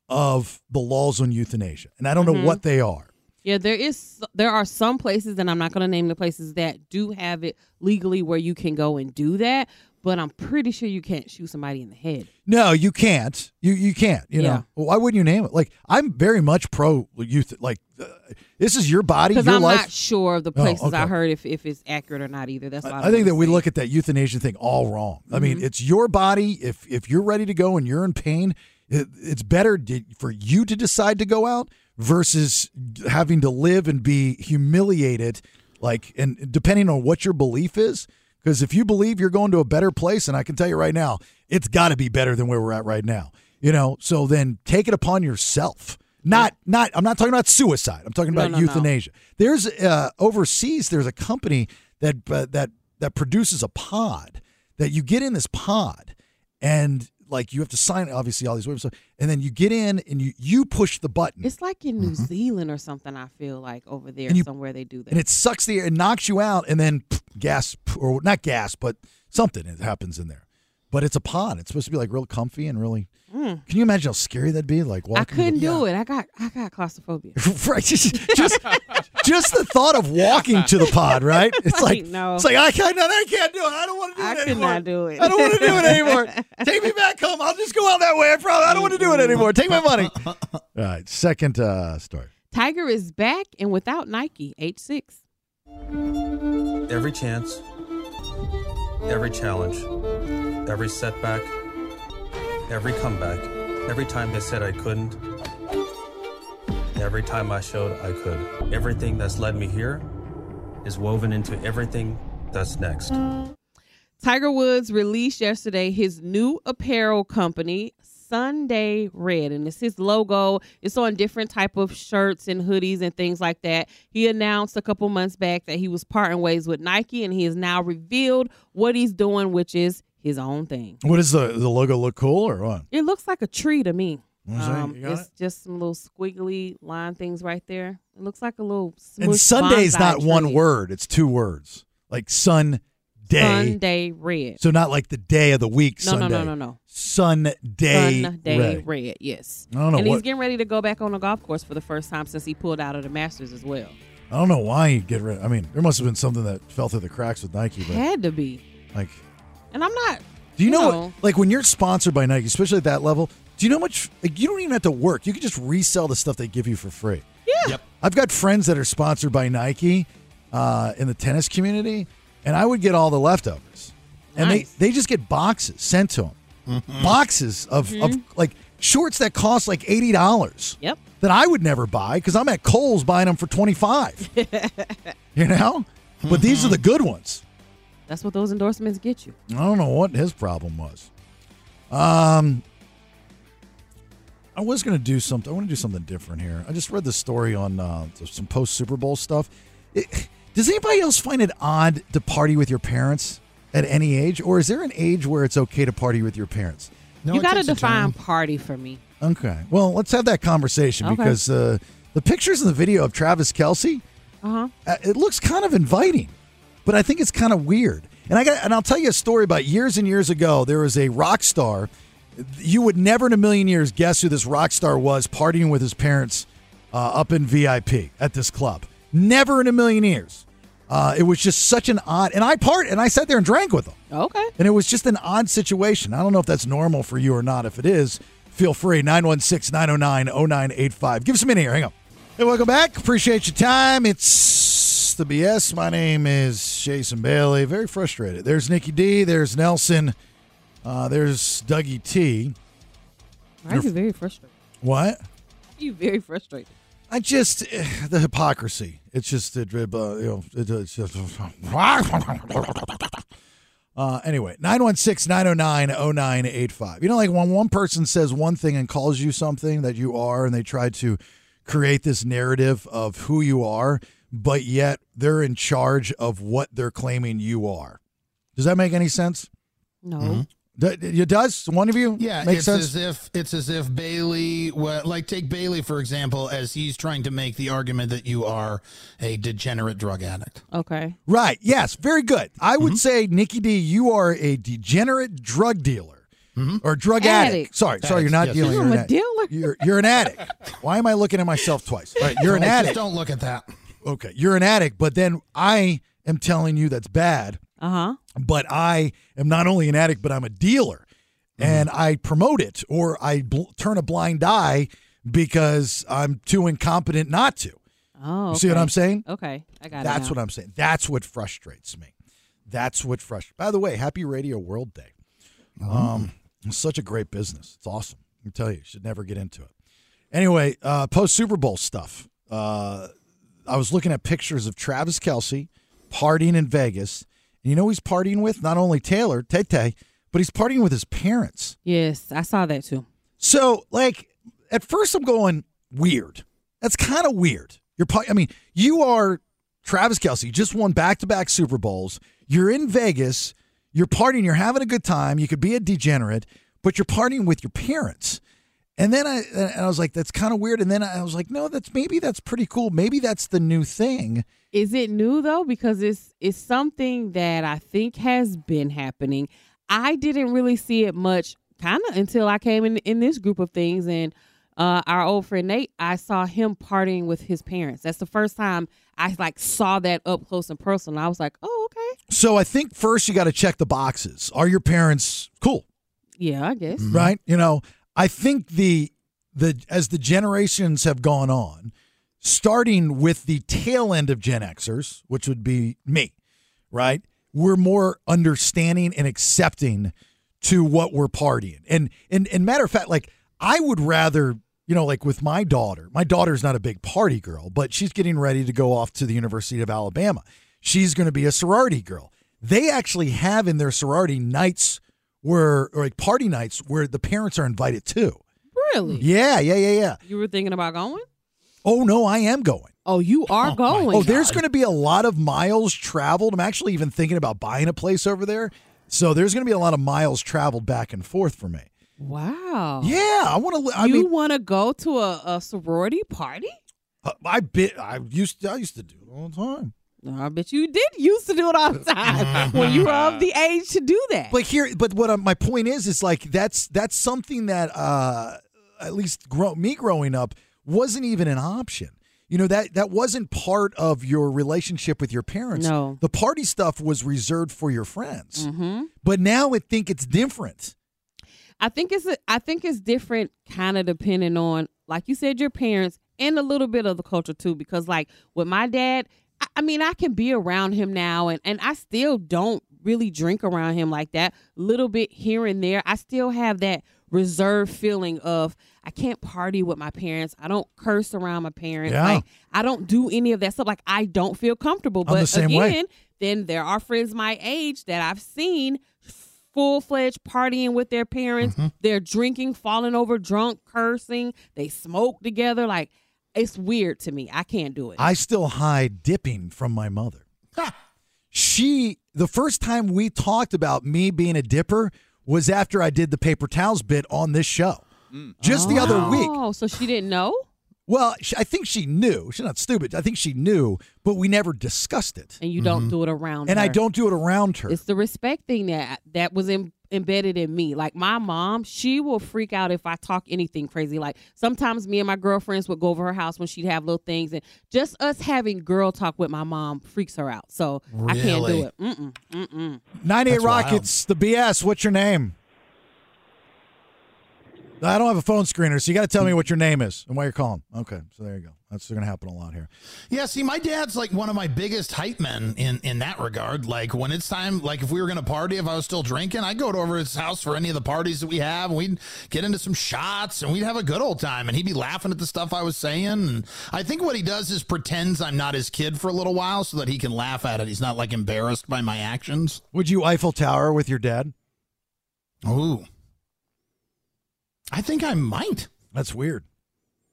of the laws on euthanasia, and I don't
Mhm.
know what they are.
Yeah, there is there are some places, and I'm not going to name the places that do have it legally where you can go and do that. But I'm pretty sure you can't shoot somebody in the head.
No, you can't. You you can't. You
Yeah.
know Well, why wouldn't you name it? Like I'm very much pro youth. Like uh, this is your body,
Because
your
I'm
life.
not sure of the
Oh,
places I
okay.
heard if, if it's accurate or not either. That's why
I think that we look at that euthanasia thing all wrong. I mean,
Mhm.
it's your body. If if you're ready to go and you're in pain, it, it's better di- for you to decide to go out versus having to live and be humiliated. Like, and depending on what your belief is, because if you believe you're going to a better place, and I can tell you right now, it's got to be better than where we're at right now. You know, so then take it upon yourself. Not, not. I'm not talking about suicide. I'm talking
No,
about
no, no.
euthanasia. There's uh, overseas. There's a company that uh, that that produces a pod that you get in this pod, and like you have to sign obviously all these waivers, and then you get in and you you push the button
It's like in New Zealand or something. I feel like over there
Mm-hmm. And you-
somewhere they do that.
and it sucks the air, it knocks you out, and then pff, gas pff, or not gas, but something it happens in there. But it's a pod. It's supposed to be like real comfy and really.
Mm.
Can you imagine how scary that'd be? Like walking.
I couldn't do it. I got I got claustrophobia.
right. Just, just, just the thought of walking to the pod, right? It's like,
Right, no.
it's like I can't, I can't do it. I don't want to do
I
it
could
anymore.
not do it.
I don't want to do it anymore. Take me back home. I'll just go out that way. I probably I don't want to do it anymore. Take my money. All right, second uh, story.
Tiger is back and without Nike. H six.
Every chance, every challenge, every setback, every comeback, every time they said I couldn't, every time I showed I could. Everything that's led me here is woven into everything that's next.
Tiger Woods released yesterday his new apparel company, Sunday Red, and it's his logo. It's on different type of shirts and hoodies and things like that. He announced a couple months back that he was parting ways with Nike, and he has now revealed what he's doing, which is his own thing.
What does the the logo look cool or what?
It looks like a tree to me. Um,
Wanna see? You got
it's just some little squiggly line things right there. It looks like a little.
And
smooshed
Sunday's
bonsai
not
tree.
one word; it's two words, like Sunday.
Sunday Red.
So not like the day of the week.
No, no,
Sunday.
no, no, no.
Sunday.
Sunday
red.
red. yes.
I don't know
and he's
what.
getting ready to go back on the golf course for the first time since he pulled out of the Masters as well.
I don't know why you get rid. I mean, there must have been something that fell through the cracks with Nike, but
Had to be.
like,
And I'm not.
do you,
You
know,
know.
like when you're sponsored by Nike, especially at that level? Do you know how much? Like, you don't even have to work. You can just resell the stuff they give you for free.
Yeah.
Yep. I've got friends that are sponsored by Nike uh, in the tennis community, and I would get all the leftovers, and they they just get boxes sent to them, boxes of of
Mhm.
like shorts that cost like eighty dollars.
Yep.
That I would never buy because I'm at Kohl's buying them for twenty five. you know, but these are the good ones.
That's what those endorsements get you.
I don't know what his problem was. Um, I was going to do something. I want to do something different here. I just read the story on uh, some post Super Bowl stuff. It, does anybody else find it odd to party with your parents at any age, or is there an age where it's okay to party with your parents?
you got to define party for me.
Okay. Well, let's have that conversation
Okay.
because uh, the pictures and the video of Travis Kelsey,
Uh-huh.
uh, it looks kind of inviting, but I think it's kind of weird. And I got, and I'll tell you a story about years and years ago. There was a rock star. You would never in a million years guess who this rock star was partying with his parents uh, up in VIP at this club. Never in a million years. Uh, it was just such an odd, and I part, and I sat there and drank with them.
Okay.
And it was just an odd situation. I don't know if that's normal for you or not. If it is, feel free 916 909 0985. Give us a minute here. Hang on. Hey, welcome back. Appreciate your time. It's the BS. My name is Jason Bailey. Very frustrated. There's Nikki D. There's Nelson. Uh, there's Dougie T.
Why are you very frustrated?
What?
Why are you very frustrated?
I just eh, the hypocrisy. It's just it, uh, you know it, it's just. Uh, anyway, 916-909-0985. You know, like when one person says one thing and calls you something that you are, and they try to create this narrative of who you are, but yet they're in charge of what they're claiming you are. Does that make any sense?
No.
Th- It does. One of you
Mm-hmm. Yeah,
makes
it's
sense.
as if it's as if Bailey, wa- like take Bailey for example, as he's trying to make the argument that you are a degenerate drug addict.
Okay.
Right. Yes. Very good. I
Mm-hmm.
would say, Nikki D, you are a degenerate drug dealer or drug addict.
Addict.
Sorry. Sorry, you're not
Addict, Mm-hmm. yes.
dealing.
Ooh,
You're
I'm
an
a
addict. You're, you're an addict. Why am I looking at myself twice? All right. You're an
Don't-
addict.
Just don't look at that.
Okay. You're an addict, but then I am telling you that's bad.
Uh huh.
But I am not only an addict, but I'm a dealer
Mm-hmm.
and I promote it or I bl- turn a blind eye because I'm too incompetent not to.
Oh.
You see what
okay.
I'm saying?
Okay. I got
That's
it.
what I'm saying. That's what frustrates me. That's what frustrates. By the way, happy Radio World Day. Um, it's such a great business. It's awesome. I tell you, you should never get into it. Anyway, uh, post Super Bowl stuff. Uh, I was looking at pictures of Travis Kelsey partying in Vegas, and you know who he's partying with not only Taylor Tay Tay, but he's partying with his parents.
Yes, I saw that too.
So, like, at first I'm going weird. That's kind of weird. You're, pro- I mean, you are Travis Kelsey. You just won back-to-back Super Bowls. You're in Vegas. You're partying. You're having a good time. You could be a degenerate, but you're partying with your parents. And then I and I was like, that's kind of weird. And then I was like, no, that's maybe that's pretty cool. Maybe that's the new thing.
Is it new though? Because it's it's something that I think has been happening. I didn't really see it much, kind of until I came in in this group of things and uh, our old friend Nate. I saw him partying with his parents. That's the first time I like saw that up close and personal. I was like, oh okay,
So I think first you got to check the boxes. Are your parents cool?
yeah, I guess.
right? You know, I think the the as the generations have gone on, starting with the tail end of Gen Xers, which would be me, right? We're more understanding and accepting to what we're partying. And and and matter of fact, like I would rather, you know, like with my daughter, my daughter's not a big party girl, but she's getting ready to go off to the University of Alabama. She's going to be a sorority girl. They actually have in their sorority nights where or like party nights where the parents are invited too.
Really?
Yeah, yeah, yeah, yeah.
You were thinking about going?
Oh no, I am going.
Oh, you are going.
Oh, there's going to be a lot of miles traveled. I'm actually even thinking about buying a place over there. So there's going to be a lot of miles traveled back and forth for me.
Wow.
Yeah, I want to. I
you
mean,
want to go to a, a sorority party?
uh, I bit. I used. To, I used to do it all the time.
I bet you did used to do it all the time when you were of the age to do that.
Uh-huh. But here, but what i my point is, is like that's that's something that uh at least grow, me growing up wasn't even an option. You know that that wasn't part of your relationship with your parents.
No. Mm-hmm.
the party stuff was reserved for your friends. But now I think it's different.
I think it's a, I think it's different, kind of depending on, like you said, your parents and a little bit of the culture too. Because like with my dad, I, I mean, I can be around him now, and and I still don't really drink around him like that. Little bit here and there, I still have that reserved feeling of I can't party with my parents. I don't curse around my parents.
Yeah.
Like I don't do any of that stuff. Like I don't feel comfortable.
I'm
but
the same
again,
way.
then there are friends my age that I've seen full fledged partying with their parents.
Mm-hmm.
They're drinking, falling over drunk, cursing. They smoke together. Like, it's weird to me. I can't do it.
I still hide dipping from my mother. she, the first time we talked about me being a dipper was after I did the paper towels bit on this show.
Mm.
Just the other week.
Oh, so she didn't know?
Well, she, I think she knew. She's not stupid. I think she knew, but we never discussed it.
Mm-hmm.
And you don't do it around
And I
her.
don't do it around her.
It's the respect thing that that was in embedded in me. Like my mom, she will freak out if I talk anything crazy. Like sometimes me and my girlfriends would go over her house when she'd have little things, and just us having girl talk with my mom freaks her out. So I can't
Really?
do it. Mm-mm, mm-mm.
98
That's wild.
Rockets, the BS. What's your name? I don't have a phone screener, so you got to tell me what your name is and why you're calling. Okay, so there you go. That's going to happen a lot here.
Yeah, see, my dad's like one of my biggest hype men in in that regard. Like when it's time, like if we were gonna party, if I was still drinking, I'd go over to his house for any of the parties that we have. and We'd get into some shots and we'd have a good old time. And he'd be laughing at the stuff I was saying. And I think what he does is pretends I'm not his kid for a little while so that he can laugh at it. He's not like embarrassed by my actions.
Would you Eiffel Tower with your dad?
Ooh, I think I might.
That's weird.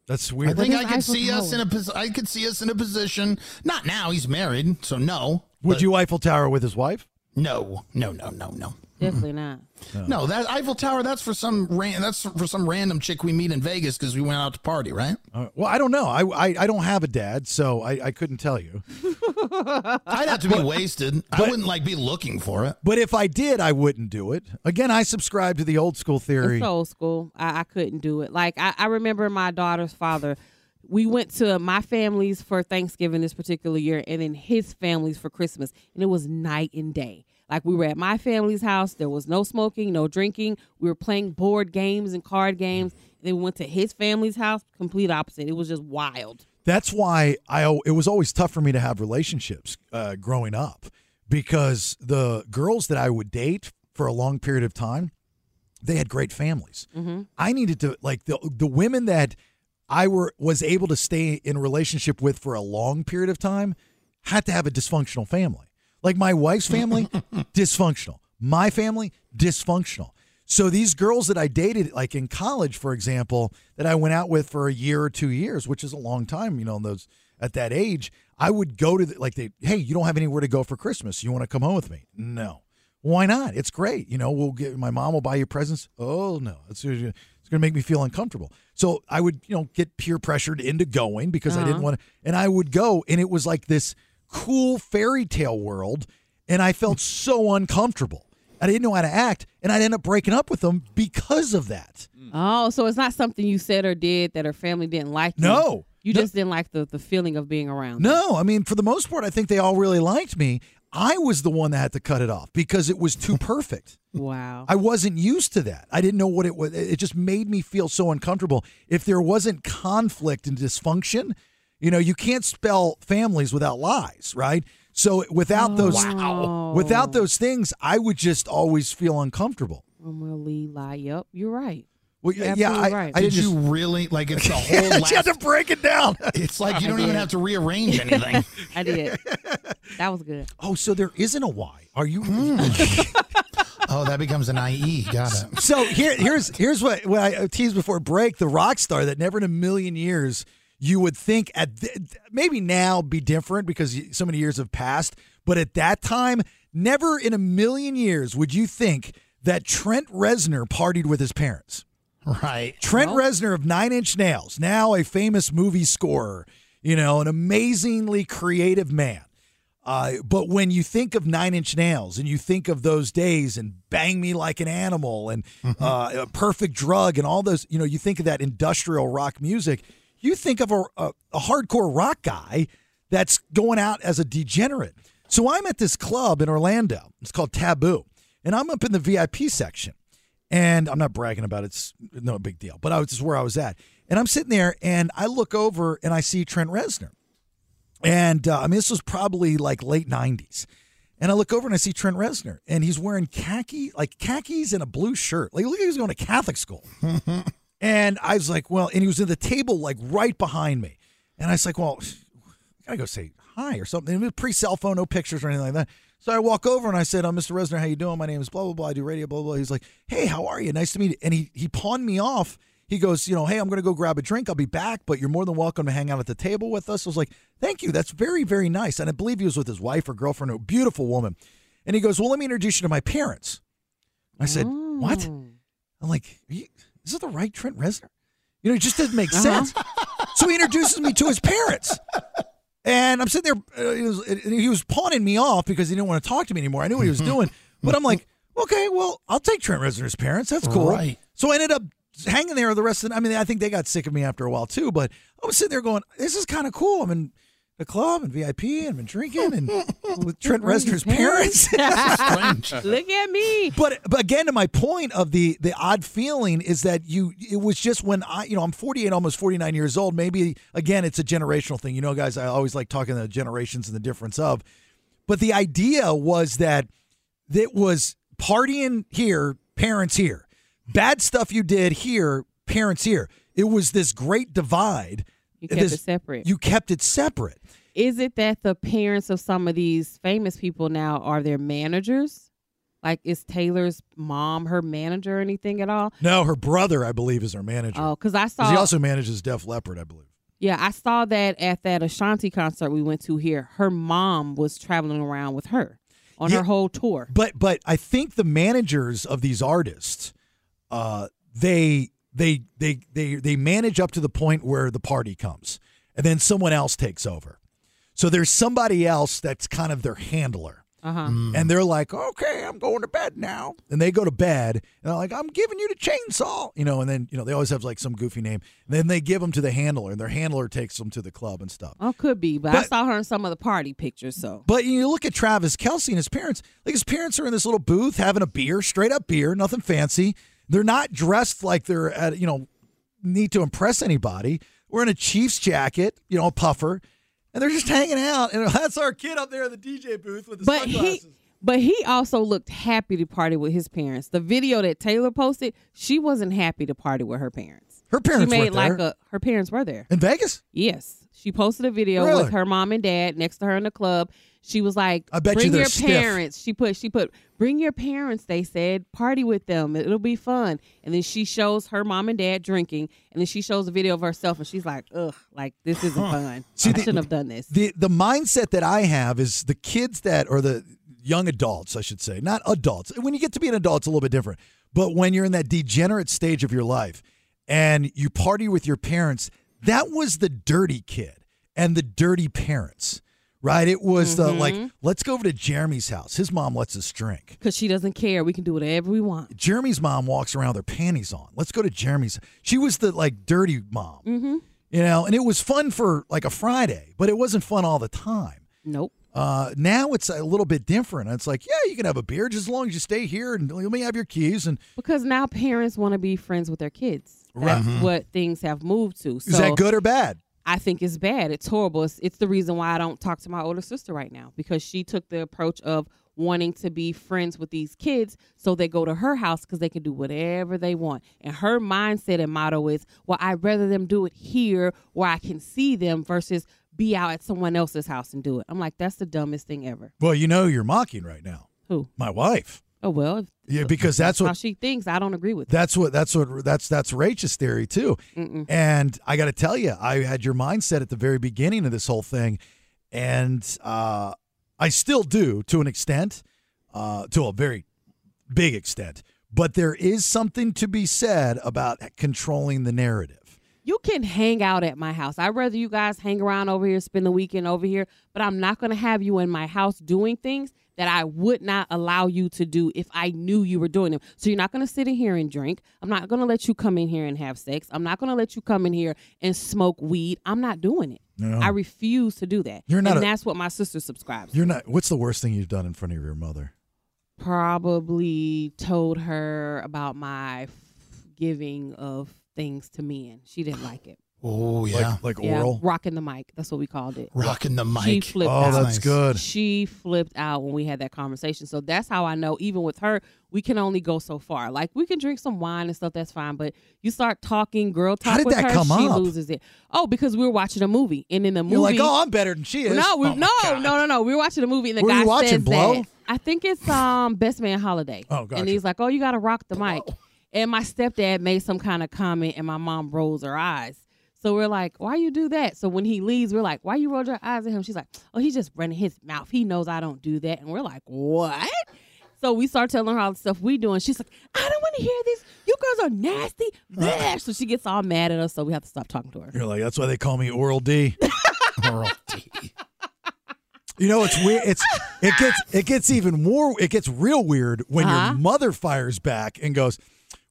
That's
I
weird.
think I could see us in a pos- I could see us in a position. Not now. He's married, so no.
Would you Eiffel Tower with his wife? Oh.
No, no, no, no, no.
Definitely not.
No, that Eiffel Tower. That's for some ran- That's for some random chick we meet in Vegas because we went out to party, right?
Uh, well, I don't know. I, I I don't have a dad, so I, I couldn't tell you.
I'd have to be wasted. I wouldn't like be looking for it.
But if I did, I wouldn't do it. Again, I subscribe to the old school theory.
It's old school. I, I couldn't do it. Like I, I remember my daughter's father. We went to my family's for Thanksgiving this particular year, and then his family's for Christmas, and it was night and day. Like we were at my family's house, there was no smoking, no drinking. We were playing board games and card games. And then we went to his family's house, complete opposite. It was just wild.
That's why I al- it was always tough for me to have relationships uh, growing up because the girls that I would date for a long period of time, they had great families.
Mhm.
I needed to like the the women that I were was able to stay in relationship with for a long period of time had to have a dysfunctional family. Like my wife's family, dysfunctional. My family, dysfunctional. So these girls that I dated, like in college, for example, that I went out with for a year or two years, which is a long time, you know, in those at that age, I would go to the, like they, hey, you don't have anywhere to go for Christmas. You want to come home with me? No. Why not? It's great. You know, we'll get my mom will buy you presents. Oh no, it's, it's going to make me feel uncomfortable. So I would, you know, get peer pressured into going because I didn't
Uh-huh.
want to, and I would go, and it was like this cool fairy tale world, and I felt so uncomfortable. I didn't know how to act, and I'd end up breaking up with them because of that.
Hmm.
Oh, so it's not something you said or did that her family didn't like. you.
No.
you just didn't like the the feeling of being around.
No, I mean, for the most part, I think they all really liked me. I was the one that had to cut it off because it was too perfect.
Wow.
I wasn't used to that. I didn't know what it was. It just made me feel so uncomfortable. If there wasn't conflict and dysfunction, you know, you can't spell families without lies, right? So without those
Oh, Wow.
without those things, I would just always feel uncomfortable.
I'm gonna leave. Lie. Yep, you're right.
Well,
You're
yeah, yeah,
absolutely
I-
right.
I
Did
didn't
you really like? It's the whole.
Yeah,
last,
you had to break it down.
It's like you
I
don't even
did.
have to rearrange anything.
I did. That was good.
Oh, so there isn't a why. Are you?
oh, that becomes an IE. Got it.
so here, here's here's what what I teased before break: the rock star that never in a million years you would think at th- maybe now be different because you- so many years have passed, but at that time, never in a million years would you think that Trent Reznor partied with his parents.
Right.
Trent Reznor of Nine Inch Nails, now a famous movie scorer, you know, an amazingly creative man. Uh, but when you think of Nine Inch Nails and you think of those days and Bang Me Like an Animal and uh, a Perfect Drug and all those, you know, you think of that industrial rock music, you think of a, a, a hardcore rock guy that's going out as a degenerate. So I'm at this club in Orlando. It's called Taboo. And I'm up in the VIP section and I'm not bragging about it. It's no big deal. But I was just where I was at, and I'm sitting there, and I look over and I see Trent Reznor, and uh, I mean this was probably like late '90s, and I look over and I see Trent Reznor, and he's wearing khaki like khakis and a blue shirt. Like look, he was going to Catholic school, and I was like, well, and he was at the table like right behind me, and I was like, well, I gotta go say hi or something. And it was pre-cell phone, no pictures or anything like that. So I walk over and I said, "I'm Mr. Resner. How you doing? My name is blah blah blah. I do radio blah blah." He's like, "Hey, how are you? Nice to meet you." And he he pawned me off. He goes, "You know, hey, I'm gonna go grab a drink. I'll be back, but you're more than welcome to hang out at the table with us." I was like, "Thank you. That's very very nice." And I believe he was with his wife or girlfriend, a beautiful woman. And he goes, "Well, let me introduce you to my parents." I said, "What?" I'm like, Are you, "Is it the right Trent Reznor?" You know, it just doesn't make sense. So he introduces me to his parents. And I'm sitting there, uh, he, was, and he was pawning me off because he didn't want to talk to me anymore. I knew what he was doing, but I'm like, Okay, well, I'll take Trent Reznor's parents. That's cool.
Right.
So I ended up hanging there the rest of the I mean, I think they got sick of me after a while too, but I was sitting there going, this is kind of cool. I'm in the club and VIP and I've been drinking and with Trent Reznor's parents.
Look at me.
But but again, to my point of the the odd feeling is that you it was just when I you know I'm 48, almost 49 years old. Maybe again, it's a generational thing. You know, guys, I always like talking the generations and the difference of. But the idea was that it was partying here, parents here. Bad stuff you did here, parents here. It was this great divide.
You kept
This-
it separate.
You kept it separate.
Is it that the parents of some of these famous people now are their managers? Like, is Taylor's mom her manager or anything at all?
No, her brother, I believe, is her manager.
Oh, because I saw.
Because he also manages Def Leppard, I believe.
yeah, I saw that at that Ashanti concert we went to here. Her mom was traveling around with her on
Yeah.
her whole tour.
But but I think the managers of these artists, uh, they they they they they manage up to the point where the party comes, and then someone else takes over. So there's somebody else that's kind of their handler,
Uh huh.
and they're like, okay, I'm going to bed now, and they go to bed, and they're like, I'm giving you the chainsaw, you know, and then you know they always have like some goofy name, and then they give them to the handler, and their handler takes them to the club and stuff.
Oh, could be, but, I
But-
saw her in some of the party pictures. So
But you look at Travis Kelsey and his parents. Like his parents are in this little booth having a beer, straight up beer, nothing fancy. They're not dressed like they're at you know need to impress anybody. We're in a Chiefs jacket, you know, a puffer, and they're just hanging out. And that's our kid up there in the DJ booth with his
but
sunglasses.
he but he also looked happy to party with his parents. The video that Taylor posted, she wasn't happy to party with her parents.
Her parents
she made
weren't
like
there.
a her parents were there.
in Vegas.
Yes. She posted a video
Really?
with her mom and dad next to her in the club. She was like,
I bet you
bring
they're
your
stiff."
parents. She put she put bring your parents, they said, party with them. It'll be fun. And then she shows her mom and dad drinking and then she shows a video of herself and she's like, Ugh, like this isn't fun.
See,
I
the-
shouldn't have done this.
The the mindset that I have is the kids that or the young adults, I should say, not adults. When you get to be an adult, it's a little bit different. But when you're in that degenerate stage of your life and you party with your parents, that was the dirty kid and the dirty parents. Right? It was the like,
Mhm.
let's go over to Jeremy's house. His mom lets us drink.
Cause she doesn't care. We can do whatever we want.
Jeremy's mom walks around with her panties on. Let's go to Jeremy's. She was the like dirty mom.
Mm-hmm.
You know, and it was fun for like a Friday, but it wasn't fun all the time.
Nope.
Uh, now it's a little bit different. It's like, yeah, you can have a beer just as long as you stay here and let me have your keys. And
Because now parents want to be friends with their kids. That's
Right. Mm-hmm.
what things have moved to. So
is that good or bad?
I think it's bad. It's horrible. It's, it's the reason why I don't talk to my older sister right now because she took the approach of wanting to be friends with these kids so they go to her house because they can do whatever they want. And her mindset and motto is, well, I'd rather them do it here where I can see them versus be out at someone else's house and do it. I'm like, that's the dumbest thing ever.
Well, you know, you're mocking right now.
Who?
My wife.
Oh, well. if-
Yeah, because that's
how
what
she thinks. I don't agree with that.
that's what that's what that's that's Rachel's theory too.
Mm-mm.
And I got to tell you, I had your mindset at the very beginning of this whole thing, and uh, I still do to an extent, uh, to a very big extent. But there is something to be said about controlling the narrative.
You can hang out at my house. I'd rather you guys hang around over here, spend the weekend over here, but I'm not going to have you in my house doing things that I would not allow you to do if I knew you were doing them. So you're not going to sit in here and drink. I'm not going to let you come in here and have sex. I'm not going to let you come in here and smoke weed. I'm not doing it.
No.
I refuse to do that.
You're not
and
a-
that's what my sister subscribes.
You're not. What's the worst thing you've done in front of your mother?
Probably told her about my f- giving of things to men. She didn't like it.
Oh yeah,
like,
Yeah, rocking the mic. That's what we called it.
Rocking the
She
mic.
flipped
Oh,
out.
that's good.
She flipped out when we had that conversation. So that's how I know, even with her, we can only go so far. Like we can drink some wine and stuff, that's fine. But you start talking girl talk
How did
with
that
her,
come
she
up?
loses it. Oh, because we were watching a movie, and in the movie,
You're like, oh, I'm better than she is.
no, we,
Oh,
no, no, no, no. We were watching a movie, and the
What were
guy
you watching,
says
Blow?
that. I think it's um Best Man Holiday.
Oh, gotcha.
And he's like, oh, you gotta rock the mic. And my stepdad made some kind of comment, and my mom rolls her eyes. So we're like, why you do that? So when he leaves, we're like, why you rolled your eyes at him? She's like, oh, he's just running his mouth. He knows I don't do that. And we're like, what? So we start telling her all the stuff we do, and she's like, I don't want to hear this. You girls are nasty.
Uh.
Blah. So she gets all mad at us, so we have to stop talking to her.
You're like, that's why they call me Oral D. Oral D. You know, it's weird. It's it gets it gets even more. It gets real weird when
Uh-huh.
your mother fires back and goes,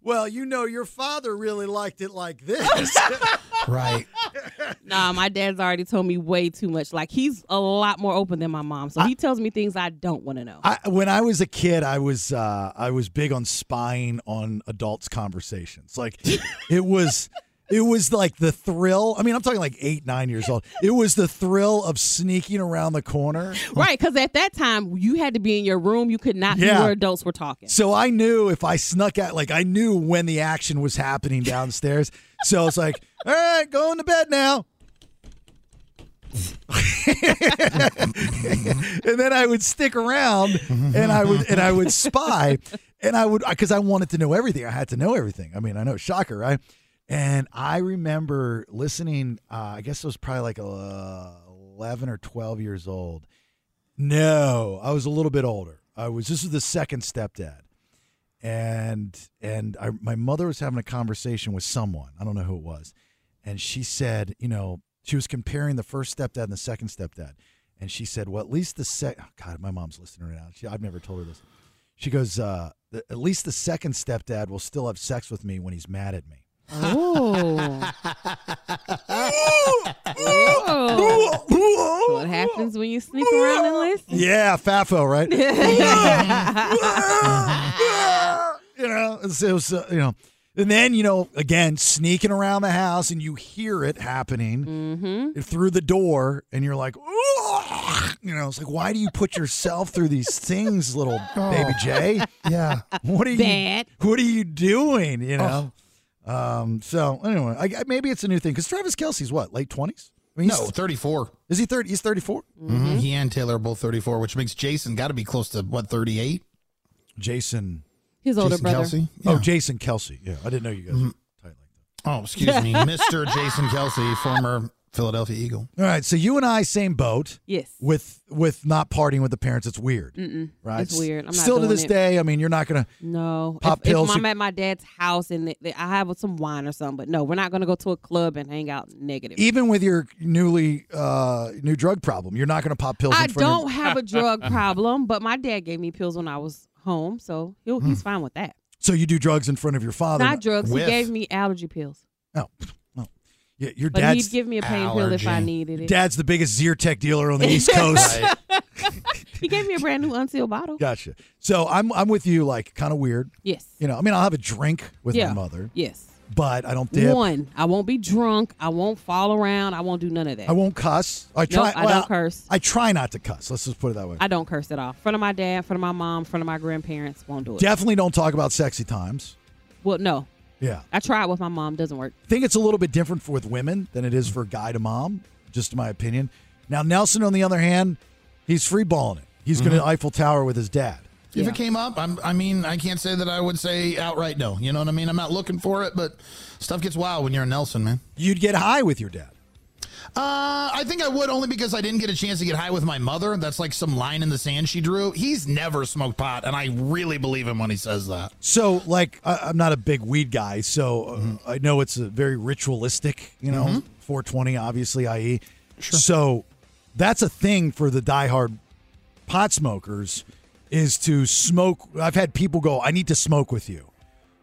"Well, you know, your father really liked it like this."
right.
Nah, my dad's already told me way too much. Like he's a lot more open than my mom, so he tells me things I don't want to know.
I, when I was a kid, I was uh, I was big on spying on adults' conversations. Like it was it was like the thrill. I mean, I'm talking like eight, nine years old. It was the thrill of sneaking around the corner.
Right, because at that time you had to be in your room. You could not
Yeah.
be where adults were talking.
So I knew if I snuck out, like I knew when the action was happening downstairs. so it's like, all right, going to bed now. and then I would stick around and I would and I would spy and I would because I wanted to know everything. I had to know everything. I mean, I know shocker, right? And I remember listening. Uh, I guess I was probably like uh, eleven or twelve years old. No, I was a little bit older. I was this is the second stepdad, and and I, my mother was having a conversation with someone. I don't know who it was, and she said, you know, she was comparing the first stepdad and the second stepdad, and she said, well, at least the second. Oh, God, my mom's listening right now. She, I've never told her this. She goes, uh, "The- at least the second stepdad will still have sex with me when he's mad at me.
Oh. what happens when you sneak around and listen?
Yeah, Fafo, right? you know, it's- it was, uh, you know, and then you know, again, sneaking around the house, and you hear it happening through the door, and you're like, "Ugh." you know, it's like, why do you put yourself through these things, little baby Jay?
Oh. Yeah.
What are
Dad.
you? What are you doing? You know. Um. So anyway, I, I- maybe it's a new thing because Travis Kelsey's what late twenties. I mean,
No, 34.
Is he 30? He's 34?
Mm-hmm.
Mhm. He and Taylor are both 34, which makes Jason got to be close to, what, 38?
Jason.
His older
Jason
brother.
Kelsey?
Oh, Jason Kelsey. Yeah, I didn't know you guys.
Mhm. Oh, excuse me. Mr. Jason Kelsey, former Philadelphia Eagle.
All right, so you and I same boat.
Yes.
With with not partying with the parents, it's weird.
Mm-mm.
Right.
It's weird. I'm not
Still to
doing
this
it.
day, I mean, you're not gonna.
No.
Pop
if,
pills,
If I'm
you-
at my dad's house and they, they- I have some wine or something, but no, we're not going to go to a club and hang out negative.
Even with your newly uh new drug problem, you're not gonna pop pills.
I
in front
don't
of
have a drug problem, but my dad gave me pills when I was home, so he'll,
Hmm.
he's fine with that.
So you do drugs in front of your father?
not drugs.
With-
He gave me allergy pills.
No. no. Yeah, your
But
dad's.
he'd give me a pain pill if I needed it.
Dad's the biggest Zyrtec dealer on the East Coast.
He gave me a brand new unsealed bottle.
Gotcha. So I'm I'm with you, like kind of weird.
Yes.
You know, I mean, I'll have a drink with
Yeah.
my mother,
Yes.
but I don't dip.
One, I won't be drunk. I won't fall around. I won't do none of that.
I won't cuss. I
Nope,
try.
I
well,
don't curse.
I try not to cuss. Let's just put it that way.
I don't curse at all. In front of my dad, in front of my mom, in front of my grandparents, won't do it.
Definitely don't talk about sexy times.
Well, no.
Yeah.
I tried with my mom. Doesn't work.
I think it's a little bit different for with women than it is for a guy to mom, just in my opinion. Now Nelson, on the other hand, he's free balling it. He's going
Mm-hmm.
to Eiffel Tower with his dad.
If it came up, I'm, I mean, I can't say that I would say outright no. You know what I mean? I'm not looking for it, but stuff gets wild when you're in Nelson, man.
You'd get high with your dad.
Uh, I think I would only because I didn't get a chance to get high with my mother. That's like some line in the sand she drew. He's never smoked pot, and I really believe him when he says that.
So, like, I, I'm not a big weed guy, so uh,
Mm-hmm.
I know it's a very ritualistic, you know,
Mhm.
420, obviously, i.e. So, that's a thing for the diehard pot smokers is to smoke. I've had people go, I need to smoke with you.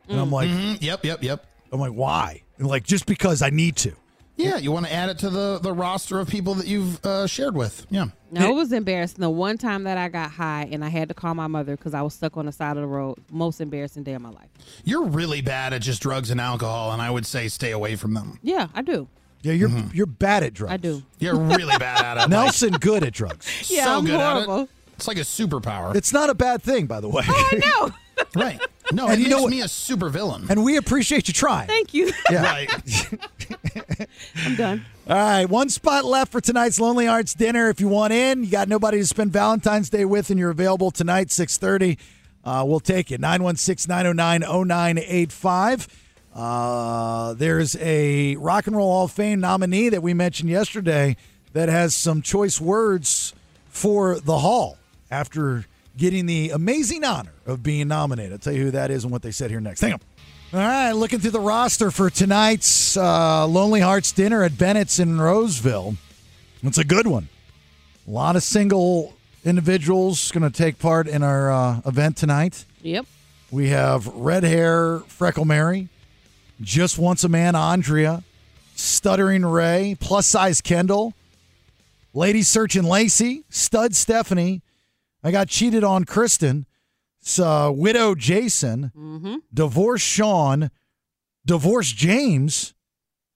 And I'm like,
Mhm. yep, yep, yep.
I'm like, why? And like, just because I need to.
Yeah, you want to add it to the the roster of people that you've uh, shared with. Yeah.
No, it was embarrassing. The one time that I got high and I had to call my mother because I was stuck on the side of the road. Most embarrassing day of my life.
You're really bad at just drugs and alcohol, and I would say stay away from them. Mm-hmm.
Yeah, I do.
Yeah, you're you're bad at drugs.
I do.
You're really bad at it. like,
Nelson, good at drugs.
Yeah,
so
I'm
good at
horrible. Oh,
it. It's like a superpower.
It's not a bad thing, by the way.
I
know. right. No,
And
it
you know
makes
what-
me a supervillain.
And we appreciate you trying.
Thank you.
Yeah.
Right.
I'm done.
All right, one spot left for tonight's Lonely Arts dinner. If you want in, you got nobody to spend Valentine's Day with, and you're available tonight, 630. Uh, we'll take it. 916-909-0985. Uh, there's a Rock and Roll Hall of Fame nominee that we mentioned yesterday that has some choice words for the hall after getting the amazing honor of being nominated. I'll tell you who that is and what they said here next. Hang on. All right, looking through the roster for tonight's uh, Lonely Hearts dinner at Bennett's in Roseville. It's a good one. A lot of single individuals going to take part in our uh, event tonight.
Yep.
We have red hair Freckle Mary, just once a man Andrea, stuttering Ray, plus size Kendall, lady searching Lacey, stud Stephanie. I got cheated on Kristen, s- uh, widow Jason,
Mhm.
divorce Sean, divorce James.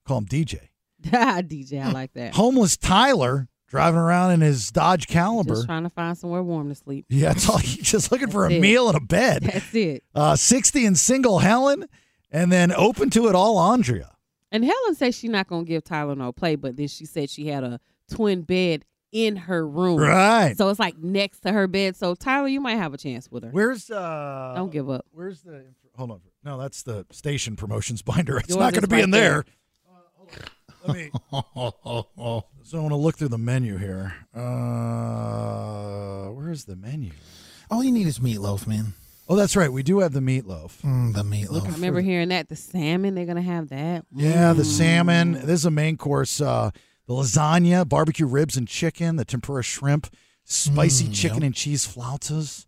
Call him DJ.
DJ, I like that.
Homeless Tyler driving around in his Dodge Caliber.
Just trying to find somewhere warm to sleep.
Yeah, it's all, he's just looking for a
That's it.
meal and a bed.
That's it.
Uh, 60 and single Helen, and then open to it all Andrea.
And Helen says she's not gonna give Tyler no play, but then she said she had a twin bed in her room.
Right.
So it's like next to her bed. So Tyler, you might have a chance with her.
Where's uh?
Don't give up.
Where's the? Hold on. No, that's the station promotions binder. It's
Yours
not going to
is
be
right
in there.
there.
Uh, Let me. so I want to look through the menu here. Uh, where is the menu?
All you need is meatloaf, man.
Oh, that's right. We do have the meatloaf.
Mm, the meatloaf.
I remember hearing that the salmon they're gonna have that.
Yeah, the
Mm.
salmon. This is a main course. Uh, the lasagna, barbecue ribs and chicken, the tempura shrimp, spicy
Mm,
chicken
yep.
and cheese flautas,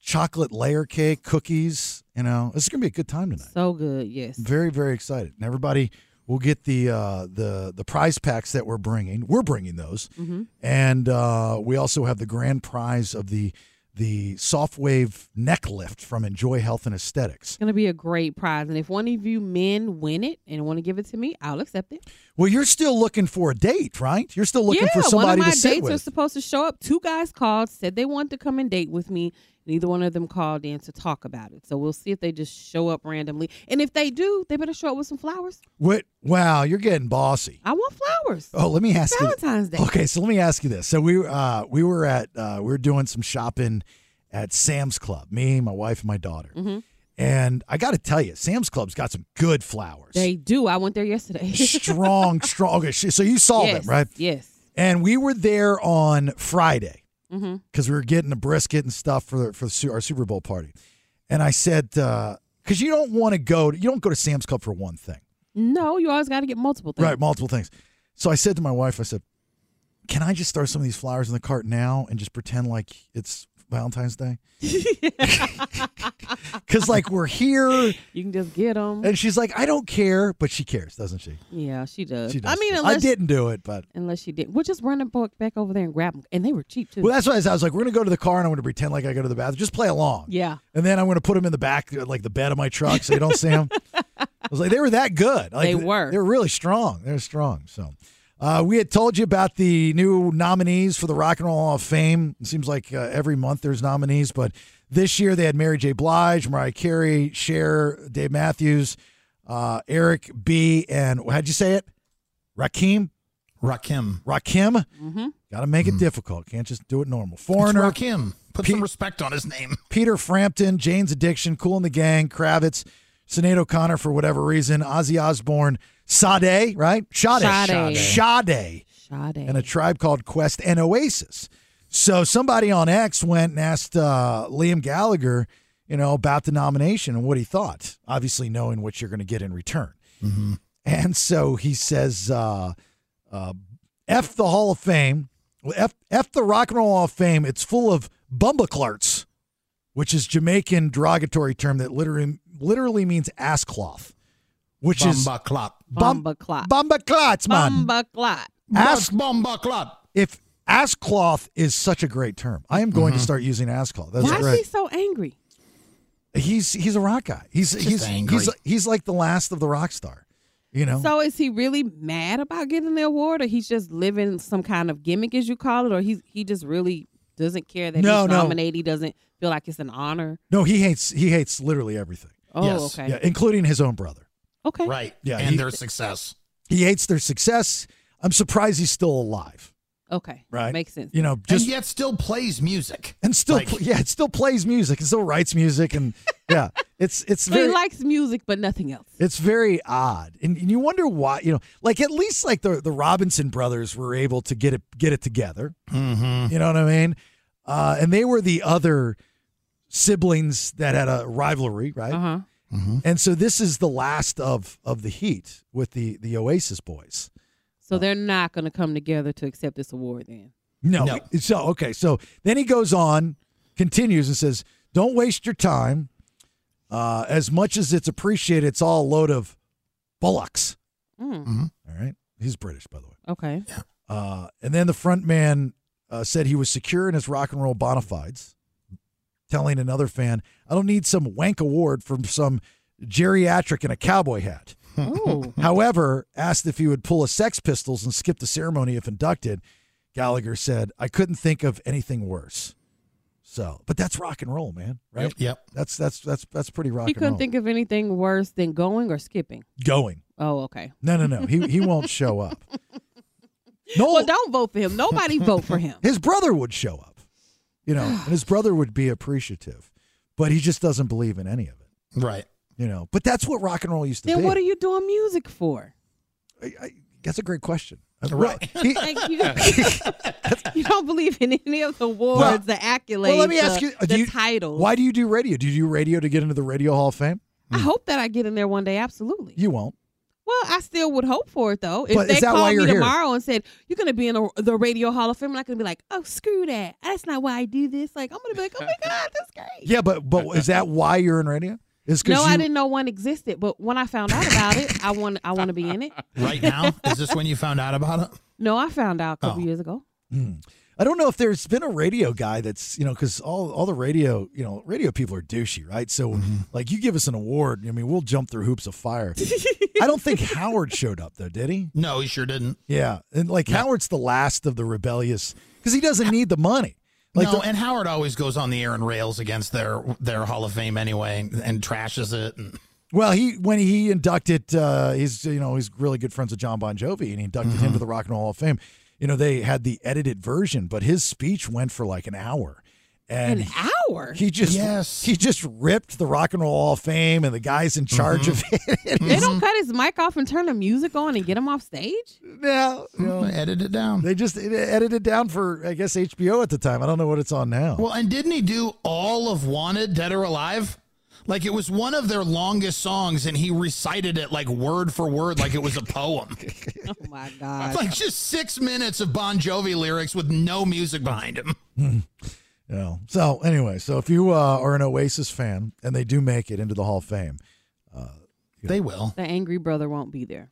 chocolate layer cake, cookies. You know, this is gonna be a good time tonight.
So good, yes.
Very, very excited, and everybody will get the uh, the the prize packs that we're bringing. We're bringing those,
Mhm.
and uh, we also have the grand prize of the the Softwave neck lift from Enjoy Health and Aesthetics.
It's gonna be a great prize. And if one of you men win it and want to give it to me, I'll accept it.
Well, you're still looking for a date, right? You're still looking
yeah,
for
one of
somebody
my
to sit
dates are
with.
supposed to show up. Two guys called, said they wanted to come and date with me. Neither one of them called in to talk about it. So we'll see if they just show up randomly. And if they do, they better show up with some flowers.
What? Wow, you're getting bossy.
I want flowers.
Oh, let me ask
Valentine's
you.
Day.
Okay, so let me ask you this. So we uh, we were at uh, we were doing some shopping at Sam's Club. Me, my wife, and my daughter.
Mhm.
And I got to tell you, Sam's Club's got some good flowers.
They do. I went there yesterday.
strong, strong. Okay, sh- so you saw
yes.
them, right?
Yes.
And we were there on Friday.
Mm-hmm.
because we were getting the brisket and stuff for for the, Su- our Super Bowl party, and I said because you don't want to go, you don't go to Sam's Club for one thing,
No, you always got to get multiple things.
right? Multiple things. So I said to my wife, I said, "Can I just throw some of these flowers in the cart now and just pretend like it's Valentine's Day?" Because like we're here,
You can just get them.
and she's like, "I don't care," but she cares, doesn't she?
Yeah, she does.
She does.
I mean,
care.
unless
I didn't do it, but
Unless she did, we'll just run and book back over there and grab them, and they were cheap too.
well, that's why I, said. I was like, "We're gonna go to the car and I'm gonna pretend like I go to the bathroom. Just play along."
yeah.
And then I'm going to put them in the back, like the bed of my truck, so you don't see them. I was like, they were that good. Like,
They were.
They were really strong. They're strong. So, uh, we had told you about the new nominees for the Rock and Roll Hall of Fame. It seems like uh, every month there's nominees, but this year they had Mary J. Blige, Mariah Carey, Cher, Dave Matthews, uh, Eric B. And how'd you say it? Rakim.
Rakim. Hmm.
Rakim.
Mm-hmm.
Got to make it difficult. Can't just do it normal. Foreigner.
It's Rakim. Put some respect on his name.
Peter Frampton, Jane's Addiction, Cool in the Gang, Kravitz, Sinead O'Connor for whatever reason, Ozzy Osbourne, Sade, right? Sade.
Sade.
Sade.
Sade.
And a tribe called Quest and Oasis. So somebody on X went and asked uh, Liam Gallagher, you know, about the nomination and what he thought, obviously knowing what you're going to get in return.
Mm-hmm.
And so he says, uh, uh, F the Hall of Fame, well, F, F the Rock and Roll Hall of Fame. It's full of bumbaclarts, which is Jamaican derogatory term that literally literally means ass cloth, which is
Bamba clop.
bum-
Bumba clot.
bumbaclots, man.
Bumba clot.
Ass-
Bamba clop.
if ass cloth is such a great term, I am
Mm-hmm.
going to start using ass cloth. That's
Why is he
great.
so angry?
He's he's a rock guy. He's
Just
he's
angry.
he's he's like the last of the rock star, you know.
So is he really mad about getting the award, or he's just living some kind of gimmick, as you call it, or he's he just really doesn't care that
No,
he's
no.
nominated? He doesn't feel like it's an honor.
no, he hates he hates literally everything.
Oh, Yes. okay.
Yeah, including his own brother.
Okay,
Right.
Yeah,
And
he-
their success.
He hates their success. I'm surprised he's still alive.
okay,
Right.
makes sense.
You know, just
and yet still plays music.
and still,
like-
pl- yeah, it still plays music and still writes music, and yeah, it's it's
So he
very
likes music, but nothing else.
it's very odd, and, and you wonder why. You know, like at least like the the Robinson brothers were able to get it get it together.
Mm-hmm.
You know what I mean? Uh, and they were the other siblings that had a rivalry, right?
Uh huh.
And so this is the last of of the heat with the the Oasis boys. Oh.
So they're not going to come together to accept this award. Then
No. So, okay. So then he goes on, continues, and says, Don't waste your time. Uh, as much as it's appreciated, it's all a load of bullocks.
Mm.
Mm-hmm.
All right. He's British, by the way.
Okay.
Uh, and then the front man uh, said he was secure in his rock and roll bona fides, telling another fan, I don't need some wank award from some geriatric in a cowboy hat.
Oh.
However, asked if he would pull a Sex Pistols and skip the ceremony if inducted, Gallagher said, I couldn't think of anything worse. So, but that's rock and roll, man, right?
Yep, yep.
That's that's that's that's pretty rock
He
and roll.
couldn't think of anything worse than going or skipping.
Going.
Oh, okay.
No, no, no. He he won't show up. No.
Well, don't vote for him. Nobody vote for him.
His brother would show up, you know, and his brother would be appreciative, but he just doesn't believe in any of it.
Right.
You know, but that's what rock and roll used to
Then
be.
what are you doing music for?
that's a great question.
Right. Thank you. you don't believe in any of the awards, the accolades,
Well, let me ask
the-
you,
the
do you-
titles.
Why do you do radio? Do you do radio to get into the Radio Hall of Fame?
I hope that I get in there one day. Absolutely.
You won't.
Well, I still would hope for it though. If
But
they
is that why
called me
you're here?
tomorrow and said you're going to be in a, the Radio Hall of Fame, I'm not going to be like, "Oh, screw that. That's not why I do this." Like, I'm going to be like, "Oh my god, that's great."
Yeah, but but is that why you're in radio? Is
No,
because
I didn't know one existed, but when I found out about it, I want I want to be in it.
Right now? Is this when you Oh. found out about it?
No, I found out a couple years ago.
Hmm. I don't know if there's been a radio guy that's you know because all all the radio you know radio people are douchey, right? So like you give us an award, I mean we'll jump through hoops of fire. I don't think Howard showed up though, did he?
No, he sure didn't.
Yeah, and like Howard's the last of the rebellious because he doesn't need the money. Like
no,
the-
and Howard always goes on the air and rails against their their Hall of Fame anyway, and, and trashes it. And,
Well, he when he inducted, uh, he's you know he's really good friends with John Bon Jovi, and he inducted
Mm-hmm.
him to the Rock and Roll Hall of Fame. You know they had the edited version, but his speech went for like an hour, and
An hour.
he just
Yes.
he just ripped the Rock and Roll Hall of Fame and the guys in charge
Mm-hmm.
of it.
They don't cut his mic off and turn the music on and get him off stage.
No, no.
edit it down.
They just edited it down for I guess HBO at the time. I don't know what it's on now.
Well, and didn't he do all of Wanted, Dead or Alive? Like it was one of their longest songs, and he recited it like word for word, like it was a poem.
Oh my god.
like just six minutes of Bon Jovi lyrics with no music behind him.
You know. So anyway, so if you uh, are an Oasis fan and they do make it into the Hall of Fame, uh,
they will.
The angry brother won't be there.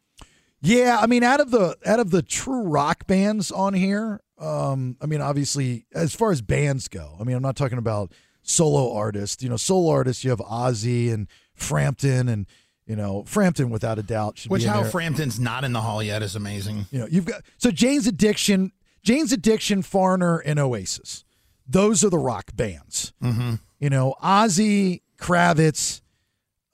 Yeah, I mean, out of the out of the true rock bands on here, um, I mean, obviously, as far as bands go, I mean, I'm not talking about solo artists. You know, solo artists, you have Ozzy and Frampton, and you know, Frampton without a doubt should
Which
be in
how
there.
Frampton's not in the hall yet is amazing.
you know, you've got so Jane's Addiction, Jane's Addiction, Foreigner, and Oasis. Those are the rock bands.
Mm-hmm.
You know, Ozzy, Kravitz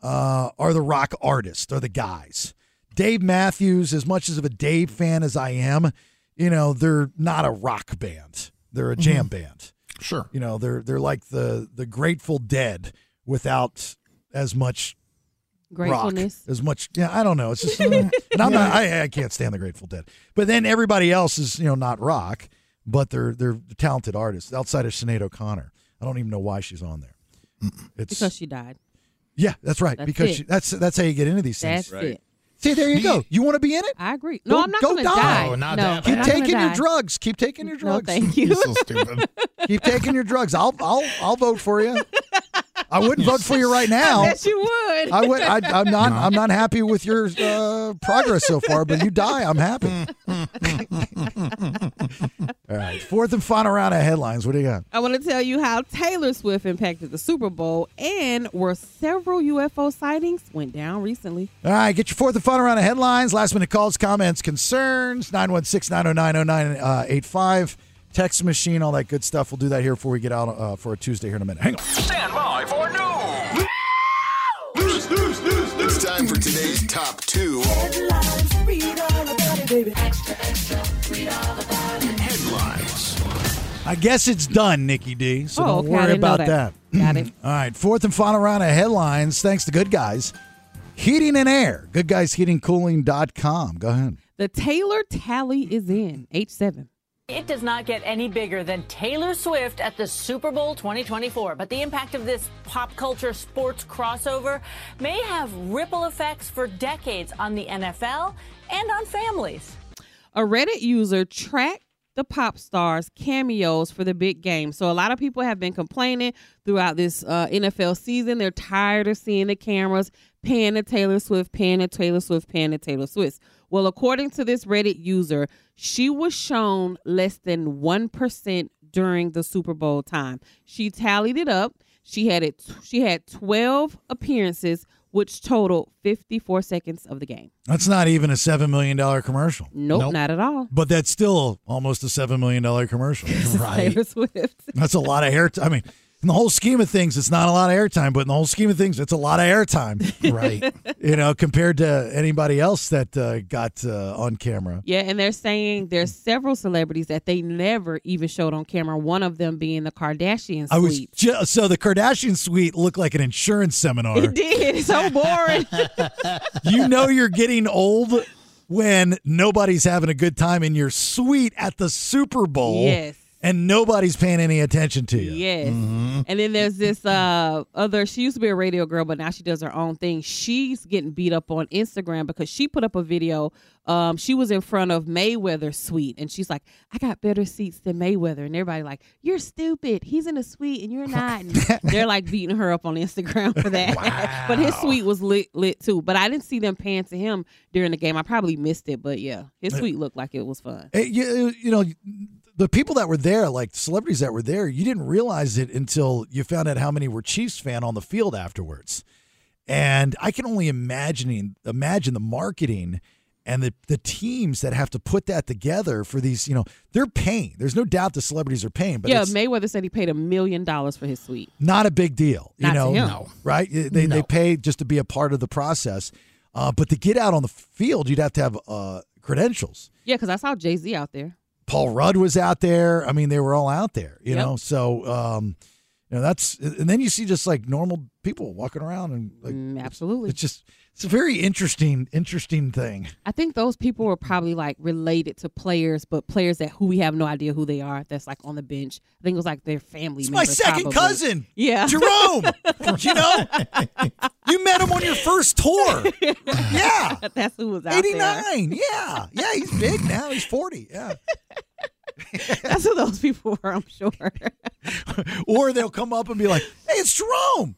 uh, are the rock artists, are the guys. Dave Matthews, as much as of a Dave fan as I am, you know, they're not a rock band. They're a jam band.
Sure.
You know, they're they're like the the Grateful Dead without as much
Gratefulness.
rock, as much yeah, I don't know. It's just and I'm not I, I can't stand the Grateful Dead. But then everybody else is, you know, not rock, but they're they're talented artists outside of Sinead O'Connor. I don't even know why she's on there. It's
Because she died.
yeah, that's right.
That's
because
it.
she, that's that's how you get into these things.
That's it.
See, there you go. You want to be in it?
I agree. No,
Go-
I'm not
go
gonna
die.
die.
No, not
no,
that
I'm
bad.
not
Keep taking
gonna
your
die.
drugs. Keep taking your drugs.
No, thank you.
stupid.
Keep taking your drugs. I'll I'll I'll vote for you. I wouldn't vote for you right now.
Yes, you would.
I would. I, I'm not. I'm not happy with your uh, progress so far. But you die, I'm happy. All right. Fourth and final round of headlines. What do you got?
I want to tell you how Taylor Swift impacted the Super Bowl and where several UFO sightings went down recently.
All right, get your fourth and final round of headlines. Last minute calls, comments, concerns, 916 909 0985. uh, Text machine, all that good stuff. We'll do that here before we get out uh, for a Tuesday here in a minute. Hang on.
Stand by for news. News, news, news, news. It's time for today's top two. Headlines. Read all about it, baby. Extra, extra. Read all about it. Headlines.
I guess it's done, Nikki D. So
Oh,
don't
okay, I
worry
didn't know
about that.
that. Got it.
All right, fourth and final round of headlines. Thanks to Good Guys Heating and Air. GoodGuysHeatingCooling.com. Go ahead.
The Taylor tally is in H7.
It does not get any bigger than Taylor Swift at the Super Bowl 2024, but the impact of this pop culture sports crossover may have ripple effects for decades on the NFL and on families.
A Reddit user tracked the pop stars cameos for the big game. So a lot of people have been complaining throughout this uh, NFL season. They're tired of seeing the cameras pan to Taylor Swift, pan to Taylor Swift, pan to Taylor Swift. Well, according to this Reddit user, she was shown less than 1% during the Super Bowl time. She tallied it up. She had it she had 12 appearances which totaled 54 seconds of the game.
That's not even a $7 million commercial.
Nope, not at all.
But that's still almost a $7 million commercial.
Taylor Swift.
That's a lot of airtime. I mean, in the whole scheme of things, it's not a lot of airtime, but in the whole scheme of things, it's a lot of airtime.
Right.
you know, compared to anybody else that uh, got uh, on camera.
Yeah, and they're saying there's several celebrities that they never even showed on camera, one of them being the Kardashian
I was
suite.
ju- so the Kardashian suite looked like an insurance seminar.
it did. It's so boring.
you know you're getting old when nobody's having a good time in your suite at the Super Bowl.
Yes.
And nobody's paying any attention to you.
Yes. And then there's this uh other she used to be a radio girl, but now she does her own thing. She's getting beat up on Instagram because she put up a video. Um, she was in front of Mayweather's suite and she's like, I got better seats than Mayweather. And everybody like, You're stupid. He's in a suite and you're not. And they're like beating her up on Instagram for that. but his suite was lit lit too. But I didn't see them paying to him during the game. I probably missed it, but yeah. His suite looked like it was fun.
Eh, you, you know, the people that were there, like celebrities that were there, you didn't realize it until you found out how many were Chiefs fan on the field afterwards. And I can only imagining imagine the marketing and the, the teams that have to put that together for these, you know, they're paying. There's no doubt the celebrities are paying, but
yeah,
it's
Mayweather said he paid a million dollars for his suite.
not a big deal. You
Not to
know,
him. No.
right? They, they
No.
pay just to be a part of the process. Uh, but to get out on the field, you'd have to have uh, credentials.
Yeah, because I saw Jay Z out there.
Paul Rudd was out there. I mean, they were all out there, you
Yep.
know. So, um, you know, that's and then you see just like normal people walking around and like
Mm, absolutely.
It's just it's a very interesting, interesting thing.
I think those people were probably like related to players, but players that who we have no idea who they are. That's like on the bench. I think it was like their family.
It's my
members,
second
probably.
cousin,
Yeah,
Jerome. you know, you met him on your first tour. Yeah,
that's who was out
eighty
there.
nine. Yeah, yeah, he's big now. He's forty. Yeah.
That's who those people were, I'm sure.
or they'll come up and be like, "Hey, it's Jerome.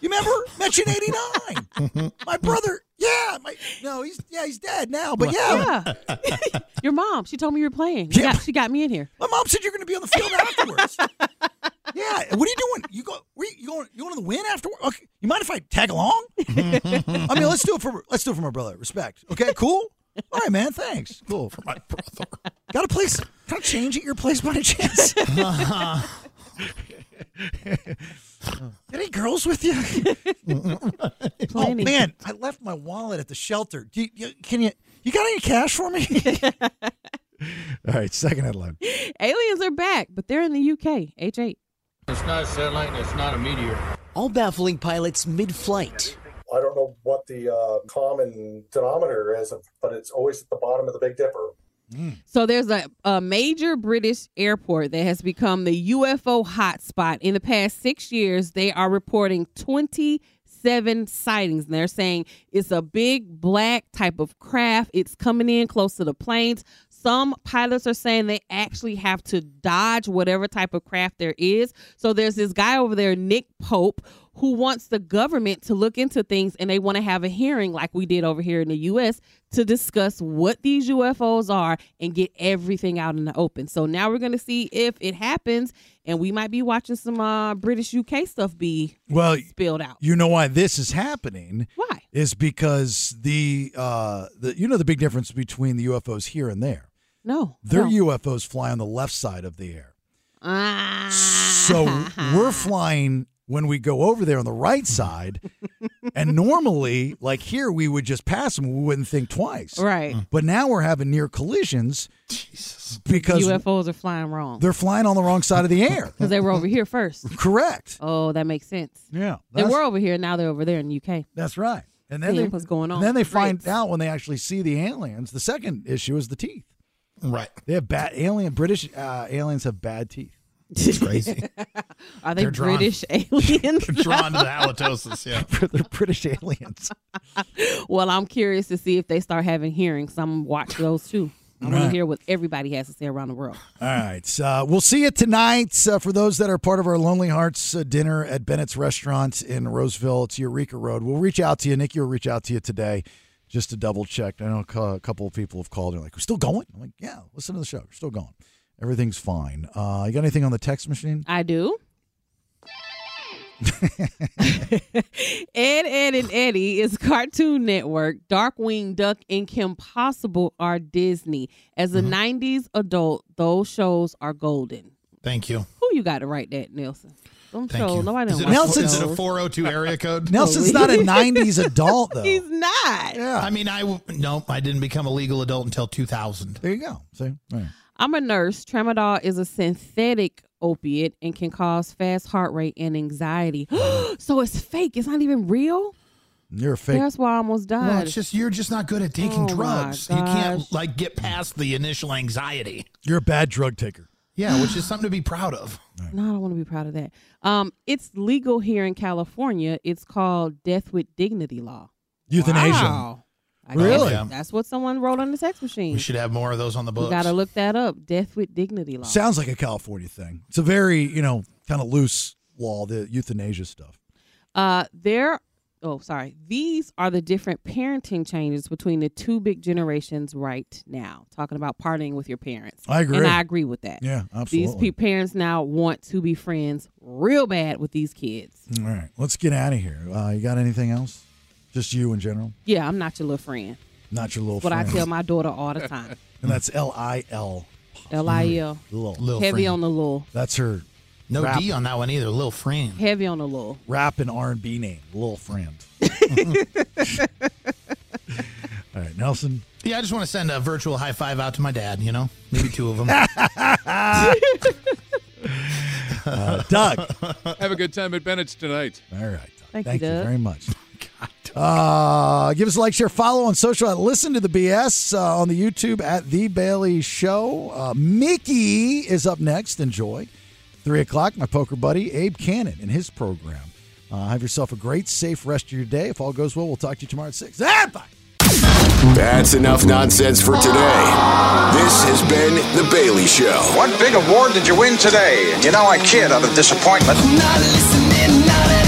You remember? Met you in '89. my brother. Yeah. My, no, he's yeah, he's dead now. But yeah,
Your mom. She told me you were playing. She, got, she got me in here.
my mom said you're going to be on the field afterwards. yeah. What are you doing? You go? where You you going? You going to the win afterwards? Okay. You mind if I tag along? I mean, let's do it for let's do it for my brother. Respect. Okay. Cool. All right, man. Thanks. Cool. For my brother. Got a place? Can I change at your place by any chance? Any girls with you? Oh
Plenty.
man, I left my wallet at the shelter. Do you, you, can you? You got any cash for me? All right, second headline.
Aliens are back, but they're in the UK. H eight.
It's not a satellite and it's not a meteor.
All baffling pilots mid flight.
I don't know what the uh, common denominator is, but it's always at the bottom of the Big Dipper.
So there's a, a major British airport that has become the UFO hotspot. In the past six years, they are reporting 27 sightings. And they're saying it's a big black type of craft. It's coming in close to the planes. Some pilots are saying they actually have to dodge whatever type of craft there is. So there's this guy over there, Nick Pope, who wants the government to look into things and they want to have a hearing like we did over here in the US to discuss what these UFOs are and get everything out in the open. So now we're going to see if it happens and we might be watching some uh, British UK stuff be
Well,
spilled out.
you know why this is happening?
Why?
Is because the uh, the you know the big difference between the UFOs here and there.
No.
Their
no.
UFOs fly on the left side of the air.
Ah.
So we're flying when we go over there on the right side. and normally, like here, we would just pass them. We wouldn't think twice.
Right.
But now we're having near collisions because
UFOs are flying wrong
they're flying on the wrong side of the air.
because they were over here first.
Correct.
Oh, that makes sense.
Yeah.
They
that's-
were over here. Now they're over there in the UK.
That's right. And then
Seeing
they,
what's going on.
and then they find
Right.
out when they actually see the aliens. The second issue is the teeth.
Right.
They have bad alien British uh, aliens have bad teeth.
It's
crazy.
Are they
They're drawn-
British aliens?
They're drawn to the halitosis, yeah.
They're British aliens.
well, I'm curious to see if they start having hearings. I'm gonna watch those too. I want to hear what everybody has to say around the world.
All right. Uh, we'll see you tonight uh, for those that are part of our Lonely Hearts uh, dinner at Bennett's Restaurant in Roseville. It's Eureka Road. We'll reach out to you. Nikki will reach out to you today just to double check. I know a cou- a couple of people have called and like, we're still going? I'm like, yeah, listen to the show. We're still going. Everything's fine. Uh, you got anything on the text machine?
I do. Ed, Ed, and Eddie is Cartoon Network. Darkwing Duck and Kim Possible are Disney. As
Mm-hmm.
a 90s adult, those shows are golden.
Thank you.
Who you got to write that, Nelson? Them
Thank
shows,
you.
nobody
is,
don't
it
watch
a,
those.
is it a 402 area code?
Nelson's not a 90s adult, though.
He's not.
I mean, I w- no, I didn't become a legal adult until 2000.
There you go. See?
I'm a nurse. Tramadol is a synthetic opiate and can cause fast heart rate and anxiety. so it's fake. It's not even real.
You're a fake.
That's why I almost died.
Well, it's just you're just not good at taking
Oh, my
drugs. You
gosh.
can't like get past the initial anxiety.
You're a bad drug taker.
Yeah, which is something to be proud of.
No, I don't want to be proud of that. Um, it's legal here in California. It's called death with dignity law.
Euthanasia.
Wow. I guess
Really?
That's what someone wrote on the text machine.
We should have more of those on the
You
books.
gotta look that up. Death with dignity law.
Sounds like a California thing. It's a very, you know, kind of loose law, the euthanasia stuff.
Uh, there. Oh, sorry. These are the different parenting changes between the two big generations right now. Talking about partying with your parents.
I agree.
And I agree with that.
Yeah, absolutely.
These pe- parents now want to be friends real bad with these kids.
All right, let's get out of here. Uh, you got anything else? Just you in general?
Yeah, I'm not your little friend.
Not your little
That's what I
friend.
tell my daughter all the time.
And that's L I L.
L I E L.
Lil.
Heavy on the lil.
That's her.
No
rap,
D on that one either. Lil Fran.
Heavy on the lil.
Rap and R and B name, Lil Friend. All right, Nelson.
Yeah, I just want to send a virtual high five out to my dad. You know, maybe two of them.
Uh, Doug.
Have a good time at Bennett's tonight.
All right.
Thank,
Thank you,
Doug.
very much. Uh, give us a like, share, follow on social at Listen to the BS uh, on the YouTube at The Bailey Show. Uh, Mickey is up next. Enjoy. Three o'clock, my poker buddy Abe Cannon and his program. Uh, have yourself a great, safe rest of your day. If all goes well, we'll talk to you tomorrow at 6. Ah, bye.
That's enough nonsense for today. This has been The Bailey Show. What big award did you win today? You know, I kid out of disappointment.
Not listening, not at